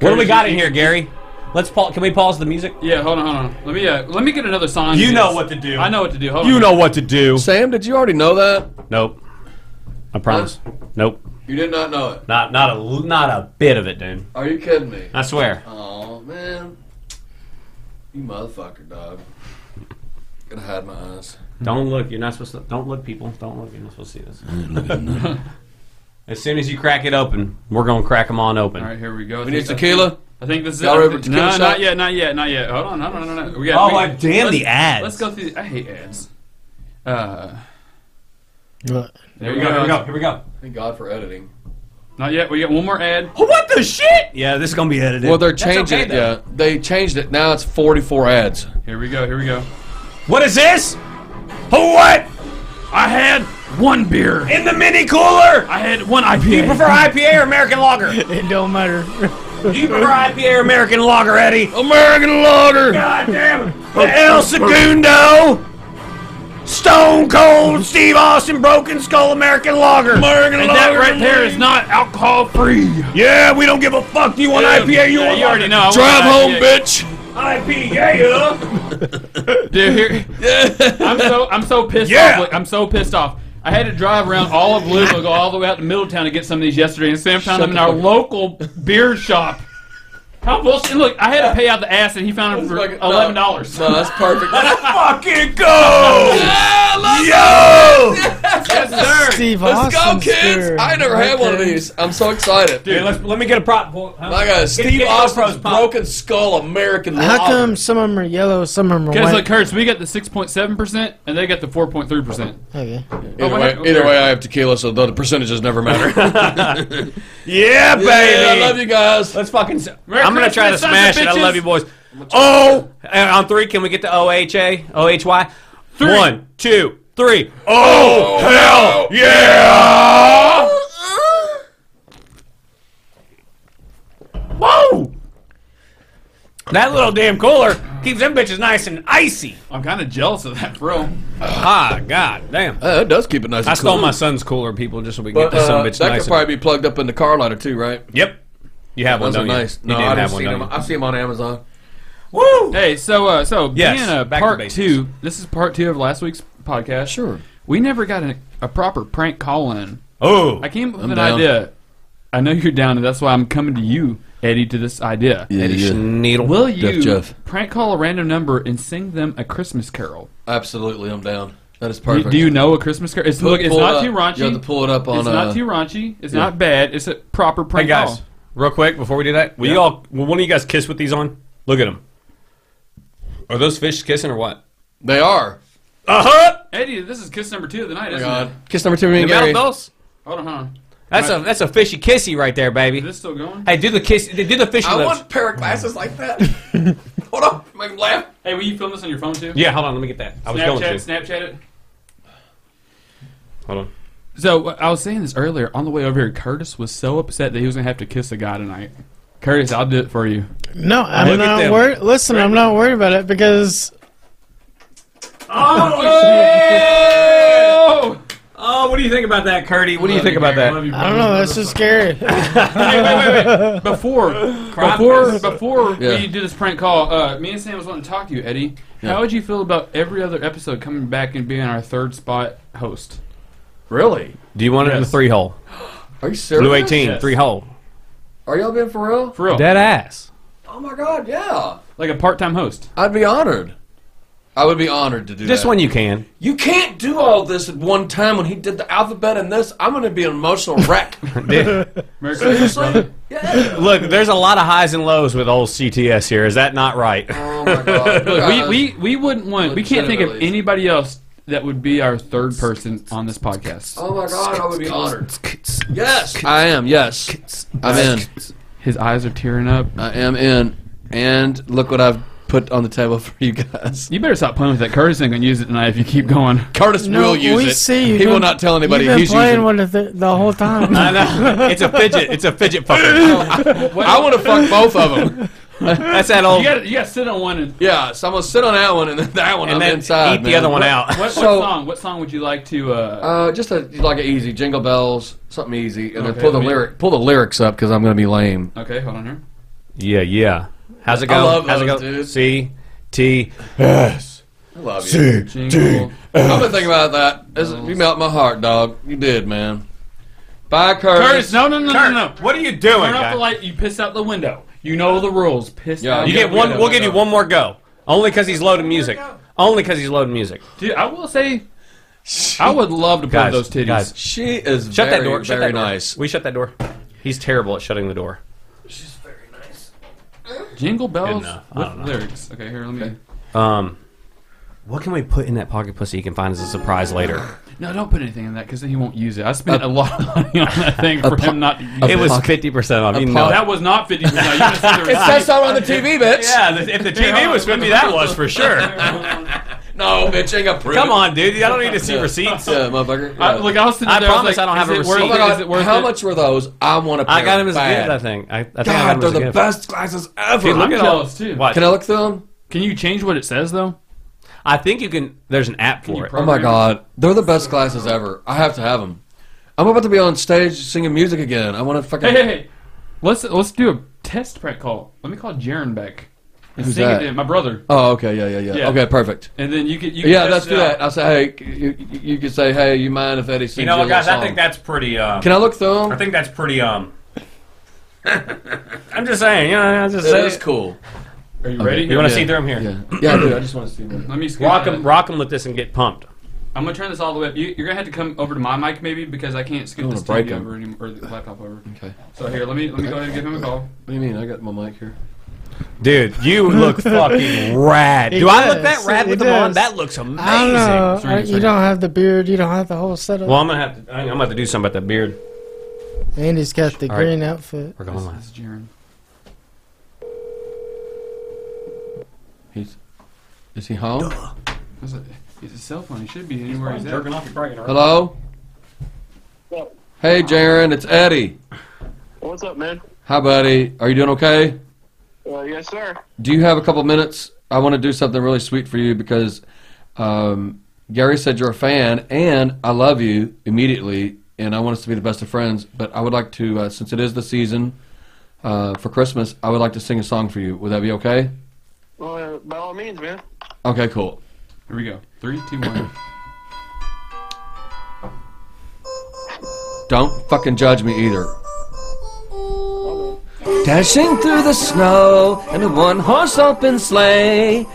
Speaker 1: What do we got in here, Gary? Let's pause. Can we pause the music?
Speaker 3: Yeah, hold on, hold on. Let me uh, let me get another sign.
Speaker 1: You
Speaker 3: to
Speaker 1: know
Speaker 3: this.
Speaker 1: what to do.
Speaker 3: I know what to do. Hold
Speaker 1: You
Speaker 3: on.
Speaker 1: know what to do.
Speaker 4: Sam, did you already know that?
Speaker 1: Nope. I promise. Nope.
Speaker 4: You did not know it.
Speaker 1: Not not a l- not a bit of it, dude.
Speaker 4: Are you kidding me?
Speaker 1: I swear.
Speaker 4: Oh man, you motherfucker, dog. Gonna hide my eyes.
Speaker 1: Don't look. You're not supposed to. Don't look, people. Don't look. You're not supposed to see this. as soon as you crack it open, we're gonna crack them on open.
Speaker 3: All right, here we go. I
Speaker 4: We
Speaker 3: think
Speaker 4: need
Speaker 3: that's-
Speaker 4: tequila.
Speaker 3: I think this is
Speaker 4: Y'all
Speaker 3: it.
Speaker 4: ready for tequila
Speaker 3: No,
Speaker 4: shot?
Speaker 3: not yet, not yet, not yet. Hold on, hold on, hold on. We got,
Speaker 1: Oh,
Speaker 3: we,
Speaker 1: I- damn,
Speaker 3: let's-
Speaker 1: the ads.
Speaker 3: Let's go through. The, I hate ads. Uh,
Speaker 6: What?
Speaker 3: there
Speaker 1: Here we go. Here we go. Here we go.
Speaker 4: Thank God for editing.
Speaker 3: Not yet. We got one more ad.
Speaker 1: What the shit? Yeah, this is gonna be edited.
Speaker 4: Well, they're
Speaker 1: That's
Speaker 4: changing
Speaker 1: okay,
Speaker 4: it.
Speaker 1: though.
Speaker 4: Yeah, they changed it. Now it's 44 ads.
Speaker 3: Here we go. Here we go.
Speaker 1: What is this? What
Speaker 3: I had one beer.
Speaker 1: in the mini cooler?
Speaker 3: I had one
Speaker 1: Do you
Speaker 3: IPA.
Speaker 1: prefer IPA or American Lager? Do
Speaker 6: It don't matter.
Speaker 1: you prefer IPA or American Lager, Eddie?
Speaker 4: American lager.
Speaker 1: God damn it! The El Segundo. Stone Cold Steve Austin Broken Skull American Lager. American
Speaker 3: and that right there is not alcohol free.
Speaker 1: Yeah, we don't give a fuck. Do you want IPA? You
Speaker 3: Yeah,
Speaker 1: want
Speaker 3: you already know. I want
Speaker 4: Drive
Speaker 3: an
Speaker 4: home,
Speaker 3: IPA.
Speaker 4: bitch.
Speaker 1: IPA?
Speaker 3: Dude, here, I'm so I'm so pissed
Speaker 1: Yeah.
Speaker 3: off. Like, I'm so pissed off. I had to drive around all of Louisville, go all the way out to Middletown to get some of these yesterday, and Sam found them in our local beer shop. How bullshit! Look, I had to pay out the ass, and he found them for
Speaker 4: Fucking- no.
Speaker 3: eleven dollars.
Speaker 4: No, that's perfect.
Speaker 1: Fucking go! Yo!
Speaker 4: yes,
Speaker 6: Steve
Speaker 4: Let's go,
Speaker 6: Austin's
Speaker 4: kids!
Speaker 6: there.
Speaker 4: I ain't never had
Speaker 6: Right
Speaker 4: one of
Speaker 6: there.
Speaker 4: these. I'm so excited.
Speaker 1: Dude, let's, let me get a prop. Boy, huh?
Speaker 4: I got a Steve
Speaker 1: get those
Speaker 4: Austin's
Speaker 1: pros pop.
Speaker 4: broken skull American lager.
Speaker 6: How come some of them are yellow, some of them are
Speaker 3: Guys,
Speaker 6: white?
Speaker 3: like Kurtz, we got the six point seven percent, and they got the four point three percent.
Speaker 6: okay.
Speaker 4: Either
Speaker 3: Oh,
Speaker 4: way,
Speaker 3: wait,
Speaker 4: either
Speaker 3: okay.
Speaker 4: way, I have tequila, so the percentages never matter.
Speaker 1: Yeah, baby!
Speaker 4: Hey, I love you guys.
Speaker 1: Let's fucking. s
Speaker 3: Merry
Speaker 1: I'm gonna try to
Speaker 3: Christmas, sons of
Speaker 1: smash it. I
Speaker 3: bitches.
Speaker 1: love you, boys. Oh, and on three, can we get the O H A O H Y? One, two, three. Oh, hell yeah! Whoa! That little damn cooler keeps them bitches nice and icy.
Speaker 3: I'm kind of jealous of that, bro.
Speaker 1: Ah, god damn.
Speaker 4: Uh, it does keep it nice.
Speaker 1: I
Speaker 4: and
Speaker 1: stole
Speaker 4: cool.
Speaker 1: my son's cooler, people, just so we can
Speaker 4: But
Speaker 1: get this
Speaker 4: uh,
Speaker 1: some bitch
Speaker 4: that
Speaker 1: nice.
Speaker 4: could
Speaker 1: and-
Speaker 4: probably be plugged up in the car liner too, right?
Speaker 1: Yep. You have one,
Speaker 4: Those are
Speaker 1: don't you?
Speaker 4: nice.
Speaker 1: You
Speaker 4: No,
Speaker 1: did
Speaker 4: I
Speaker 1: have
Speaker 4: have
Speaker 1: one,
Speaker 4: seen
Speaker 1: don't
Speaker 4: them. I see them on Amazon.
Speaker 1: you? Woo!
Speaker 3: Hey, so uh, so
Speaker 1: Yes,
Speaker 3: being a
Speaker 1: back to
Speaker 3: part
Speaker 1: basics.
Speaker 3: two, this is part two of last week's podcast.
Speaker 4: Sure.
Speaker 3: we never got a, a proper prank call in.
Speaker 1: Oh,
Speaker 3: I came up with
Speaker 4: I'm
Speaker 3: an
Speaker 4: down.
Speaker 3: idea. I know you're down, and that's why I'm coming to you, Eddie, to this idea.
Speaker 1: needle.
Speaker 3: Will you
Speaker 4: Def Jeff.
Speaker 3: prank call a random number and sing them a Christmas carol?
Speaker 4: Absolutely, I'm down. That is
Speaker 3: Do,
Speaker 4: perfect.
Speaker 3: do you know a Christmas carol? It's,
Speaker 4: Pull-
Speaker 3: look, it's
Speaker 4: pull
Speaker 3: not
Speaker 4: up.
Speaker 3: too raunchy.
Speaker 4: You have to pull it up on.
Speaker 3: it's
Speaker 4: uh,
Speaker 3: not too raunchy. It's not bad. It's a proper
Speaker 1: Hey
Speaker 3: prank
Speaker 1: guys,
Speaker 3: call.
Speaker 1: real quick before we do that, will you all? Will one of you guys kiss with these on? Look at them. Are those fish kissing or what?
Speaker 4: They are.
Speaker 1: Uh huh.
Speaker 3: Eddie, this is kiss number two of the night,
Speaker 4: Oh my
Speaker 3: isn't
Speaker 4: God.
Speaker 3: it?
Speaker 4: Kiss number two, me and Gary.
Speaker 1: That's
Speaker 3: Hold on, hold on.
Speaker 1: a that's a fishy kissy right there,
Speaker 3: Is
Speaker 1: baby.
Speaker 3: this still going?
Speaker 1: Hey, do the kiss. Do the fishy
Speaker 4: I
Speaker 1: lips.
Speaker 4: want a pair of glasses like that. Hold on, make them laugh.
Speaker 3: Hey, will you film this on your phone too?
Speaker 1: yeah, hold on. Let me get that. I was
Speaker 3: Snapchat,
Speaker 1: going to.
Speaker 3: Snapchat it.
Speaker 1: Hold on.
Speaker 3: So uh, I was saying this earlier on the way over here. Curtis was so upset that he was gonna have to kiss a guy tonight. Curtis, I'll do it for you.
Speaker 6: No,
Speaker 1: Look
Speaker 6: I'm
Speaker 1: at
Speaker 6: not
Speaker 1: them.
Speaker 6: worried. Listen, I'm not worried about it because
Speaker 1: Oh! Oh, what do you think about that, Curdy? What do you think about that?
Speaker 6: I don't know. That's just scary.
Speaker 3: Before, before, before we do this prank call, uh, me and Sam was wanting to talk to you, Eddie. How would you feel about every other episode coming back and being our third spot host?
Speaker 4: Really?
Speaker 1: Do you want it in the
Speaker 3: Yes.
Speaker 1: three hole?
Speaker 4: Are you serious?
Speaker 1: Blue eighteen,
Speaker 3: Yes.
Speaker 1: three hole.
Speaker 4: Are y'all being for real?
Speaker 3: For real,
Speaker 1: Dead ass.
Speaker 4: Oh my God, yeah.
Speaker 3: like a part-time host.
Speaker 4: I'd be honored. I would be honored to do
Speaker 1: Just
Speaker 4: that.
Speaker 1: when you can.
Speaker 4: You can't do all this at one time. When he did the alphabet and this, I'm going to be an emotional wreck.
Speaker 3: Merry Christmas, brother.
Speaker 4: yeah.
Speaker 1: Look, there's a lot of highs and lows with old CTS here. Is that not right?
Speaker 4: Oh my God.
Speaker 3: Look, we, we, we wouldn't want. We can't think of
Speaker 4: Legitimately.
Speaker 3: anybody else that would be our third person on this podcast.
Speaker 4: Oh my god, I would be honored. Yes, I am. Yes, I'm in.
Speaker 3: His eyes are tearing up.
Speaker 4: I am in. And look what I've put on the table for you guys.
Speaker 3: You better stop playing with that. Curtis ain't gonna use it tonight if you keep going.
Speaker 4: Curtis
Speaker 6: No,
Speaker 4: will use
Speaker 6: we
Speaker 4: it.
Speaker 6: see you
Speaker 4: he will
Speaker 6: don't-
Speaker 4: not tell anybody
Speaker 6: You've been
Speaker 4: he's
Speaker 6: playing
Speaker 4: using. it.
Speaker 6: with it the, the whole time.
Speaker 1: I know. It's a fidget. It's a fidget fucker.
Speaker 4: I want to fuck both of them.
Speaker 1: That's that old.
Speaker 3: You gotta, you gotta sit on one. And what,
Speaker 4: Yeah, so I'm gonna sit on that one and then that one.
Speaker 1: and
Speaker 4: I'm
Speaker 1: then
Speaker 4: inside.
Speaker 1: eat
Speaker 4: man.
Speaker 1: the other one out.
Speaker 3: what
Speaker 4: So-
Speaker 3: song? What song would you like to? Uh,
Speaker 4: Uh, just a, like an easy jingle bells, something easy, and
Speaker 3: Okay,
Speaker 4: then pull the
Speaker 3: let me-
Speaker 4: lyric, pull the lyrics up because I'm gonna be lame.
Speaker 3: okay, hold on here.
Speaker 1: Yeah, yeah. How's it
Speaker 4: I
Speaker 1: go?
Speaker 4: love
Speaker 1: How's
Speaker 4: those,
Speaker 1: it go?
Speaker 4: dude.
Speaker 1: C T.
Speaker 4: I love you.
Speaker 3: Jingle.
Speaker 4: I've been thinking about that. This is- you melt my heart, dog. You did, man. Bye, Curtis.
Speaker 3: Curtis, no, no, no, no, no.
Speaker 1: What are you doing?
Speaker 3: Turn off
Speaker 1: guy?
Speaker 3: the light. You piss out the window. You know the rules. Piss
Speaker 4: Yeah,
Speaker 3: out.
Speaker 4: you
Speaker 1: You
Speaker 3: the
Speaker 1: get one.
Speaker 3: window.
Speaker 1: We'll give you one more go. Only because he's loading music. Only because he's loading music.
Speaker 3: Dude, I will say, I would love to play
Speaker 1: Guys,
Speaker 3: with those titties.
Speaker 1: guys,
Speaker 4: She is
Speaker 1: Shut
Speaker 4: very,
Speaker 1: that door. Shut
Speaker 4: very
Speaker 1: that door.
Speaker 4: nice.
Speaker 1: We shut that door. He's terrible at shutting the door.
Speaker 3: Jingle bells
Speaker 1: enough. I don't
Speaker 3: with
Speaker 1: know.
Speaker 3: lyrics. Okay, here, let me.
Speaker 1: Um, what can we put in that pocket pussy you can find as a surprise later?
Speaker 3: No, don't put anything in that because then he won't use it. I spent a, lot of money on that thing for him not. To use
Speaker 1: It
Speaker 3: it.
Speaker 1: was fifty percent off. You know
Speaker 3: No,
Speaker 1: that.
Speaker 3: that was not fifty percent. You just said the
Speaker 4: It says so on the TV, bitch.
Speaker 1: Yeah, the- if the TV was fifty, that was for sure.
Speaker 4: No, bitch, ain't got proof.
Speaker 1: Come on, dude. I don't need to see receipts. Uh,
Speaker 4: Yeah, motherfucker.
Speaker 3: I,
Speaker 4: Yeah.
Speaker 3: look, I was sitting
Speaker 1: I
Speaker 3: there, was
Speaker 1: promise
Speaker 3: like,
Speaker 1: I don't have
Speaker 3: is
Speaker 1: a
Speaker 3: it worth
Speaker 1: receipt.
Speaker 4: Oh my
Speaker 3: it?
Speaker 4: God,
Speaker 3: Is it worth
Speaker 4: how
Speaker 3: it?
Speaker 4: much were those? I want to.
Speaker 1: I got him as a gift. I
Speaker 4: bad.
Speaker 1: think. I, I think I got him
Speaker 4: God,
Speaker 1: as
Speaker 4: they're
Speaker 1: a
Speaker 4: the
Speaker 1: gift.
Speaker 4: best glasses ever.
Speaker 1: Dude, look
Speaker 3: I'm
Speaker 1: at all.
Speaker 3: jealous too.
Speaker 1: Watch.
Speaker 4: Can I look through them?
Speaker 3: Can you change what it says though?
Speaker 1: I think you can. There's an app for it.
Speaker 4: Oh my God, they're the best glasses ever. I have to have them. I'm about to be on stage singing music again. I want to fucking.
Speaker 3: Hey, hey, hey. Let's let's do a test prank call. Let me call Jaron back. And
Speaker 4: Who's
Speaker 3: sing it
Speaker 4: that?
Speaker 3: to him, my brother.
Speaker 4: Oh, okay, yeah, yeah, yeah,
Speaker 3: Yeah.
Speaker 4: Okay, perfect.
Speaker 3: And then you can you can
Speaker 4: Yeah,
Speaker 3: test
Speaker 4: let's
Speaker 3: it
Speaker 4: do
Speaker 3: out.
Speaker 4: that. I say, hey, c- you, you- you can say, hey, you mind if Eddie sings
Speaker 1: uh, You know what,
Speaker 4: your
Speaker 1: guys?
Speaker 4: little
Speaker 1: I think
Speaker 4: song?
Speaker 1: that's pretty. Uh,
Speaker 4: Can I look through
Speaker 1: I
Speaker 4: them?
Speaker 1: think that's pretty. Um, I'm just saying. You know, I just
Speaker 4: That
Speaker 1: say.
Speaker 4: is cool.
Speaker 3: Are you ready?
Speaker 1: You want to
Speaker 4: Yeah.
Speaker 1: see through him here?
Speaker 4: Yeah, yeah, dude. I just want to see them.
Speaker 3: Let me scoot
Speaker 1: Rock
Speaker 3: that.
Speaker 1: him, rock him with this and get pumped.
Speaker 3: I'm gonna turn this all the way up. You, you're gonna have to come over to my mic maybe because I can't scoot
Speaker 4: I'm
Speaker 3: this
Speaker 4: gonna break
Speaker 3: TV
Speaker 4: him.
Speaker 3: over anymore, or the laptop over.
Speaker 4: Okay.
Speaker 3: So here, let me let me go ahead and give him a call.
Speaker 4: What do you mean? I got my mic here.
Speaker 1: Dude, you look fucking rad. Do I look that
Speaker 6: does.
Speaker 1: rad with
Speaker 6: He
Speaker 1: them on?
Speaker 6: does.
Speaker 1: That looks amazing.
Speaker 6: I don't know.
Speaker 3: Sorry,
Speaker 6: I-
Speaker 3: sorry.
Speaker 6: you don't have the beard. You don't have the whole setup.
Speaker 1: Well, I'm gonna have to. I'm gonna have to do something about that beard.
Speaker 6: Andy's got the
Speaker 1: All right.
Speaker 6: green outfit.
Speaker 1: We're going
Speaker 3: This
Speaker 1: last.
Speaker 3: is Jaron.
Speaker 4: He's. Is he home?
Speaker 3: That's a- It's his cell phone. He should be anywhere he's at.
Speaker 5: off, you're probably gonna-
Speaker 4: Hello. Hey, Jaron, it's Eddie.
Speaker 9: What's up, man?
Speaker 4: Hi, buddy. Are you doing okay?
Speaker 9: Uh, yes, sir.
Speaker 4: Do you have a couple minutes? I want to do something really sweet for you because um, Gary said you're a fan, and I love you immediately, and I want us to be the best of friends. But I would like to, uh, since it is the season uh, for Christmas, I would like to sing a song for you. Would that be okay?
Speaker 9: Well, uh, by all means, man.
Speaker 4: Okay, cool.
Speaker 3: Here we go. Three, two, one.
Speaker 4: Don't fucking judge me either. Dashing through the snow in a one horse open sleigh.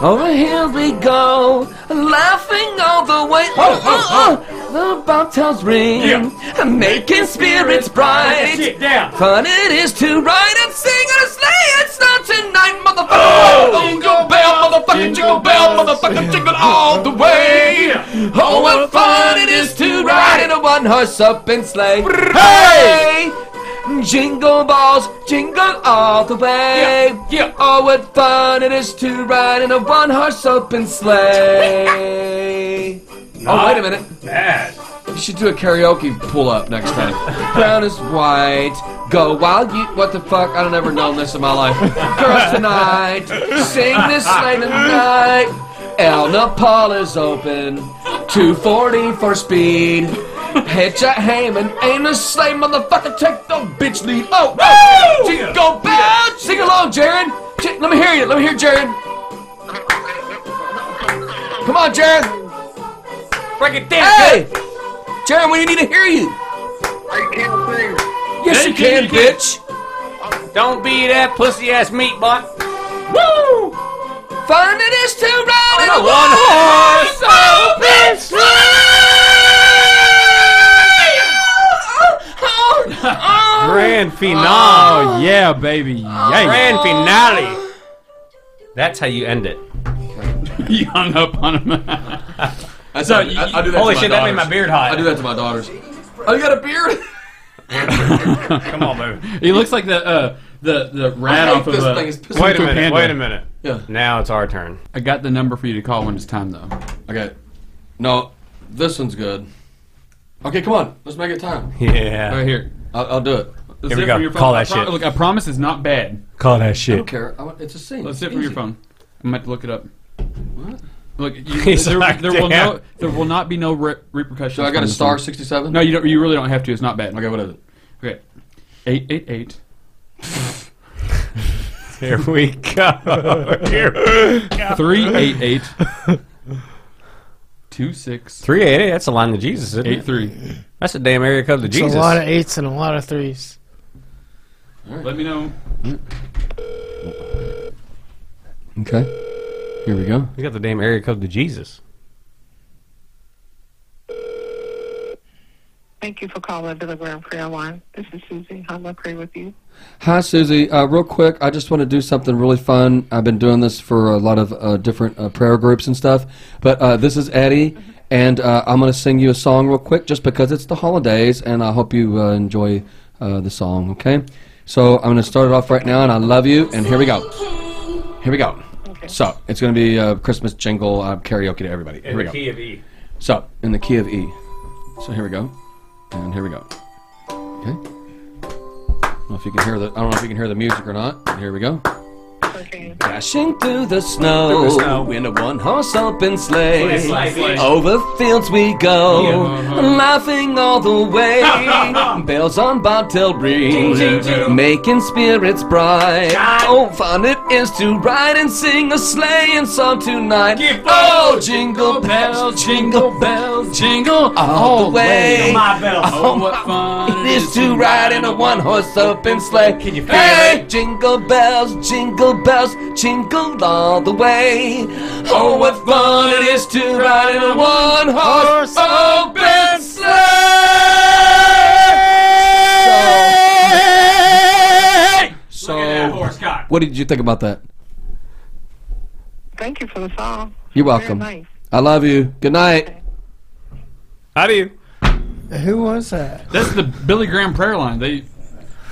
Speaker 4: Over here we go, laughing all the way. Oh, oh, oh. The bobtails ring, making spirits bright. Fun it is to ride and sing and sleigh. It's not tonight, motherfucker. jingle bell, motherfucking jingle bell, motherfucking jingle all the way. Oh, what fun it is to ride in a one-horse open sleigh. Hey! Jingle balls, jingle all the way. Yeah, Oh, what fun it is to ride in a one-horse open sleigh. oh, wait a minute. You should do a karaoke pull up next time. Brown is white. Go wild, you. What the fuck? I don't ever known this in my life. Girls tonight. Sing this late at night. El Nepal is open. 240 for speed. Hitch a ham and aim a sleigh, motherfucker. Take the bitch lead. Oh, oh. Jingle bell. Sing along, Jared. J- Let me hear you. Let me hear Jared. Come on, Jared.
Speaker 1: Break it down.
Speaker 4: Hey! Jared, we need to hear you.
Speaker 9: I can't sing.
Speaker 4: Yes, you can, bitch.
Speaker 1: Don't be that pussy ass meat butt.
Speaker 4: Fun it is to ride in
Speaker 1: a
Speaker 4: a one horse Oh, open sleigh.
Speaker 1: Grand finale.
Speaker 3: Oh yeah, baby. Yeah.
Speaker 1: Grand finale. That's how you end it.
Speaker 3: He hung up on him.
Speaker 4: I,
Speaker 1: So,
Speaker 4: I, I, I do that to my
Speaker 1: holy shit, that made
Speaker 4: daughters.
Speaker 1: my beard hot.
Speaker 4: I do that to my daughters. Oh, you got a beard?
Speaker 1: Come on, man.
Speaker 3: He looks like the uh, the the rat
Speaker 4: I hate
Speaker 3: off of
Speaker 4: this
Speaker 3: uh,
Speaker 4: thing. It's pissing
Speaker 3: Kung
Speaker 1: Wait a
Speaker 3: Fu
Speaker 1: minute.
Speaker 3: Panda.
Speaker 1: Wait a minute.
Speaker 4: Yeah.
Speaker 1: Now it's our turn.
Speaker 3: I got the number for you to call when it's time though.
Speaker 4: Okay. No, this one's good. Okay, come on. Let's make it time.
Speaker 1: Yeah.
Speaker 3: Right here.
Speaker 4: I'll, I'll do it.
Speaker 3: Let's
Speaker 1: Here we
Speaker 3: sit
Speaker 1: go.
Speaker 3: from your phone.
Speaker 1: Call
Speaker 3: I
Speaker 1: that
Speaker 3: pro-
Speaker 1: shit.
Speaker 3: Look, I promise it's not bad.
Speaker 1: Call that
Speaker 4: I don't
Speaker 1: shit.
Speaker 4: care. I want, it's a scene.
Speaker 3: Let's sit
Speaker 4: It's
Speaker 3: from your
Speaker 4: easy.
Speaker 3: phone. I'm about to look it up.
Speaker 4: What?
Speaker 3: Look, you,
Speaker 1: He's
Speaker 3: there,
Speaker 1: like,
Speaker 3: there will
Speaker 1: "Damn."
Speaker 3: no, there will not be no re- repercussions.
Speaker 4: Do I got
Speaker 3: from
Speaker 4: a
Speaker 3: this
Speaker 4: star
Speaker 3: one.
Speaker 4: 67?
Speaker 3: No, you don't. You really don't have to. It's not bad.
Speaker 4: Okay, what is it?
Speaker 3: Okay. Eight eight eight.
Speaker 1: Here we go. Here.
Speaker 3: Three eight eight. Two six
Speaker 1: 388, that's a line to Jesus, isn't
Speaker 3: eight
Speaker 1: it?
Speaker 3: three.
Speaker 1: That's a damn area code to
Speaker 6: It's
Speaker 1: Jesus.
Speaker 6: a lot of eights and a lot of threes.
Speaker 3: Let me know.
Speaker 4: Okay. Here we go.
Speaker 1: you got the damn area code to Jesus.
Speaker 10: Thank you for calling Billy Graham Prayer Line. This is Susie. How may I pray with you?
Speaker 4: Hi, Susie. Uh, real quick, I just want to do something really fun. I've been doing this for a lot of uh, different uh, prayer groups and stuff. But uh, this is Eddie, and uh, I'm going to sing you a song real quick just because it's the holidays, and I hope you uh, enjoy uh, the song, okay? So I'm going to start it off right now, and I love you, and here we go. Here we go. So it's going to be uh, Christmas jingle uh, karaoke to everybody. Here we go.
Speaker 1: of E.
Speaker 4: So, in the key of E. So here we go. And here we go. Okay. I don't know if you can hear the I don't know if you can hear the music or not. Here we go.
Speaker 10: Okay.
Speaker 4: Dashing through the snow,
Speaker 1: Through the snow.
Speaker 4: in a one horse open sleigh.
Speaker 1: Sleigh, sleigh.
Speaker 4: Over fields we go,
Speaker 3: Yeah.
Speaker 4: laughing all the way. Bells on bobtail ring, making spirits bright. Oh, fun it is to ride and sing a sleighing song tonight. Oh, jingle bells, jingle bells, jingle all the way.
Speaker 3: Oh, what fun
Speaker 4: It is to ride in a one horse open sleigh. Can you feel hey, Jingle bells, jingle bells, jingle all the way. Oh, what fun it is to ride in a one horse open sleigh. So,
Speaker 5: Poor Scott.
Speaker 4: what did you think about that?
Speaker 10: Thank you for the song.
Speaker 4: You're
Speaker 10: Very
Speaker 4: welcome.
Speaker 10: nice.
Speaker 4: I love you. Good night.
Speaker 1: How do you?
Speaker 6: Who was that?
Speaker 3: That's the Billy Graham prayer line. They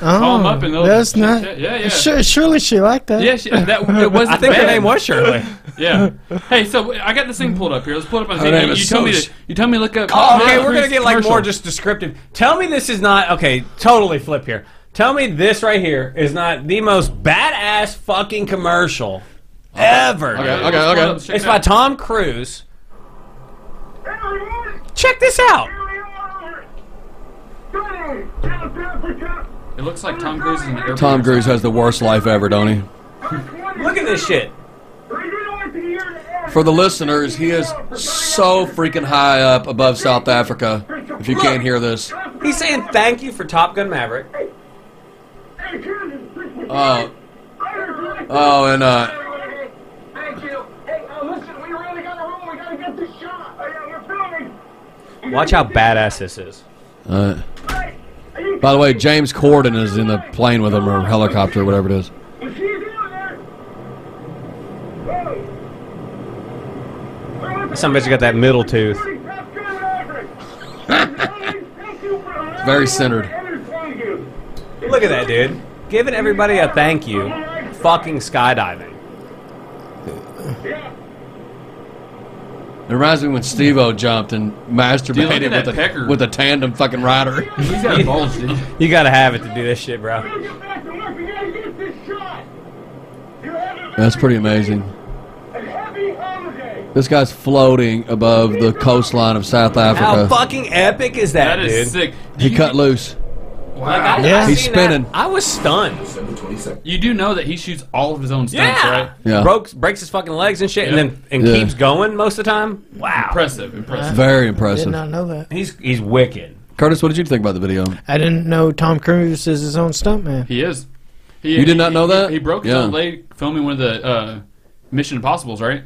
Speaker 6: Oh,
Speaker 3: call him up and they'll.
Speaker 6: that's not.
Speaker 3: Yeah, yeah.
Speaker 6: Sure, surely she liked that.
Speaker 3: Yeah, she, that it wasn't
Speaker 1: I think
Speaker 3: bad.
Speaker 1: her name was Shirley.
Speaker 3: Yeah. Hey, so I got this thing pulled up here. Let's pull it up on the
Speaker 4: Her
Speaker 3: thing.
Speaker 4: name
Speaker 3: You,
Speaker 4: is
Speaker 3: you tell me
Speaker 4: Soch.
Speaker 3: to. You tell me to look up.
Speaker 1: Oh, okay,
Speaker 3: Tom
Speaker 1: we're gonna
Speaker 3: Cruise
Speaker 1: get like
Speaker 3: commercial.
Speaker 1: more just descriptive. Tell me this is not okay. Totally flip here. Tell me this right here is not the most badass fucking commercial ever.
Speaker 4: Okay,
Speaker 3: Let's pull it up.
Speaker 4: okay.
Speaker 3: Check
Speaker 1: It's
Speaker 3: it
Speaker 1: by
Speaker 3: out.
Speaker 1: Tom Cruise. Check this out.
Speaker 3: It looks like Tom Cruise is in the airport.
Speaker 4: Tom Cruise has the worst life ever, don't he?
Speaker 1: Look at this shit.
Speaker 4: For the listeners, he is so freaking high up above South Africa. If you can't hear this,
Speaker 1: He's saying thank you for Top Gun Maverick. Uh,
Speaker 4: oh, oh, and uh,
Speaker 5: Thank you. Hey, uh, listen, we really got a room. We got to get this shot. Oh, yeah, we're filming.
Speaker 1: Watch how badass this is.
Speaker 4: uh, by the way, James Corden is in the plane with him or helicopter or whatever it is.
Speaker 5: She's down there.
Speaker 1: Some bitch got that middle tooth.
Speaker 4: Very centered.
Speaker 1: Look at that dude. Giving everybody a thank you. Fucking skydiving.
Speaker 4: It reminds me when Steve-O jumped and
Speaker 3: Dude, look
Speaker 4: masturbated
Speaker 3: at that
Speaker 4: with a
Speaker 3: pecker.
Speaker 4: with a tandem fucking rider.
Speaker 3: He's got a bulge, dude.
Speaker 1: You gotta have it to do this shit, bro.
Speaker 4: That's pretty amazing. This guy's floating above the coastline of South
Speaker 1: How
Speaker 4: Africa.
Speaker 1: fucking epic is that,
Speaker 3: That is sick.
Speaker 1: dude?
Speaker 4: He
Speaker 3: you,
Speaker 4: cut loose.
Speaker 1: Like, I,
Speaker 6: Yeah.
Speaker 1: I
Speaker 6: He's
Speaker 1: seen that.
Speaker 4: spinning.
Speaker 1: I was stunned.
Speaker 3: you do know that he shoots all of his own stunts, right?
Speaker 4: Yeah.
Speaker 1: Broke, breaks his fucking legs and shit,
Speaker 3: Yeah.
Speaker 1: and then and
Speaker 4: Yeah.
Speaker 1: keeps going most of the time. Wow.
Speaker 3: Impressive, impressive.
Speaker 4: Very
Speaker 6: Did
Speaker 4: impressive.
Speaker 6: not know that.
Speaker 1: He's he's wicked.
Speaker 4: Curtis, what did you think about the video?
Speaker 6: I didn't know Tom Cruise is his own stuntman.
Speaker 3: He is. He,
Speaker 4: You did not
Speaker 3: he-
Speaker 4: know that?
Speaker 3: He, broke his
Speaker 4: Yeah.
Speaker 3: own leg filming one of the uh, Mission Impossible's, right?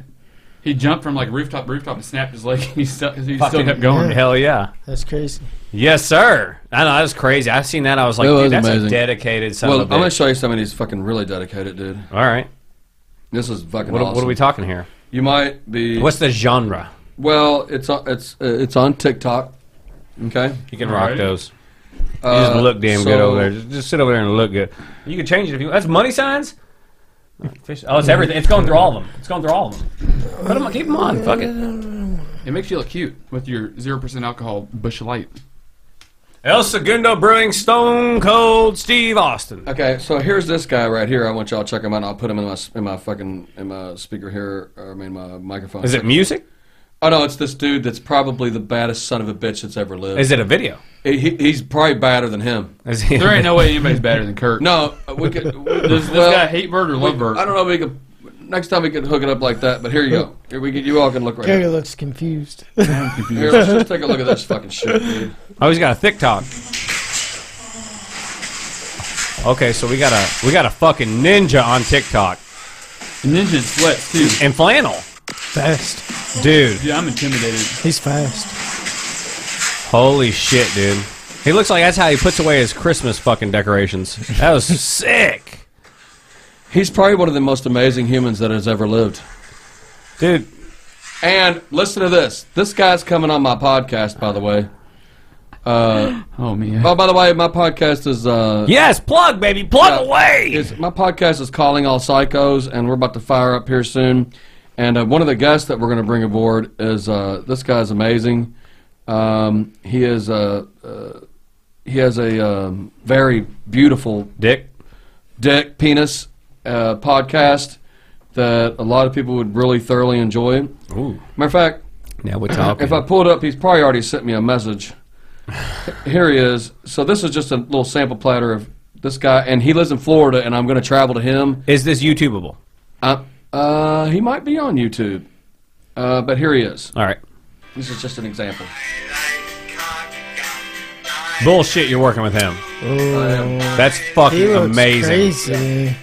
Speaker 3: He jumped from like rooftop to rooftop and snapped his leg, and he, stuck, he still
Speaker 1: Fucking-
Speaker 3: kept going.
Speaker 1: Hell yeah.
Speaker 6: That's crazy.
Speaker 1: Yes, sir. I know that was crazy. I seen that. I was like,
Speaker 4: That
Speaker 1: dude,
Speaker 4: was
Speaker 1: that's a
Speaker 4: amazing.
Speaker 1: dedicated son
Speaker 4: Well,
Speaker 1: of
Speaker 4: I'm
Speaker 1: a
Speaker 4: gonna
Speaker 1: bitch.
Speaker 4: show you something he's fucking really dedicated, dude.
Speaker 1: All right.
Speaker 4: This is fucking
Speaker 1: What,
Speaker 4: awesome.
Speaker 1: what are we talking here?
Speaker 4: You might be
Speaker 1: What's the genre?
Speaker 4: Well, it's on- it's uh, it's on TikTok. Okay,
Speaker 1: You can rock those. You
Speaker 4: Uh,
Speaker 1: just look damn
Speaker 4: so-
Speaker 1: good over there. Just, just sit over there and look good. You can change it if you. That's money signs. Fish- Oh, it's everything. It's going through all of them. It's going through all of them. Put 'em- keep them on. Fuck it.
Speaker 3: It makes you look cute with your zero percent alcohol Bush Light.
Speaker 1: El Segundo Brewing Stone Cold Steve Austin.
Speaker 4: Okay, so here's this guy right here. I want y'all to check him out. and I'll put him in my in my fucking in my speaker here. Or I mean, my microphone.
Speaker 1: Is it music?
Speaker 4: Oh no, it's this dude that's probably the baddest son of a bitch that's ever lived.
Speaker 1: Is it a video?
Speaker 4: He, he- he's probably badder than him.
Speaker 1: he- There ain't no way anybody's
Speaker 3: badder than Kurt.
Speaker 4: No, uh, we could.
Speaker 3: Does this guy hate Bird or love Bird?
Speaker 4: I don't know. if We could. Next time we could hook it up like that. But here you go. Here we can. You all can look right.
Speaker 6: Gary
Speaker 4: here.
Speaker 6: looks confused.
Speaker 4: Here, let's just take a look at this fucking shit, dude.
Speaker 1: Oh, he's got a thick talk. Okay, so we got a we got a fucking ninja on TikTok.
Speaker 3: Ninja in sweats too.
Speaker 1: And flannel.
Speaker 6: Fast.
Speaker 1: Dude.
Speaker 3: Dude, I'm intimidated.
Speaker 6: He's fast.
Speaker 1: Holy shit, dude. He looks like that's how he puts away his Christmas fucking decorations. That was sick.
Speaker 4: He's probably one of the most amazing humans that has ever lived.
Speaker 1: Dude.
Speaker 4: And listen to this. This guy's coming on my podcast, by the way. Uh,
Speaker 3: oh, man.
Speaker 4: Oh, by the way, my podcast is. Uh,
Speaker 1: Yes, plug, baby. Plug away.
Speaker 4: It's, my podcast is Calling All Psychos, and we're about to fire up here soon. And uh, one of the guests that we're going to bring aboard is uh, this guy's amazing. Um, he is a. Uh, he has a um, very beautiful
Speaker 1: dick,
Speaker 4: dick penis uh, podcast that a lot of people would really thoroughly enjoy.
Speaker 1: Ooh.
Speaker 4: Matter of fact,
Speaker 1: Now we're talking.
Speaker 4: If I pulled up, he's probably already sent me a message. Here he is. So this is just a little sample platter of this guy, and he lives in Florida, and I'm going to travel to him.
Speaker 1: Is this YouTubeable?
Speaker 4: Uh, uh, he might be on YouTube, uh, but here he is.
Speaker 1: All right.
Speaker 4: This is just an example.
Speaker 1: Bullshit, you're working with him. That's fucking
Speaker 6: He looks
Speaker 1: amazing.
Speaker 6: Crazy.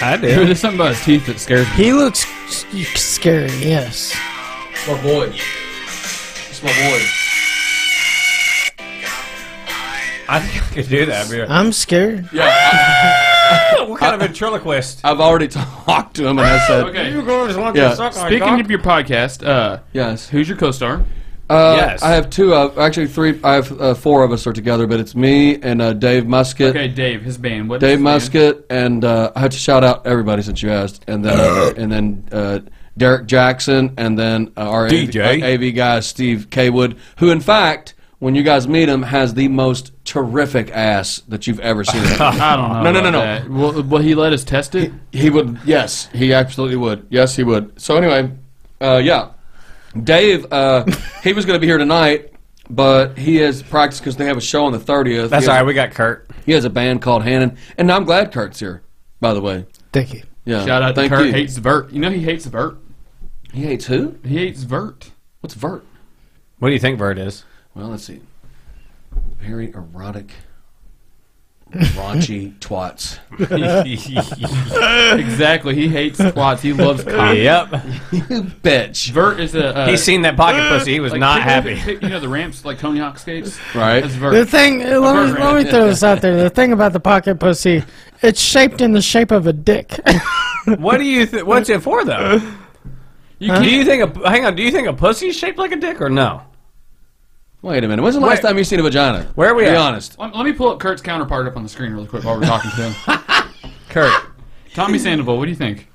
Speaker 1: I do.
Speaker 3: Dude, there's something about his teeth that scares me.
Speaker 6: He looks s- scary. Yes.
Speaker 4: It's my boy. It's my boy.
Speaker 1: I think I could do that.
Speaker 6: I'm scared.
Speaker 1: Yeah. what kind of ventriloquist?
Speaker 4: I've already talked to him, and I said,
Speaker 3: Okay.
Speaker 1: You girls want
Speaker 4: Yeah.
Speaker 3: Speaking of your podcast, uh,
Speaker 4: yes.
Speaker 3: who's your co-star?
Speaker 4: Uh,
Speaker 3: Yes.
Speaker 4: I have two. Uh, actually, three. I have uh, four of us are together, but it's me and uh, Dave Musket.
Speaker 3: Okay, Dave, his band. What
Speaker 4: Dave
Speaker 3: is his band?
Speaker 4: Musket and uh, I have to shout out everybody since you asked, and then and then uh, Derek Jackson, and then uh, our
Speaker 1: DJ.
Speaker 4: AV, uh, AV guy Steve Kaywood, who in fact, when you guys meet him, has the most terrific ass that you've ever seen.
Speaker 3: I don't
Speaker 4: No,
Speaker 3: know.
Speaker 4: no, no,
Speaker 3: about
Speaker 4: no.
Speaker 3: that. Uh, Will, will he let us test it?
Speaker 4: He would. Yes, he absolutely would. Yes, he would. So anyway, uh, yeah, Dave. Uh, he was going to be here tonight, but he has practiced because they have a show on the thirtieth.
Speaker 1: That's all right. We got Kurt.
Speaker 4: He has a band called Hannon, and I'm glad Kurt's here. By the way,
Speaker 6: Thank you.
Speaker 4: yeah.
Speaker 3: Shout out
Speaker 4: uh, Thank
Speaker 3: to Kurt.
Speaker 4: you.
Speaker 3: Hates Vert. You know he hates Vert.
Speaker 4: He hates who?
Speaker 3: He hates Vert.
Speaker 4: What's Vert?
Speaker 1: What do you think Vert is?
Speaker 4: Well, let's see. Very erotic, raunchy twats.
Speaker 3: exactly. He hates twats. He loves cock.
Speaker 1: yep.
Speaker 4: Bitch.
Speaker 3: Vert is a. Uh,
Speaker 1: He's seen that pocket pussy. He was
Speaker 3: like,
Speaker 1: not
Speaker 3: pick-
Speaker 1: happy.
Speaker 3: pick- you know the ramps like Tony Hawk skates.
Speaker 4: Right.
Speaker 3: That's Vert.
Speaker 6: The thing, let
Speaker 3: Vert
Speaker 6: me,
Speaker 3: ramp.
Speaker 6: let me throw this out there. The thing about the pocket pussy, it's shaped in the shape of a dick.
Speaker 1: What do you? Th- what's it for though?
Speaker 3: You
Speaker 1: Do
Speaker 3: can't.
Speaker 1: you think a hang on? Do you think a pussy is shaped like a dick or no?
Speaker 4: Wait a minute. When's the last
Speaker 1: Wait.
Speaker 4: time you seen a vagina?
Speaker 1: Where are we
Speaker 4: Be
Speaker 1: at?
Speaker 4: honest.
Speaker 3: Let, let me pull up Kurt's counterpart up on the screen really quick while we're talking to him.
Speaker 1: Kurt.
Speaker 3: Tommy Sandoval, what do you think?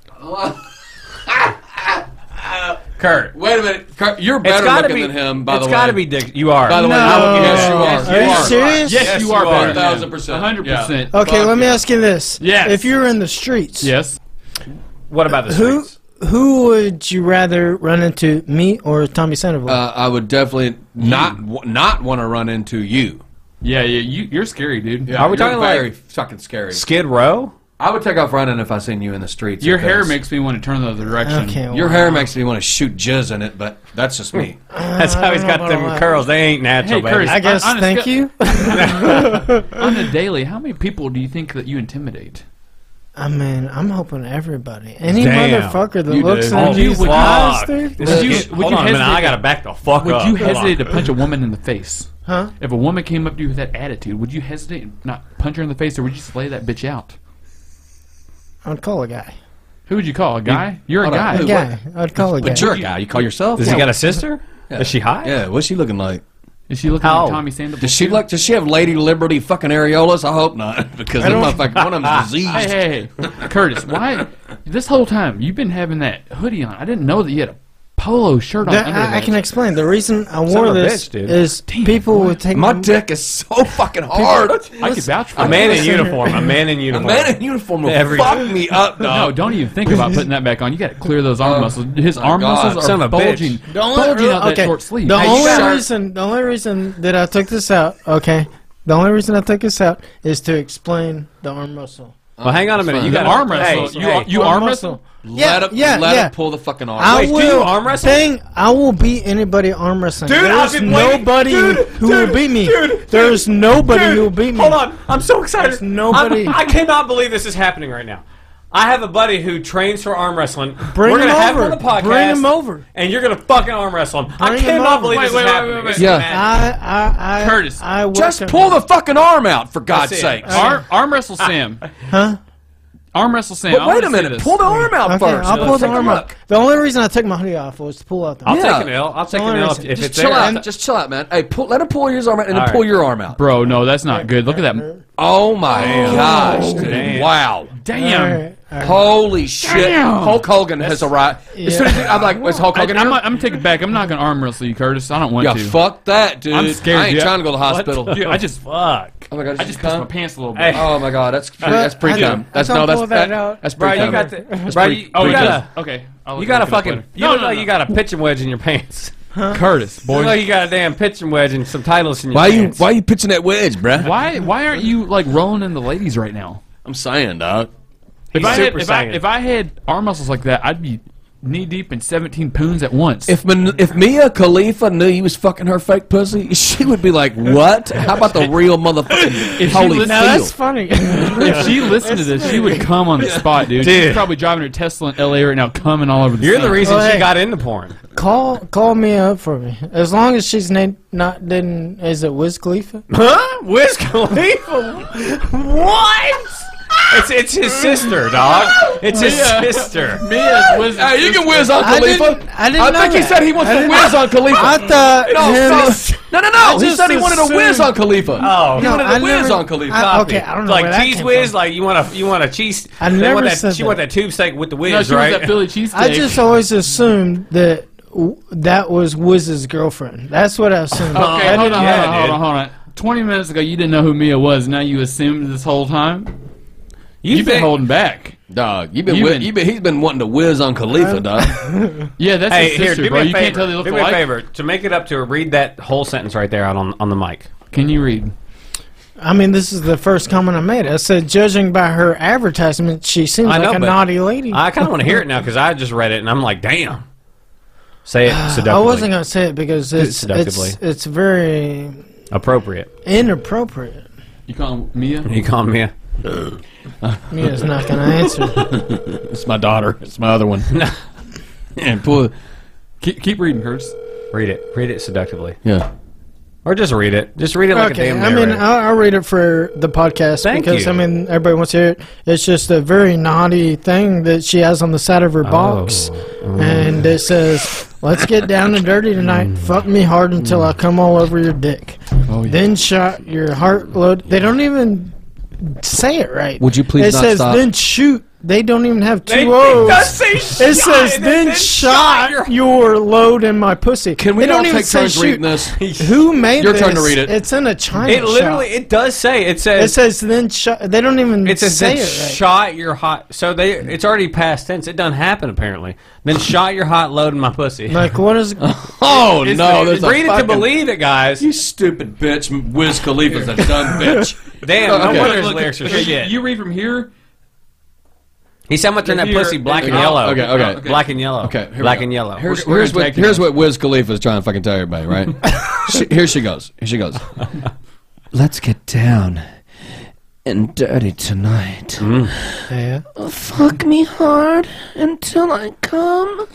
Speaker 1: Kurt.
Speaker 4: Wait a minute. Kurt, you're
Speaker 1: It's
Speaker 4: better
Speaker 1: gotta
Speaker 4: looking
Speaker 1: be
Speaker 4: than him. By
Speaker 1: it's
Speaker 4: the way.
Speaker 1: gotta be dick. You are.
Speaker 4: By the way,
Speaker 6: No.
Speaker 4: I'm looking- yes, you are.
Speaker 6: Are you serious?
Speaker 3: Yes,
Speaker 1: Yes,
Speaker 3: you are.
Speaker 1: you are.
Speaker 3: better than him.
Speaker 4: 1000%.
Speaker 3: 100%.
Speaker 6: Okay,
Speaker 4: Fuck
Speaker 6: let me
Speaker 4: yeah.
Speaker 6: ask you this.
Speaker 3: Yes.
Speaker 6: If you were in the streets,
Speaker 3: Yes.
Speaker 1: What about the
Speaker 6: who
Speaker 1: streets?
Speaker 6: who would you rather run into, me or Tommy Sandoval?
Speaker 4: Uh, I would definitely not w- not want to run into you.
Speaker 3: Yeah, yeah. You, you're scary, dude.
Speaker 1: Are
Speaker 4: You're
Speaker 1: we talking
Speaker 4: very
Speaker 1: like
Speaker 4: fucking scary?
Speaker 1: Skid Row?
Speaker 4: I would take off running if I seen you in the streets.
Speaker 3: Your
Speaker 4: like
Speaker 3: hair
Speaker 4: this.
Speaker 3: makes me want to turn the other direction.
Speaker 6: okay. well,
Speaker 4: your hair makes me want to shoot jizz in it, but that's just me.
Speaker 1: That's how he's
Speaker 6: don't know
Speaker 1: got
Speaker 6: about all
Speaker 1: them
Speaker 6: that.
Speaker 1: curls. They ain't natural,
Speaker 3: Hey,
Speaker 1: baby.
Speaker 3: Curtis,
Speaker 6: I guess.
Speaker 3: honest
Speaker 6: thank
Speaker 3: go-
Speaker 6: you.
Speaker 3: On the daily, how many people do you think that you intimidate?
Speaker 6: I mean, I'm hoping everybody, any
Speaker 1: Damn.
Speaker 6: motherfucker that
Speaker 4: You
Speaker 6: looks
Speaker 4: do.
Speaker 6: at
Speaker 3: Oh,
Speaker 6: these
Speaker 3: would you-
Speaker 6: guys,
Speaker 1: Fuck.
Speaker 6: dude.
Speaker 1: This is
Speaker 3: you-
Speaker 1: get-
Speaker 3: would
Speaker 1: hold
Speaker 3: you
Speaker 1: on a minute. I
Speaker 3: hesitate-
Speaker 1: gotta back the fuck
Speaker 3: Would
Speaker 1: up.
Speaker 3: you
Speaker 1: Hold Uh, on.
Speaker 3: hesitate to punch a woman in the face?
Speaker 6: Huh?
Speaker 3: If a woman came up to you with that attitude, would you hesitate and not punch her in the face, or would you just lay that bitch out?
Speaker 6: I'd call a guy.
Speaker 3: Who would you call? A guy? You, are a
Speaker 4: Hold on,
Speaker 3: guy.
Speaker 4: who-
Speaker 6: guy. I'd call a
Speaker 4: But
Speaker 6: guy.
Speaker 4: you're a guy. You call yourself?
Speaker 1: Does he
Speaker 4: Yeah.
Speaker 1: got a sister?
Speaker 4: Yeah.
Speaker 1: Is she hot?
Speaker 4: Yeah. What's she looking like?
Speaker 3: Is she looking
Speaker 4: How?
Speaker 3: like Tommy Sandoval?
Speaker 4: Does she look? Does she have Lady Liberty fucking areolas? I hope not, because
Speaker 3: I
Speaker 4: them
Speaker 3: don't-
Speaker 4: motherfucker- one of them's diseased.
Speaker 3: Hey, hey, hey. Curtis, why? This whole time you've been having that hoodie on. I didn't know that you had a polo shirt on.
Speaker 6: That-
Speaker 3: under
Speaker 6: I, I
Speaker 3: that.
Speaker 6: can explain. The reason I
Speaker 3: Son
Speaker 6: wore
Speaker 3: of a
Speaker 6: this
Speaker 3: bitch, dude.
Speaker 6: is people would take
Speaker 4: My dick is so fucking hard. I could vouch
Speaker 3: for
Speaker 1: A man in uniform. A man in uniform.
Speaker 4: A man in uniform will
Speaker 1: Every-
Speaker 4: fuck me up,
Speaker 3: No,
Speaker 4: dog.
Speaker 3: Oh, don't even think about putting that back on. You got to clear those arm muscles. His
Speaker 4: Oh, my
Speaker 3: arm
Speaker 4: God.
Speaker 3: muscles are
Speaker 4: Son of a
Speaker 3: bulging,
Speaker 4: bitch.
Speaker 6: The only-
Speaker 3: bulging out
Speaker 6: okay,
Speaker 3: that short sleeve.
Speaker 6: The
Speaker 3: Hey, you
Speaker 6: only
Speaker 3: gotta-
Speaker 6: reason, the only reason that I took this out, okay, the only reason I took this out is to explain the arm muscle.
Speaker 1: Well, hang on a minute. You
Speaker 3: The
Speaker 1: got
Speaker 3: arm wrestle. you you arm, wrestle.
Speaker 4: Let
Speaker 6: Yeah,
Speaker 4: him,
Speaker 6: yeah,
Speaker 4: let
Speaker 6: yeah.
Speaker 4: him pull the fucking arm.
Speaker 6: I
Speaker 4: Wait,
Speaker 6: will
Speaker 4: do you
Speaker 1: arm wrestle?
Speaker 6: Dang, I will beat anybody arm wrestling.
Speaker 1: Dude, I've
Speaker 6: There's
Speaker 1: been waiting-
Speaker 6: nobody
Speaker 1: dude,
Speaker 6: who will
Speaker 1: dude,
Speaker 6: beat me.
Speaker 1: dude,
Speaker 6: There's nobody
Speaker 1: Dude,
Speaker 6: who will beat me.
Speaker 1: Hold on, I'm so excited.
Speaker 6: There's nobody.
Speaker 1: I'm- I cannot believe this is happening right now. I have a buddy who trains for arm wrestling.
Speaker 6: Bring
Speaker 1: We're gonna
Speaker 6: him
Speaker 1: have
Speaker 6: over.
Speaker 1: him on the podcast.
Speaker 6: Bring him over.
Speaker 1: and you're gonna fucking arm wrestle him. I
Speaker 6: Bring him
Speaker 1: cannot
Speaker 6: over.
Speaker 1: believe
Speaker 3: Wait,
Speaker 1: this
Speaker 3: wait,
Speaker 1: is
Speaker 3: wait,
Speaker 1: happening.
Speaker 3: wait, wait.
Speaker 1: It's
Speaker 4: Yeah.
Speaker 1: madness.
Speaker 6: I, I, I,
Speaker 3: Curtis,
Speaker 6: I
Speaker 4: Just
Speaker 6: welcome-
Speaker 4: pull the fucking arm out, for God's
Speaker 1: it.
Speaker 4: sake.
Speaker 3: Arm, arm wrestle Sam.
Speaker 6: Huh?
Speaker 3: Arm wrestle Sam. I
Speaker 4: But wait
Speaker 3: wanna
Speaker 4: a
Speaker 3: see
Speaker 4: minute.
Speaker 3: this.
Speaker 4: Pull the arm out
Speaker 6: Okay,
Speaker 4: first.
Speaker 6: I'll pull the
Speaker 4: Take a
Speaker 6: arm
Speaker 4: look.
Speaker 6: out. The only reason I took my hoodie off was to pull out the.
Speaker 1: I'll
Speaker 4: Yeah.
Speaker 1: take an L. I'll take
Speaker 6: Only
Speaker 1: an L if,
Speaker 6: reason-
Speaker 1: if
Speaker 4: Just
Speaker 1: it's
Speaker 4: chill
Speaker 1: there.
Speaker 4: out. Just chill out, man. Hey, pull, let him pull yours arm out and then
Speaker 1: All
Speaker 4: pull
Speaker 1: right.
Speaker 4: your arm out.
Speaker 3: Bro, no, that's not good. Look at that.
Speaker 4: Oh my gosh, dude.
Speaker 1: Damn.
Speaker 4: Wow.
Speaker 3: Damn.
Speaker 6: All right, all right.
Speaker 4: Holy shit.
Speaker 3: Damn.
Speaker 4: Hulk Hogan has arrived. As soon as he, I'm like, was Hulk
Speaker 3: I,
Speaker 4: Hogan
Speaker 3: am
Speaker 4: here?
Speaker 3: I'm gonna take it back. I'm not gonna arm wrestle you, Curtis. I don't want
Speaker 4: yeah,
Speaker 3: to.
Speaker 4: fuck that, dude.
Speaker 3: I'm scared.
Speaker 4: I ain't
Speaker 3: dude.
Speaker 4: trying to go to the hospital.
Speaker 3: Dude, I just
Speaker 1: Fuck.
Speaker 4: oh my god, did
Speaker 3: I just
Speaker 4: you
Speaker 3: pissed
Speaker 4: come?
Speaker 3: my pants a little bit.
Speaker 1: Hey.
Speaker 4: Oh my god, that's pre-
Speaker 6: But
Speaker 4: that's pre
Speaker 6: I
Speaker 4: cum.
Speaker 6: don't-
Speaker 4: That's
Speaker 6: I don't
Speaker 4: no, that's
Speaker 6: pull that
Speaker 4: that,
Speaker 6: out.
Speaker 4: that's
Speaker 1: Bro,
Speaker 4: pre
Speaker 1: you
Speaker 4: cum.
Speaker 1: got the. Bro, you,
Speaker 3: Oh,
Speaker 1: you
Speaker 3: he
Speaker 1: got
Speaker 3: does. Okay. I'll
Speaker 1: a.
Speaker 3: look
Speaker 1: You got
Speaker 3: at
Speaker 1: a
Speaker 3: this
Speaker 1: fucking.
Speaker 3: later.
Speaker 1: You look like you got a pitching wedge in your pants.
Speaker 3: Curtis,
Speaker 1: You look
Speaker 3: boy.
Speaker 1: like you got a damn pitching wedge and some titles in your
Speaker 4: Why you
Speaker 1: pants.
Speaker 4: why you pitching that wedge, bruh?
Speaker 3: Why why aren't you like rolling in the ladies right now?
Speaker 4: I'm saying, dog.
Speaker 3: If
Speaker 1: He's
Speaker 3: I, had,
Speaker 1: Super
Speaker 3: if, I,
Speaker 1: Saiyan.
Speaker 3: if I had arm muscles like that, I'd be knee deep in 17 poons at once.
Speaker 4: If Man- if Mia Khalifa knew you was fucking her fake pussy, she would be like, "What? How about the real motherfucking
Speaker 3: If she
Speaker 4: holy
Speaker 3: listened-
Speaker 6: Now
Speaker 4: field?"
Speaker 6: that's funny.
Speaker 3: if she listened to this, she would come on the spot, dude. She's
Speaker 1: Dude.
Speaker 3: probably driving her Tesla in LA right now, coming all over the
Speaker 1: You're
Speaker 3: scene.
Speaker 1: the reason
Speaker 6: Well, hey.
Speaker 1: she got into porn.
Speaker 6: call call me up for me. As long as she's na- not didn't is it Wiz Khalifa?
Speaker 1: Huh? Wiz Khalifa? what? It's it's his sister, dog. It's his
Speaker 3: Yeah.
Speaker 1: sister.
Speaker 3: Mia was,
Speaker 4: Hey, you can whiz on
Speaker 6: I
Speaker 4: Khalifa.
Speaker 6: didn't- I didn't know
Speaker 4: think he
Speaker 6: that.
Speaker 4: said he wants
Speaker 6: I
Speaker 4: to
Speaker 6: didn't-
Speaker 4: whiz on Khalifa.
Speaker 6: I thought
Speaker 4: no,
Speaker 6: him,
Speaker 4: fuck. no, no, no. He
Speaker 6: just
Speaker 4: said he wanted a whiz on Khalifa.
Speaker 1: Oh,
Speaker 4: he wanted
Speaker 6: I
Speaker 4: a whiz
Speaker 6: never-
Speaker 4: on Khalifa.
Speaker 6: I- okay, I don't know where
Speaker 1: Like
Speaker 6: that
Speaker 1: cheese
Speaker 6: came
Speaker 1: whiz,
Speaker 6: from.
Speaker 1: like you want a you want a cheese.
Speaker 6: I
Speaker 1: they
Speaker 6: never
Speaker 1: want that,
Speaker 6: said
Speaker 1: She
Speaker 6: that.
Speaker 1: want that tube steak with the whiz,
Speaker 3: no, she
Speaker 1: right?
Speaker 3: was that Philly cheesesteak.
Speaker 6: I just always assumed that w- that was Wiz's girlfriend. That's what I assumed.
Speaker 3: Okay,
Speaker 6: I
Speaker 3: hold on,
Speaker 6: didn't-
Speaker 1: yeah,
Speaker 3: hold on, hold
Speaker 1: dude.
Speaker 3: on, hold on. 20 minutes ago, you didn't know who Mia was. Now you assumed this whole time?
Speaker 1: you
Speaker 3: You've been
Speaker 1: think-
Speaker 3: holding back.
Speaker 4: Dog, you been,
Speaker 3: You
Speaker 4: you
Speaker 3: been-
Speaker 4: you been he's been wanting to whiz on Khalifa, dog.
Speaker 3: Yeah, that's
Speaker 1: Hey,
Speaker 3: his
Speaker 1: here,
Speaker 3: sister,
Speaker 1: do me
Speaker 3: bro.
Speaker 1: a
Speaker 3: You
Speaker 1: favor.
Speaker 3: can't tell they look
Speaker 1: do me a
Speaker 3: alike.
Speaker 1: favor to make it up to her. Read that whole sentence right there out on on the mic.
Speaker 3: Can you read?
Speaker 6: I mean, this is the first comment I made. I said, judging by her advertisement, she seems
Speaker 1: I know,
Speaker 6: like a
Speaker 1: but
Speaker 6: naughty lady.
Speaker 1: I kind of want to hear it now because I just read it and I'm like, damn. Say it seductively.
Speaker 6: I wasn't gonna say it because it's
Speaker 1: Seductively.
Speaker 6: it's it's very
Speaker 1: appropriate.
Speaker 6: inappropriate.
Speaker 3: You call him Mia?
Speaker 1: You call me. a-
Speaker 6: Mia's not gonna answer.
Speaker 4: it's my daughter. It's my other one. and pull.
Speaker 3: Keep, keep reading, Curtis.
Speaker 1: Read it. Read it seductively.
Speaker 4: Yeah.
Speaker 1: Or just read it. Just read it like
Speaker 6: okay,
Speaker 1: a damn
Speaker 6: I mean,
Speaker 1: narrator.
Speaker 6: I'll, I'll read it for the podcast
Speaker 1: Thank
Speaker 6: because
Speaker 1: you.
Speaker 6: I mean, everybody wants to hear it. It's just a very naughty thing that she has on the side
Speaker 1: Oh.
Speaker 6: of her box, and it says, "Let's get down and dirty
Speaker 1: Mm.
Speaker 6: tonight. Fuck me hard until I come all over your dick.
Speaker 1: Oh,
Speaker 3: yeah.
Speaker 6: Then shot your heart load. They don't even say it right.
Speaker 4: Would you please
Speaker 6: It
Speaker 4: not
Speaker 6: says
Speaker 4: stop?
Speaker 6: then shoot. They don't even have
Speaker 1: They-
Speaker 6: two
Speaker 1: it does
Speaker 6: O's.
Speaker 1: say
Speaker 6: It
Speaker 1: shot,
Speaker 6: says
Speaker 1: and
Speaker 6: then shot your load in my pussy.
Speaker 4: Can we
Speaker 6: They
Speaker 4: all
Speaker 6: don't even
Speaker 4: take
Speaker 6: say
Speaker 4: turns
Speaker 6: shoot.
Speaker 4: reading this?
Speaker 6: Who made
Speaker 4: Your
Speaker 6: this?
Speaker 4: turn to read it.
Speaker 6: It's in a China
Speaker 1: It literally.
Speaker 6: shop.
Speaker 1: It does say. It
Speaker 6: It
Speaker 1: says.
Speaker 6: says then shot. They don't even
Speaker 1: It says
Speaker 6: say
Speaker 1: then
Speaker 6: it right.
Speaker 1: shot your hot. So they. It's already past tense. It doesn't happen apparently. Then shot your hot load in my pussy.
Speaker 6: like what is?
Speaker 4: Oh
Speaker 1: It's-
Speaker 4: no, there's a
Speaker 1: read it to
Speaker 4: fucking-
Speaker 1: believe it, guys.
Speaker 4: You stupid bitch, Wiz Khalifa's a dumb bitch.
Speaker 1: Damn,
Speaker 4: Okay.
Speaker 1: no wonder his
Speaker 3: Look,
Speaker 1: lyrics are
Speaker 3: okay, you-
Speaker 1: shit.
Speaker 3: You read from here.
Speaker 1: He said, "I'm gonna turn that
Speaker 3: If you're-
Speaker 1: pussy black
Speaker 3: if
Speaker 1: and
Speaker 3: you're-
Speaker 1: yellow."
Speaker 4: okay, okay.
Speaker 1: Black and yellow.
Speaker 4: Okay, here we
Speaker 1: black
Speaker 4: go.
Speaker 1: and yellow.
Speaker 4: Here's,
Speaker 3: We're- we're
Speaker 4: here's
Speaker 3: gonna
Speaker 4: what
Speaker 3: tag team
Speaker 4: here's
Speaker 3: this.
Speaker 4: what Wiz Khalifa is trying to fucking tell everybody, right? she, here she goes. Here she goes. Let's get down
Speaker 1: and dirty tonight.
Speaker 6: Yeah.
Speaker 1: Fuck me hard until I come.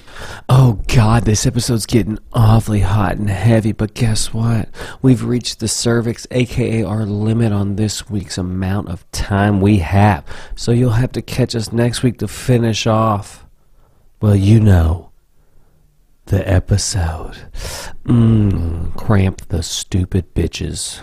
Speaker 1: Oh god, this episode's getting awfully hot and heavy, but guess what? We've reached the cervix, aka our limit on this week's amount of time we have. So you'll have to catch us next week to finish off. Well, you know, the episode. Mmm, cramp the stupid bitches.